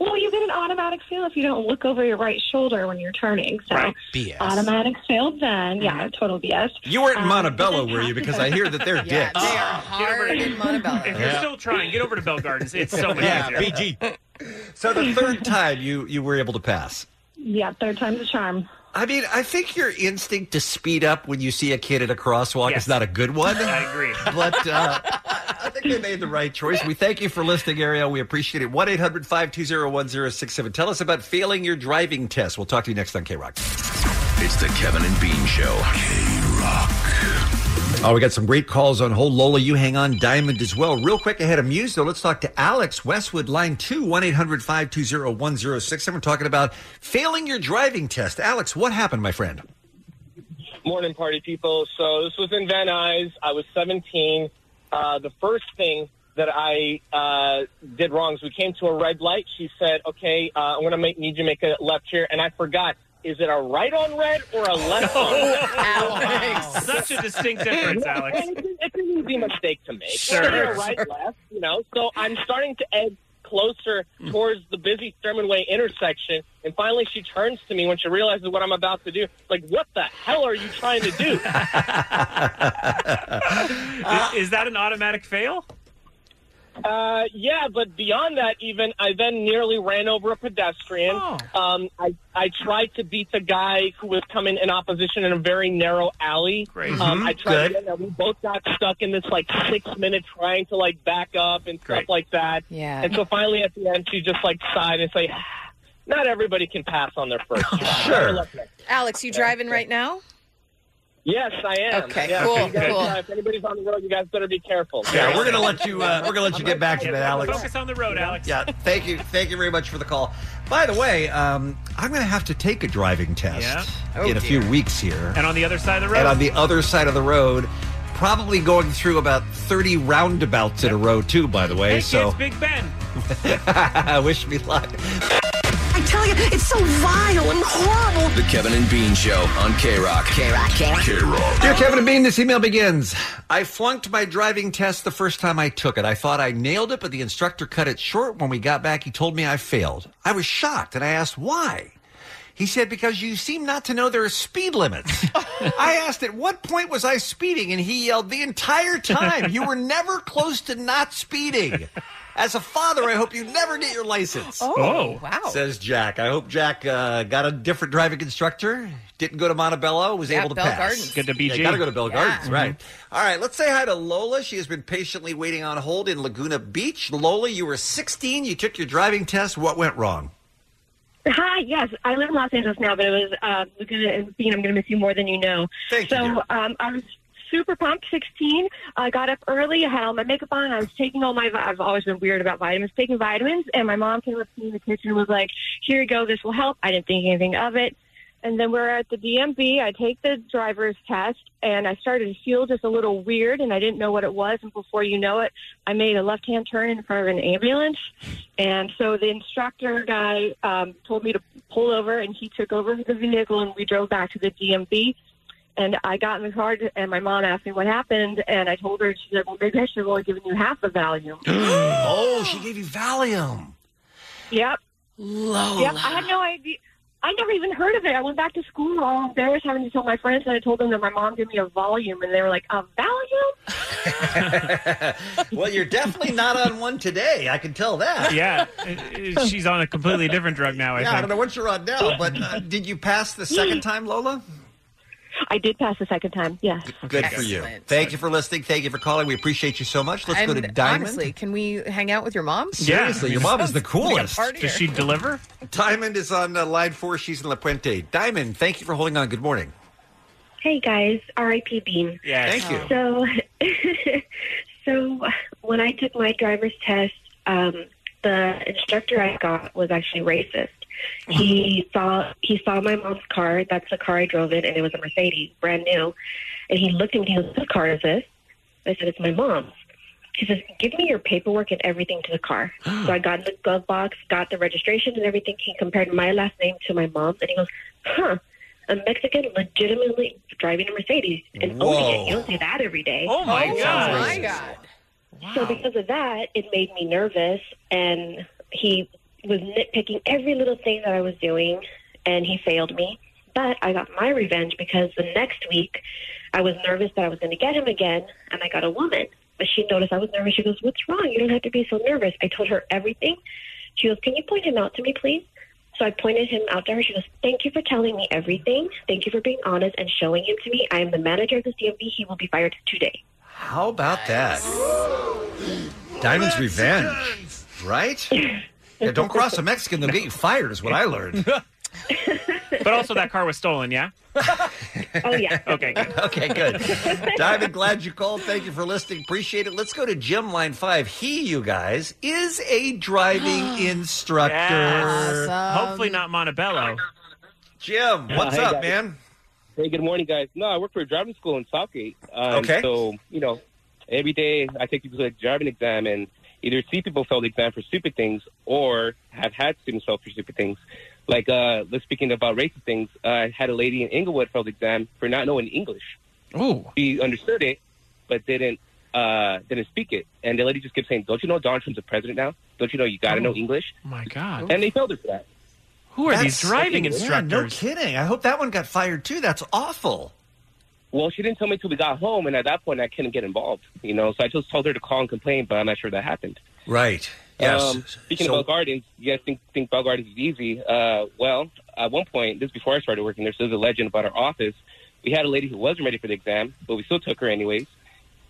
[SPEAKER 6] Well, you get an automatic fail if you don't look over your right shoulder when you're turning. So
[SPEAKER 10] BS.
[SPEAKER 6] automatic fail then. Yeah, total BS.
[SPEAKER 10] You weren't
[SPEAKER 6] um,
[SPEAKER 10] in Montebello, were you? Because I hear that they're
[SPEAKER 6] Yeah,
[SPEAKER 10] dicks.
[SPEAKER 6] they
[SPEAKER 12] are
[SPEAKER 4] hard in Montebello.
[SPEAKER 12] If you're
[SPEAKER 10] Yeah.
[SPEAKER 12] still trying, get over to Bell Gardens. It's so much
[SPEAKER 10] Yeah,
[SPEAKER 12] easier.
[SPEAKER 10] BG. So the third time you you were able to pass.
[SPEAKER 6] Yeah, third time's a charm.
[SPEAKER 10] I mean, I think your instinct to speed up when you see a kid at a crosswalk is not a good one.
[SPEAKER 12] I agree.
[SPEAKER 10] But uh, I think they made the right choice. We thank you for listening, Ariel. We appreciate it. 1 800 520 1067. Tell us about failing your driving test. We'll talk to you next on K Rock.
[SPEAKER 13] It's the Kevin and Bean Show. K Rock.
[SPEAKER 10] Oh, we got some great calls on hold. Lola, you hang on. Diamond as well. Real quick ahead of Muse, though, let's talk to Alex Westwood, line 2, 1 800 520 1067. We're talking about failing your driving test. Alex, what happened, my friend?
[SPEAKER 2] morning party people. So this was in Van Nuys. I was 17. Uh, the first thing that I uh, did wrong is we came to a red light. She said, "Okay, uh, I'm going to make, need you to make a left here," and I forgot. Is it a right on red or a left on red?
[SPEAKER 12] Alex. Such a distinct difference, Alex.
[SPEAKER 2] And It's, it's an easy mistake to make.
[SPEAKER 12] Sure.
[SPEAKER 2] Is it a right, left, you know. So I'm starting to edge closer towards the busy Thurman Way intersection, and finally she turns to me when she realizes what I'm about to do. Like, what the hell are you trying to do?
[SPEAKER 12] is, is that an automatic fail?
[SPEAKER 2] Uh, yeah, but beyond that, even I then nearly ran over a pedestrian.
[SPEAKER 4] Oh.
[SPEAKER 2] Um, I I tried to beat the guy who was coming in opposition in a very narrow alley.
[SPEAKER 14] Great.
[SPEAKER 2] Um,
[SPEAKER 10] Mm-hmm.
[SPEAKER 14] Mhm,
[SPEAKER 2] I tried.
[SPEAKER 14] good.
[SPEAKER 2] Again, and we both got stuck in this like six minute trying to like back up and stuff
[SPEAKER 14] Great.
[SPEAKER 2] like that.
[SPEAKER 14] Yeah.
[SPEAKER 2] And so finally at the end, she just like sighed and say, "Not everybody can pass on their first try."
[SPEAKER 10] Sure.
[SPEAKER 4] Alex, you driving right now?
[SPEAKER 2] Yes, I am.
[SPEAKER 4] Okay,
[SPEAKER 2] Yeah,
[SPEAKER 4] cool,
[SPEAKER 2] you guys,
[SPEAKER 4] cool.
[SPEAKER 2] uh, if anybody's on the road, you guys better be careful.
[SPEAKER 10] Yeah, we're gonna let you. Uh, we're gonna let you get back to that, Alex.
[SPEAKER 2] Focus
[SPEAKER 12] on the road, Alex.
[SPEAKER 10] Yeah, thank you, thank you very much for the call. By the way, um, I'm gonna have to take a driving test
[SPEAKER 12] Yeah.
[SPEAKER 10] in a few weeks here,
[SPEAKER 12] And on the other side of the road?
[SPEAKER 10] and on the other side of the road, probably going through about 30 roundabouts in a row too. By the way,
[SPEAKER 12] Hey,
[SPEAKER 10] so
[SPEAKER 12] kids, Big Ben.
[SPEAKER 10] wish me luck.
[SPEAKER 14] I tell you, it's so vile and horrible.
[SPEAKER 13] The Kevin and Bean Show on K Rock. K Rock. K Rock.
[SPEAKER 10] Dear Kevin and Bean, this email begins. I flunked my driving test the first time I took it. I thought I nailed it, but the instructor cut it short. When we got back, he told me I failed. I was shocked and I asked why. He said, because you seem not to know there are speed limits. I asked, at what point was I speeding? And he yelled, the entire time. You were never close to not speeding. As a father, I hope you never get your license.
[SPEAKER 14] Oh, Oh. wow.
[SPEAKER 10] Says Jack. I hope Jack uh, got a different driving instructor, didn't go to Montebello, was
[SPEAKER 12] Yeah,
[SPEAKER 10] able to
[SPEAKER 12] Bell
[SPEAKER 10] pass.
[SPEAKER 12] Gardens. Good to Mm-hmm.
[SPEAKER 10] Yeah,
[SPEAKER 12] BG.
[SPEAKER 10] gotta go to Bell
[SPEAKER 12] Yeah.
[SPEAKER 10] Gardens, right. All right, let's say hi to Lola. She has been patiently waiting on hold in Laguna Beach. Lola, you were 16. You took your driving test. What went wrong?
[SPEAKER 28] Hi, yes. I live in Los Angeles now, but it was uh, Laguna Bean. I'm going to miss you more than you know.
[SPEAKER 10] Thank
[SPEAKER 28] so, you. um, I was super pumped, 16. I got up early. I had all my makeup on. I was taking all my, vi- I've always been weird about vitamins, taking vitamins. And my mom came up to me in the kitchen and was like, here you go. This will help. I didn't think anything of it. And then we're at the DMV. I take the driver's test and I started to feel just a little weird and I didn't know what it was. And before you know it, I made a left hand turn in front of an ambulance. And so the instructor guy um, told me to pull over and he took over the vehicle and we drove back to the DMV. And I got in the car and my mom asked me what happened. And I told her, and she said, well, maybe I should have only given you half the value.
[SPEAKER 10] oh, she gave you Valium.
[SPEAKER 28] Yep. Yep. I had no idea. I never even heard of it. I went back to school all embarrassed having to tell my friends, and I told them that my mom gave me a volume, and they were like, "A volume?"
[SPEAKER 10] well, you're definitely not on one today. I can tell that.
[SPEAKER 12] Yeah, it- it- she's on a completely different drug now, I
[SPEAKER 10] yeah, I don't
[SPEAKER 12] think.
[SPEAKER 10] know what you're on now, but uh, did you pass the second time, Lola?
[SPEAKER 28] I did pass the second time. Yes.
[SPEAKER 10] Good for you. Thank you for listening. Thank you for calling. We appreciate you so much. Let's go to
[SPEAKER 4] And
[SPEAKER 10] Diamond.
[SPEAKER 4] Honestly, can we hang out with your mom?
[SPEAKER 10] Seriously, your mom is the
[SPEAKER 4] Sounds like a
[SPEAKER 10] coolest.
[SPEAKER 4] party here.
[SPEAKER 12] deliver?
[SPEAKER 10] Diamond is on uh, line four. She's in La Puente. Diamond, thank you for holding on. Good morning.
[SPEAKER 28] Hey guys, R.I.P. Bean.
[SPEAKER 10] Yes. Thank you.
[SPEAKER 28] So, so when I took my driver's test, um, the instructor I got was actually racist. He saw he saw my mom's car. That's the car I drove in, and it was a Mercedes, brand new. And he looked at me and he goes, "Whose car is this?" I said, "It's my mom's." He says, "Give me your paperwork and everything to the car." so I got in the glove box, got the registration and everything. He compared my last name to my mom's, and he goes, "Huh." A Mexican legitimately driving a Mercedes and owning
[SPEAKER 14] Whoa.
[SPEAKER 28] it. You don't see that every day.
[SPEAKER 14] Oh, my Oh, God. my
[SPEAKER 28] God. So because of that, it made me nervous, and he was nitpicking every little thing that I was doing, and he failed me. But I got my revenge because the next week, I was nervous that I was going to get him again, and I got a woman. But she noticed I was nervous. She goes, "What's wrong? You don't have to be so nervous." I told her everything. She goes, "Can you point him out to me, please?" So I pointed him out to her. She goes, "Thank you for telling me everything. Thank you for being honest and showing him to me. I am the manager of this DMV. He will be fired today."
[SPEAKER 10] How about that? Diamond's revenge, right? yeah, don't cross a Mexican; they'll get you fired. Is what I learned.
[SPEAKER 12] But also, that car was stolen, yeah?
[SPEAKER 28] Oh, yeah.
[SPEAKER 10] okay, good. okay, good. Diamond, glad you called. Thank you for listening. Appreciate it. Let's go to Jim, line five. He, you guys, is a driving instructor.
[SPEAKER 12] Yes. Hopefully not Montebello.
[SPEAKER 10] Jim, what's up, man?
[SPEAKER 2] Hey, good morning, guys. No, Uh, I work for a driving school in Southgate. Um,
[SPEAKER 10] Okay.
[SPEAKER 2] So, you know, every day I take people to a driving exam and either see people fail the exam for stupid things or have had students fail for stupid things. Like, uh, let's speaking about racist things, uh, I had a lady in Inglewood fail the exam for not knowing English.
[SPEAKER 11] Oh.
[SPEAKER 2] She understood it, but didn't uh, didn't speak it. And the lady just kept saying, don't you know Donald Trump's the president now? Don't you know you got to
[SPEAKER 12] Oh.
[SPEAKER 2] know English?
[SPEAKER 12] My God.
[SPEAKER 2] And they failed her for that.
[SPEAKER 12] Who are these driving
[SPEAKER 10] Yeah, no
[SPEAKER 12] instructors?
[SPEAKER 10] kidding. I hope that one got fired too. That's awful.
[SPEAKER 2] Well, she didn't tell me until we got home, and at that point, I couldn't get involved. You know, so I just told her to call and complain, but I'm not sure that happened.
[SPEAKER 10] Right.
[SPEAKER 2] Um, speaking of Bell Gardens, you guys think think Bell Gardens is easy? Uh, well, at one point, this is before I started working there, so there's a legend about our office. We had a lady who wasn't ready for the exam, but we still took her anyways.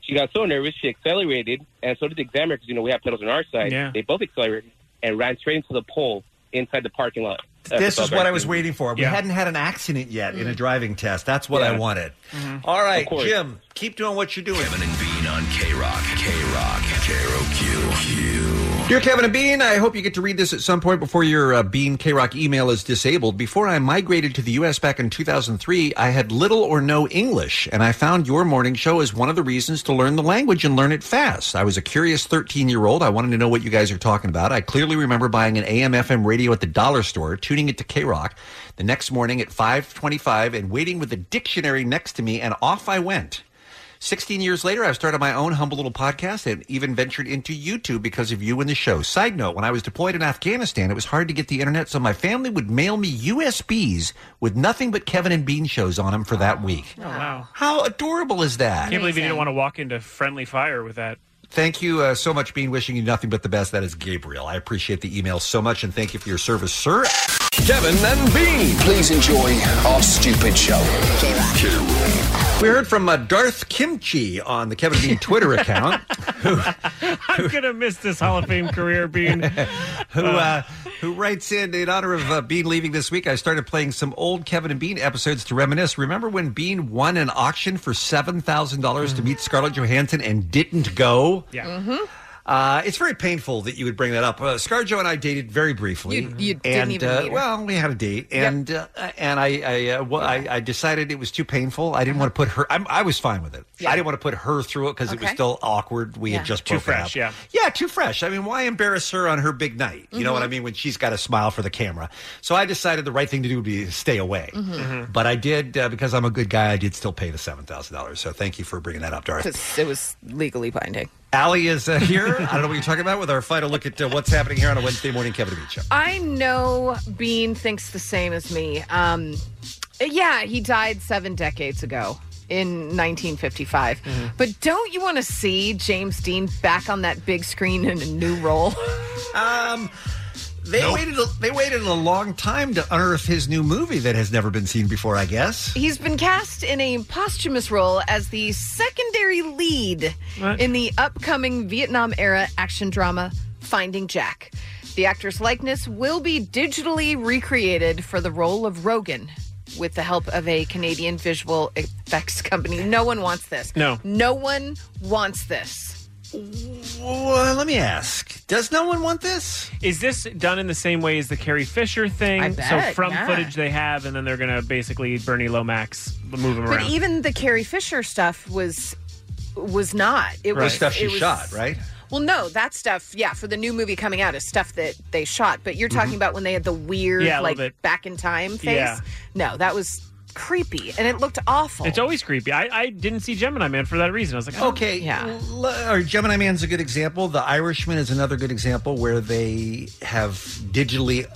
[SPEAKER 2] She got so nervous, she accelerated, and so did the examiner because you know we have pedals on our side.
[SPEAKER 10] Yeah.
[SPEAKER 2] They both accelerated and ran straight into the pole inside the parking lot. Uh,
[SPEAKER 10] this
[SPEAKER 2] for Bell
[SPEAKER 10] is what I
[SPEAKER 2] Gardens.
[SPEAKER 10] was waiting for. We
[SPEAKER 2] Yeah.
[SPEAKER 10] hadn't had an accident yet
[SPEAKER 28] Mm.
[SPEAKER 10] in a driving test. That's what I
[SPEAKER 2] Yeah.
[SPEAKER 10] wanted.
[SPEAKER 2] Mhm.
[SPEAKER 10] All right,
[SPEAKER 13] Of course.
[SPEAKER 10] Jim, keep doing what you're doing.
[SPEAKER 13] Kevin and Bean on K Rock. K Rock. K R O Q.
[SPEAKER 10] Dear Kevin and Bean, I hope you get to read this at some point before your uh, Bean K Rock email is disabled. Before I migrated to the U.S. back in 2003, I had little or no English, and I found your morning show as one of the reasons to learn the language and learn it fast. I was a curious 13 year old. I wanted to know what you guys are talking about. I clearly remember buying an AM FM radio at the dollar store, tuning it to K Rock the next morning at 525, and waiting with a dictionary next to me, and off I went. 16 years later, I've started my own humble little podcast and even ventured into YouTube because of you and the show. Side note, when I was deployed in Afghanistan, it was hard to get the internet, so my family would mail me USBs with nothing but Kevin and Bean shows on them for that week.
[SPEAKER 12] Oh, wow.
[SPEAKER 10] How adorable is
[SPEAKER 12] I
[SPEAKER 10] that?
[SPEAKER 12] can't believe you didn't want to walk into friendly fire with that.
[SPEAKER 10] Thank you uh, so much, Bean. Wishing you nothing but the best. That is Gabriel. I appreciate the email so much, and thank you for your service, sir.
[SPEAKER 13] Kevin and Bean. Please enjoy our stupid show. K Rock.
[SPEAKER 10] We heard from uh, Darth Kimchi on the Kevin Bean Twitter account.
[SPEAKER 12] I'm going to miss this Hall of Fame career, Bean.
[SPEAKER 10] who uh, who writes in in honor of uh, Bean leaving this week. I started playing some old Kevin and Bean episodes to reminisce. Remember when Bean won an auction for seven thousand dollars
[SPEAKER 12] Hmm.
[SPEAKER 10] to meet Scarlett Johansson and didn't go?
[SPEAKER 12] Yeah.
[SPEAKER 10] Uh, it's very painful that you would bring that up. Uh, ScarJo and I dated very briefly.
[SPEAKER 4] You- you didn't
[SPEAKER 10] and,
[SPEAKER 4] even
[SPEAKER 10] uh,
[SPEAKER 4] meet her.
[SPEAKER 10] Well, we had a date, and uh, and I I, uh, well, I I decided it was too painful. I didn't want to put her. I'm, I was fine with it. I didn't want to put her through it because it was
[SPEAKER 13] Okay.
[SPEAKER 10] still awkward. We
[SPEAKER 13] Yeah.
[SPEAKER 10] had just
[SPEAKER 13] Too
[SPEAKER 10] broken
[SPEAKER 13] fresh,
[SPEAKER 10] up.
[SPEAKER 13] yeah.
[SPEAKER 10] yeah, too fresh. I mean, why embarrass her on her big night? You know what
[SPEAKER 13] Mhm.
[SPEAKER 4] Mm-hmm.
[SPEAKER 10] I mean? When she's got a smile for the camera. So I decided the right thing to do would be to stay away.
[SPEAKER 4] Mm-hmm.
[SPEAKER 13] Mhm. Mhm.
[SPEAKER 10] But I did uh, because I'm a good guy. I did still pay the seven thousand dollars. So thank you for bringing that up, Darth.
[SPEAKER 4] Because it was legally binding.
[SPEAKER 10] Allie is uh, here. I don't know what you're talking about with our final look at uh, what's happening here on a Wednesday morning Kevin and Bean show.
[SPEAKER 4] I know Bean thinks the same as me. Um, yeah, he died seven decades ago in 1955. But don't you want to see James Dean back on that big screen in a new role?
[SPEAKER 10] Um, They waited. A, they waited a long time to unearth his new movie that has never been seen before. I guess.
[SPEAKER 4] He's been cast in a posthumous role as the secondary lead in the upcoming Vietnam era action drama Finding Jack. The actor's likeness will be digitally recreated for the role of Rogan with the help of a Canadian visual effects company. No one wants this.
[SPEAKER 10] No.
[SPEAKER 4] No one wants this.
[SPEAKER 10] Well, let me ask. Does no one want this?
[SPEAKER 12] Is this done in the same way as the Carrie Fisher thing?
[SPEAKER 4] I
[SPEAKER 12] so
[SPEAKER 4] bet,
[SPEAKER 12] from
[SPEAKER 4] yeah.
[SPEAKER 12] footage they have, and then they're going to basically Bernie Lomax move him
[SPEAKER 4] But
[SPEAKER 12] around.
[SPEAKER 4] even the Carrie Fisher stuff was was not. It was
[SPEAKER 10] stuff she
[SPEAKER 4] it was-
[SPEAKER 10] shot, right?
[SPEAKER 4] Well, no, that stuff, yeah, for the new movie coming out is stuff that they shot. But you're talking
[SPEAKER 10] Mhm.
[SPEAKER 4] about when they had the weird,
[SPEAKER 12] Mm-hmm. Yeah, a little
[SPEAKER 4] like
[SPEAKER 12] bit.
[SPEAKER 4] back in time face.
[SPEAKER 12] Yeah.
[SPEAKER 4] No, that was creepy, and it looked awful.
[SPEAKER 12] it's always creepy. I, I didn't see Gemini Man for that reason. I was like, oh,
[SPEAKER 10] Okay. Yeah. Or Gemini Man's a good example. The Irishman is another good example where they have digitally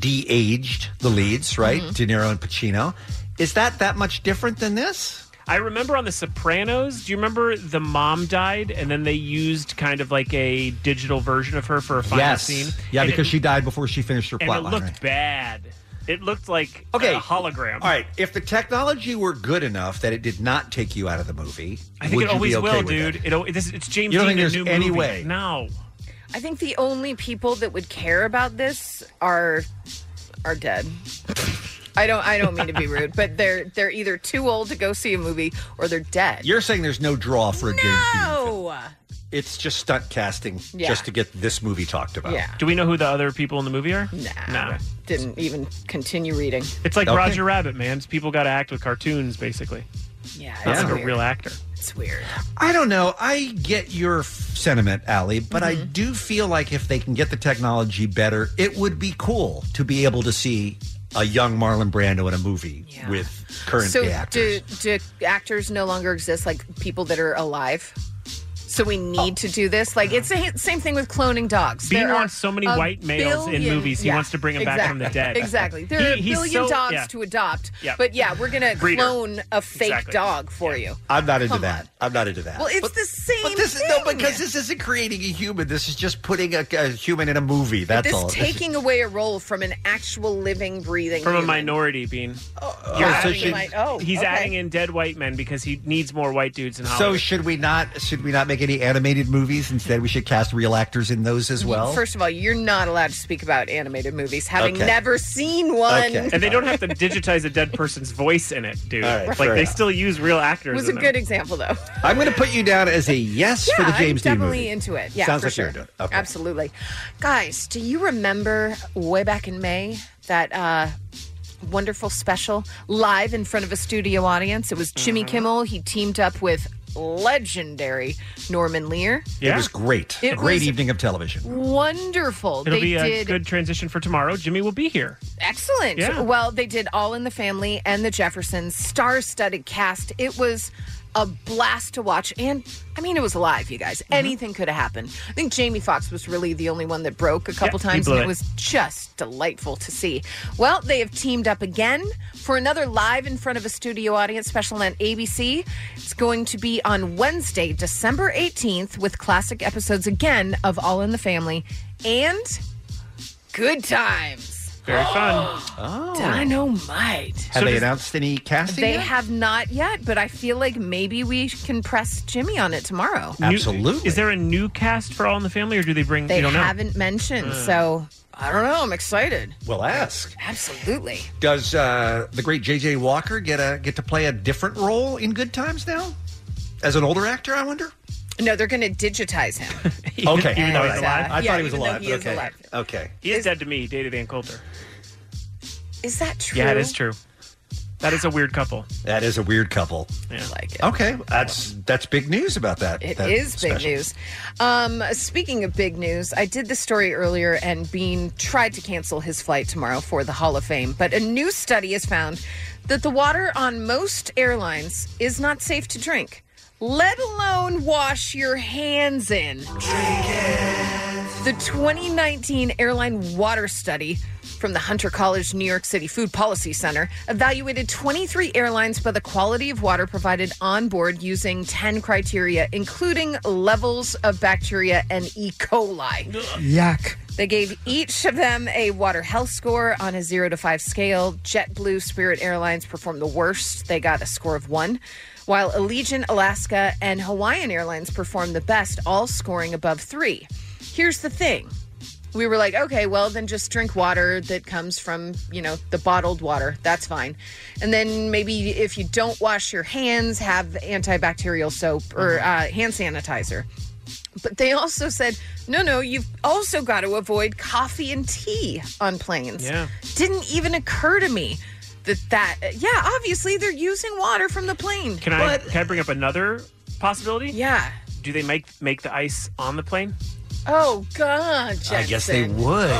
[SPEAKER 10] de-aged the leads, right?
[SPEAKER 4] Mm-hmm.
[SPEAKER 10] De Niro and Pacino. Is that that much different than this?
[SPEAKER 12] I remember on The Sopranos, do you remember the mom died and then they used kind of like a digital version of her for a final scene?
[SPEAKER 10] Yeah,
[SPEAKER 12] And
[SPEAKER 10] because
[SPEAKER 12] it,
[SPEAKER 10] she died before she finished her
[SPEAKER 12] and it
[SPEAKER 10] plotline.
[SPEAKER 12] looked
[SPEAKER 10] right?
[SPEAKER 12] bad. It looked like
[SPEAKER 10] Okay.
[SPEAKER 12] a hologram.
[SPEAKER 10] All right. If the technology were good enough that it did not take you out of the movie,
[SPEAKER 12] I think
[SPEAKER 10] would
[SPEAKER 12] it
[SPEAKER 10] you
[SPEAKER 12] always
[SPEAKER 10] be okay
[SPEAKER 12] will,
[SPEAKER 10] with
[SPEAKER 12] dude.
[SPEAKER 10] It?
[SPEAKER 12] It, al- this, it's James
[SPEAKER 10] You don't
[SPEAKER 12] Dean,
[SPEAKER 10] think
[SPEAKER 12] a new
[SPEAKER 10] there's any
[SPEAKER 12] movie.
[SPEAKER 10] way?
[SPEAKER 12] No.
[SPEAKER 4] I think the only people that would care about this are are dead. I don't. I don't mean to be rude, but they're they're either too old to go see a movie or they're dead.
[SPEAKER 10] You're saying there's no draw for a James Dean.
[SPEAKER 4] Oh,
[SPEAKER 10] It's just stunt casting
[SPEAKER 4] Yeah.
[SPEAKER 10] just to get this movie talked about.
[SPEAKER 4] Yeah.
[SPEAKER 12] Do we know who the other people in the movie are?
[SPEAKER 4] Nah.
[SPEAKER 12] Nah.
[SPEAKER 4] didn't even continue reading.
[SPEAKER 12] It's like Roger Rabbit, man. It's people got to act with cartoons, basically.
[SPEAKER 4] Yeah,
[SPEAKER 12] Not
[SPEAKER 10] it's
[SPEAKER 12] like a
[SPEAKER 10] weird.
[SPEAKER 12] real actor.
[SPEAKER 4] It's weird.
[SPEAKER 10] I don't know. I get your f- sentiment, Allie, but I
[SPEAKER 4] Mm-hmm.
[SPEAKER 10] do feel like if they can get the technology better, it would be cool to be able to see a young Marlon Brando in a movie with current
[SPEAKER 4] so
[SPEAKER 10] day actors.
[SPEAKER 4] do do actors no longer exist? Like people that are alive. So we need to do this. Like it's the same thing with cloning dogs.
[SPEAKER 12] Bean
[SPEAKER 4] There are
[SPEAKER 12] wants so many
[SPEAKER 4] a
[SPEAKER 12] white males in
[SPEAKER 4] billion-
[SPEAKER 12] movies, he
[SPEAKER 4] yeah,
[SPEAKER 12] wants to bring 'em back from the
[SPEAKER 4] exactly,
[SPEAKER 12] dead.
[SPEAKER 4] Exactly. There
[SPEAKER 12] He-
[SPEAKER 4] are
[SPEAKER 12] he's
[SPEAKER 4] a billion
[SPEAKER 12] so-
[SPEAKER 4] dogs
[SPEAKER 12] yeah.
[SPEAKER 4] to adopt.
[SPEAKER 12] Yeah.
[SPEAKER 4] But yeah, we're gonna
[SPEAKER 10] Breeder.
[SPEAKER 4] clone a fake
[SPEAKER 10] Exactly.
[SPEAKER 4] dog for you.
[SPEAKER 10] I'm not into
[SPEAKER 4] Come
[SPEAKER 10] that. I'm not into that.
[SPEAKER 4] Well, it's the same
[SPEAKER 10] but this is no because this isn't creating a human. This is just putting a, a human in a movie. That's
[SPEAKER 4] this
[SPEAKER 10] all. This is-
[SPEAKER 4] taking away a role from an actual living, breathing
[SPEAKER 12] From a
[SPEAKER 4] human.
[SPEAKER 12] minority, Bean. Oh,
[SPEAKER 10] so should-
[SPEAKER 4] oh,
[SPEAKER 12] he's
[SPEAKER 4] okay.
[SPEAKER 12] adding in dead white men because he needs more white dudes in
[SPEAKER 10] so
[SPEAKER 12] Hollywood.
[SPEAKER 10] should we not? Should we not make any animated movies instead? We should cast real actors in those as well.
[SPEAKER 4] First of all, you're not allowed to speak about animated movies, having
[SPEAKER 10] Okay.
[SPEAKER 4] never seen one.
[SPEAKER 12] And they don't have to digitize a dead person's voice in it, dude.
[SPEAKER 10] All right,
[SPEAKER 12] like
[SPEAKER 10] fair
[SPEAKER 12] they
[SPEAKER 10] enough.
[SPEAKER 12] still use real
[SPEAKER 4] It
[SPEAKER 12] actors.
[SPEAKER 4] was a
[SPEAKER 12] in
[SPEAKER 4] good example, though.
[SPEAKER 10] I'm going to put you down as a yes for the
[SPEAKER 4] Yeah,
[SPEAKER 10] James
[SPEAKER 4] I'm
[SPEAKER 10] Dean
[SPEAKER 4] definitely
[SPEAKER 10] movie.
[SPEAKER 4] into it. Yeah,
[SPEAKER 10] sounds
[SPEAKER 4] for
[SPEAKER 10] like
[SPEAKER 4] sure.
[SPEAKER 10] you're into it. Okay.
[SPEAKER 4] Absolutely, guys. Do you remember way back in May that uh, wonderful special live in front of a studio audience? It was Jimmy
[SPEAKER 12] Mm-hmm.
[SPEAKER 4] Kimmel. He teamed up with legendary Norman Lear.
[SPEAKER 10] It was great.
[SPEAKER 4] It
[SPEAKER 10] great
[SPEAKER 4] was-
[SPEAKER 10] evening of television.
[SPEAKER 4] Wonderful.
[SPEAKER 12] It'll
[SPEAKER 4] they
[SPEAKER 12] be a
[SPEAKER 4] did
[SPEAKER 12] good transition for tomorrow. Jimmy will be here.
[SPEAKER 4] Excellent.
[SPEAKER 12] Yeah.
[SPEAKER 4] Well, they did All in the Family and the Jeffersons, star studded cast. It was a blast to watch. And I mean, it was live, you guys. Anything could have happened. I think Jamie Foxx was really the only one that broke a couple
[SPEAKER 6] he
[SPEAKER 4] times,
[SPEAKER 6] blew
[SPEAKER 4] and
[SPEAKER 6] it.
[SPEAKER 4] it was just delightful to see. Well, they have teamed up again for another live in front of a studio audience special on ABC. It's going to be on Wednesday, December 18th, with classic episodes again of All in the Family and Good Times.
[SPEAKER 12] Very fun.
[SPEAKER 10] Oh.
[SPEAKER 4] Dynamite.
[SPEAKER 10] Have they announced any casting?
[SPEAKER 4] They
[SPEAKER 10] yet?
[SPEAKER 4] have not yet, but I feel like maybe we can press Jimmy on it tomorrow.
[SPEAKER 10] Absolutely.
[SPEAKER 12] is there a new cast for All in the Family, or do they bring?
[SPEAKER 4] They
[SPEAKER 12] Mm, you don't know.
[SPEAKER 4] haven't mentioned,
[SPEAKER 12] Mm.
[SPEAKER 4] so I don't know. I'm excited.
[SPEAKER 10] We'll ask.
[SPEAKER 4] Absolutely.
[SPEAKER 10] Does uh, the great J.J. Walker get a get to play a different role in Good Times now, as an older actor? I wonder.
[SPEAKER 4] No, they're going to digitize him.
[SPEAKER 10] okay,
[SPEAKER 12] even though he's
[SPEAKER 10] All right.
[SPEAKER 12] alive?
[SPEAKER 10] I
[SPEAKER 12] Yeah,
[SPEAKER 10] thought he was
[SPEAKER 12] even though
[SPEAKER 10] alive.
[SPEAKER 12] he is
[SPEAKER 10] okay,
[SPEAKER 12] alive.
[SPEAKER 10] okay.
[SPEAKER 12] He is dead to me. He Dated Ann Coulter.
[SPEAKER 4] Is that true?
[SPEAKER 12] Yeah, it is true. That is a weird couple.
[SPEAKER 10] That is a weird couple.
[SPEAKER 12] Yeah.
[SPEAKER 4] like it.
[SPEAKER 10] Okay, that's that's big news about that.
[SPEAKER 4] It is
[SPEAKER 10] that
[SPEAKER 4] big
[SPEAKER 10] special.
[SPEAKER 4] news. Um, speaking of big news, I did the story earlier, and Bean tried to cancel his flight tomorrow for the Hall of Fame. But a new study has found that the water on most airlines is not safe to drink, let alone wash your hands in. The 2019 airline water study from the Hunter College New York City Food Policy Center evaluated 23 airlines by the quality of water provided on board using 10 criteria, including levels of bacteria and E. coli.
[SPEAKER 11] Yuck.
[SPEAKER 4] They gave each of them a water health score on a zero to five scale. JetBlue Spirit Airlines performed the worst. They got a score of one, while Allegiant, Alaska, and Hawaiian Airlines performed the best, all scoring above three. Here's the thing. We were like, okay, well, then just drink water that comes from, you know, the bottled water. That's fine. And then maybe if you don't wash your hands, have antibacterial soap or
[SPEAKER 12] Uh-huh.
[SPEAKER 4] uh, hand sanitizer. But they also said, no, no, you've also got to avoid coffee and tea on planes.
[SPEAKER 12] Yeah.
[SPEAKER 4] Didn't even occur to me that that, yeah, obviously they're using water from the plane.
[SPEAKER 12] Can I can I bring up another possibility?
[SPEAKER 4] Yeah.
[SPEAKER 12] Do they make make the ice on the plane?
[SPEAKER 4] Oh, God. Jensen.
[SPEAKER 10] would.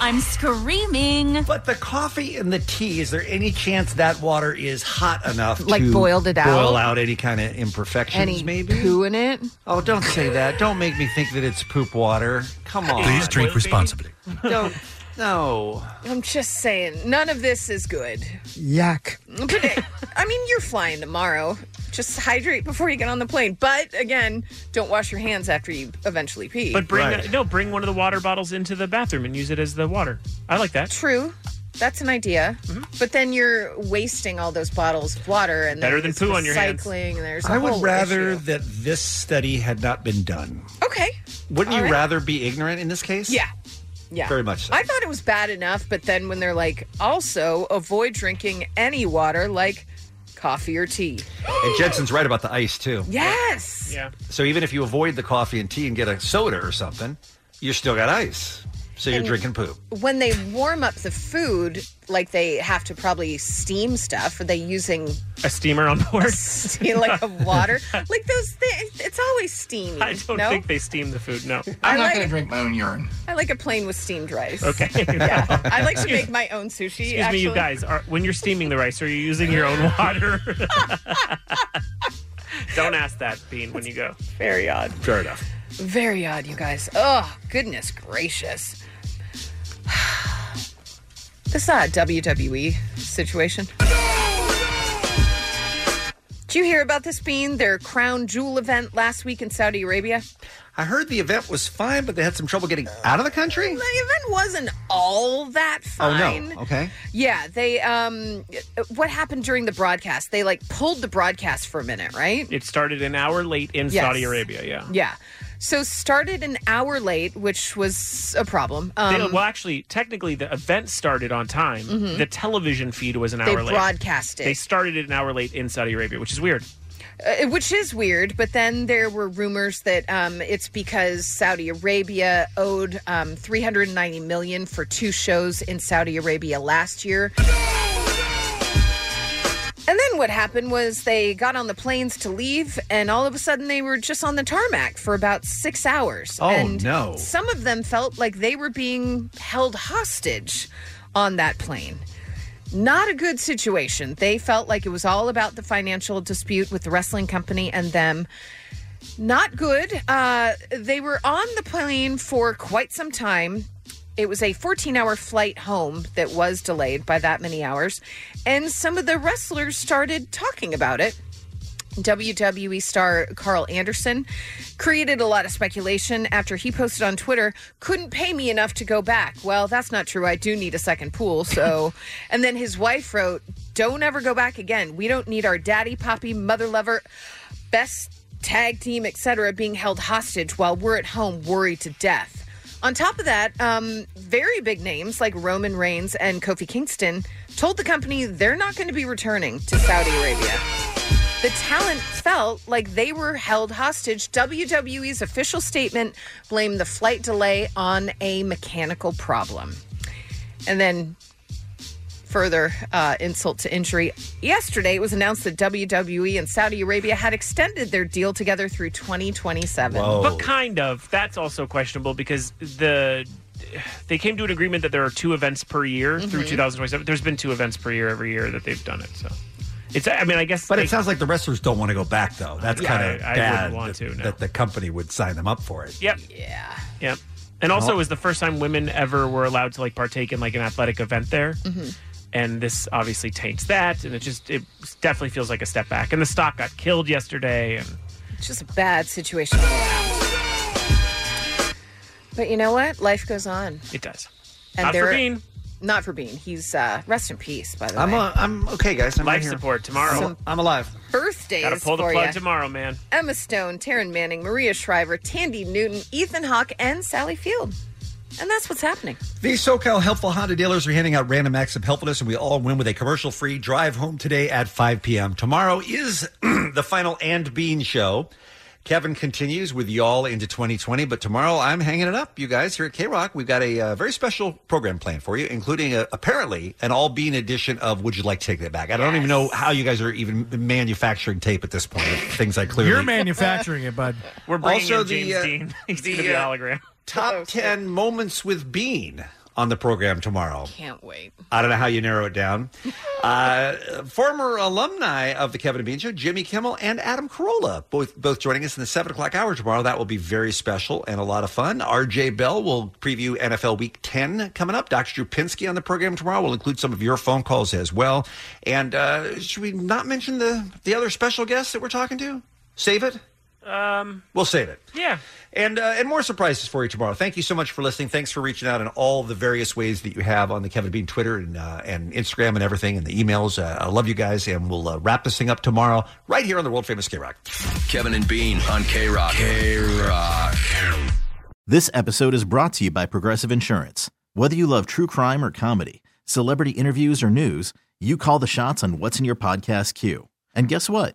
[SPEAKER 4] I'm screaming.
[SPEAKER 10] But the coffee and the tea, is there any chance that water is hot enough
[SPEAKER 4] Like
[SPEAKER 10] to
[SPEAKER 4] boiled it
[SPEAKER 10] Boil
[SPEAKER 4] out?
[SPEAKER 10] out any kind of imperfections,
[SPEAKER 4] Any
[SPEAKER 10] maybe?
[SPEAKER 4] poo in it?
[SPEAKER 10] Oh, don't say that. Don't make me think that it's poop water. Come on.
[SPEAKER 19] Please drink responsibly.
[SPEAKER 10] Don't. No.
[SPEAKER 4] I'm just saying, none of this is good.
[SPEAKER 11] Yuck.
[SPEAKER 4] But eh, I mean, you're flying tomorrow. Just hydrate before you get on the plane. But again, don't wash your hands after you eventually pee.
[SPEAKER 12] But bring no, bring one of the water bottles into the bathroom and use it as the water. I like that.
[SPEAKER 4] True. That's an idea.
[SPEAKER 12] Mm-hmm.
[SPEAKER 4] But then you're wasting all those bottles of water and
[SPEAKER 12] Better
[SPEAKER 4] there's
[SPEAKER 12] than poo on your hands.
[SPEAKER 4] recycling, and There's a
[SPEAKER 10] I would
[SPEAKER 4] whole
[SPEAKER 10] rather
[SPEAKER 4] issue.
[SPEAKER 10] that this study had not been done.
[SPEAKER 4] Okay.
[SPEAKER 10] Wouldn't
[SPEAKER 4] All
[SPEAKER 10] you
[SPEAKER 4] right.
[SPEAKER 10] rather be ignorant in this case?
[SPEAKER 4] Yeah. Yeah.
[SPEAKER 10] Very much so.
[SPEAKER 4] I thought it was bad enough, but then when they're like, also avoid drinking any water like coffee or tea.
[SPEAKER 10] And Jensen's right about the ice, too.
[SPEAKER 4] Yes.
[SPEAKER 12] Yeah.
[SPEAKER 10] So even if you avoid the coffee and tea and get a soda or something, you still got ice. So you're
[SPEAKER 4] And-
[SPEAKER 10] drinking poop.
[SPEAKER 4] When they warm up the food, like they have to probably steam stuff, are they using
[SPEAKER 12] A steamer on board.
[SPEAKER 4] steam, like a water? like those things, it's always steamy.
[SPEAKER 12] I don't
[SPEAKER 4] no?
[SPEAKER 12] think they steam the food. No,
[SPEAKER 4] I'm not like- gonna
[SPEAKER 12] drink my own urine.
[SPEAKER 4] I like a plain with steamed rice.
[SPEAKER 12] Okay.
[SPEAKER 4] yeah. I like to
[SPEAKER 12] Excuse-
[SPEAKER 4] make my own sushi.
[SPEAKER 12] Excuse me, you
[SPEAKER 4] actually.
[SPEAKER 12] guys. Are, when you're steaming the rice, are you using your own water? Don't ask that, Bean, when you go.
[SPEAKER 4] Very odd.
[SPEAKER 10] Fair enough.
[SPEAKER 4] Very odd, you guys. Oh, goodness gracious. This uh, is not a WWE E situation. Did you hear about this being their crown jewel event last week in Saudi Arabia?
[SPEAKER 10] I heard the event was fine, but they had some trouble getting out of the country.
[SPEAKER 4] The event wasn't all that fine.
[SPEAKER 10] Oh, no. Okay.
[SPEAKER 4] Yeah, they um what happened during the broadcast? They like pulled the broadcast for a minute, right?
[SPEAKER 12] It started an hour late in
[SPEAKER 4] Yes.
[SPEAKER 12] Saudi Arabia. Yeah.
[SPEAKER 4] Yeah. So started an hour late, which was a problem. Um,
[SPEAKER 12] They- well, actually, technically, the event started on time.
[SPEAKER 4] Mhm.
[SPEAKER 12] The television feed was an
[SPEAKER 4] They
[SPEAKER 12] hour late.
[SPEAKER 4] broadcast it.
[SPEAKER 12] They started it an hour late in Saudi Arabia, which is weird.
[SPEAKER 4] Uh, which is weird. But then there were rumors that um, it's because Saudi Arabia owed um, 390 million for two shows in Saudi Arabia last year. And then what happened was they got on the planes to leave, and all of a sudden they were just on the tarmac for about six hours.
[SPEAKER 10] Oh,
[SPEAKER 4] and
[SPEAKER 10] no.
[SPEAKER 4] Some of them felt like they were being held hostage on that plane. Not a good situation. They felt like it was all about the financial dispute with the wrestling company and them. Not good. Uh, they were on the plane for quite some time. It was a 14 hour flight home that was delayed by that many hours. And some of the wrestlers started talking about it. WWE E star Carl Anderson created a lot of speculation after he posted on Twitter, couldn't pay me enough to go back. Well, that's not true. I do need a second pool. So, and then his wife wrote, Don't ever go back again. We don't need our daddy, poppy, mother lover, best tag team, etc., being held hostage while we're at home worried to death. On top of that, um, very big names like Roman Reigns and Kofi Kingston told the company they're not going to be returning to Saudi Arabia. The talent felt like they were held hostage. WWE's official statement blamed the flight delay on a mechanical problem. And then further uh, insult to injury. Yesterday, it was announced that WWE and Saudi Arabia had extended their deal together through 2027.
[SPEAKER 12] But kind of. That's also questionable because the they came to an agreement that there are two events per year
[SPEAKER 4] Mm-hmm.
[SPEAKER 12] through
[SPEAKER 10] Mhm.
[SPEAKER 12] 2027. There's been two events per year every year that they've done it. So it's. I mean, I guess.
[SPEAKER 10] But
[SPEAKER 12] they-
[SPEAKER 10] it sounds like the wrestlers don't want to go back, though. That's
[SPEAKER 12] Yeah,
[SPEAKER 10] kind of
[SPEAKER 12] I- I
[SPEAKER 10] bad
[SPEAKER 12] wouldn't want
[SPEAKER 10] that,
[SPEAKER 12] to, no.
[SPEAKER 10] that the company would sign them up for it.
[SPEAKER 12] Yep.
[SPEAKER 4] Yeah.
[SPEAKER 12] Yep. And also,
[SPEAKER 10] Oh.
[SPEAKER 12] it was the first time women ever were allowed to like partake in like an athletic event there.
[SPEAKER 4] Mhm.
[SPEAKER 12] And this obviously taints that, and it just it definitely feels like a step back. And the stock got killed yesterday, and
[SPEAKER 4] It's just a bad situation. all around. But you know what? Life goes on.
[SPEAKER 12] it does.
[SPEAKER 4] And
[SPEAKER 12] Not for
[SPEAKER 4] they're-
[SPEAKER 12] Bean.
[SPEAKER 4] Not for Bean. He's uh, rest in peace. By the
[SPEAKER 10] I'm
[SPEAKER 4] way,
[SPEAKER 10] uh, I'm okay, guys. I'm
[SPEAKER 12] Life
[SPEAKER 10] right here.
[SPEAKER 12] support tomorrow.
[SPEAKER 10] I'm, I'm alive.
[SPEAKER 4] birthdays
[SPEAKER 12] Gotta pull the
[SPEAKER 4] for
[SPEAKER 12] plug
[SPEAKER 4] ya.
[SPEAKER 12] tomorrow, man.
[SPEAKER 4] Emma Stone, Taryn Manning, Maria Shriver, Tandy Newton, Ethan Hawke, and Sally Field. And that's what's happening.
[SPEAKER 10] These SoCal helpful Honda dealers are handing out random acts of helpfulness, and we all win with a commercial free drive home today at 5 p.m. Tomorrow is the final And Bean show. Kevin continues with y'all into 2020, but tomorrow I'm hanging it up, you guys, here at K Rock. We've got a uh, very special program planned for you, including uh apparently an all bean edition of Would You Like to Take That Back? I don't even know how you guys are even manufacturing tape at this point. Things I clearly.
[SPEAKER 11] You're manufacturing it, bud.
[SPEAKER 12] We're
[SPEAKER 10] bringing Also in the, James uh,
[SPEAKER 12] Dean. He's
[SPEAKER 10] the, gonna be uh,
[SPEAKER 12] hologram.
[SPEAKER 10] Top 10 moments with Bean on the program tomorrow.
[SPEAKER 4] Can't wait.
[SPEAKER 10] I don't know how you narrow it down. Uh, former alumni of the Kevin and Bean Show, Jimmy Kimmel and Adam Carolla, both both joining us in the seven o'clock hour tomorrow. That will be very special and a lot of fun. RJ Bell will preview NFL Week Ten coming up. Dr. Drew Pinsky on the program tomorrow. We'll include some of your phone calls as well. And uh, should we not mention the the other special guest that we're talking to? Save it.
[SPEAKER 12] Um,
[SPEAKER 10] We'll save it.
[SPEAKER 12] yeah.
[SPEAKER 10] And uh, and more surprises for you tomorrow. Thank you so much for listening. Thanks for reaching out in all the various ways that you have on the Kevin Bean Twitter and uh, and Instagram and everything and the emails. Uh, I love you guys, and we'll uh, wrap this thing up tomorrow right here on the world famous K Rock.
[SPEAKER 13] Kevin and Bean on K Rock. K Rock.
[SPEAKER 1] This episode is brought to you by Progressive Insurance. Whether you love true crime or comedy, celebrity interviews or news, you call the shots on what's in your podcast queue. And guess what?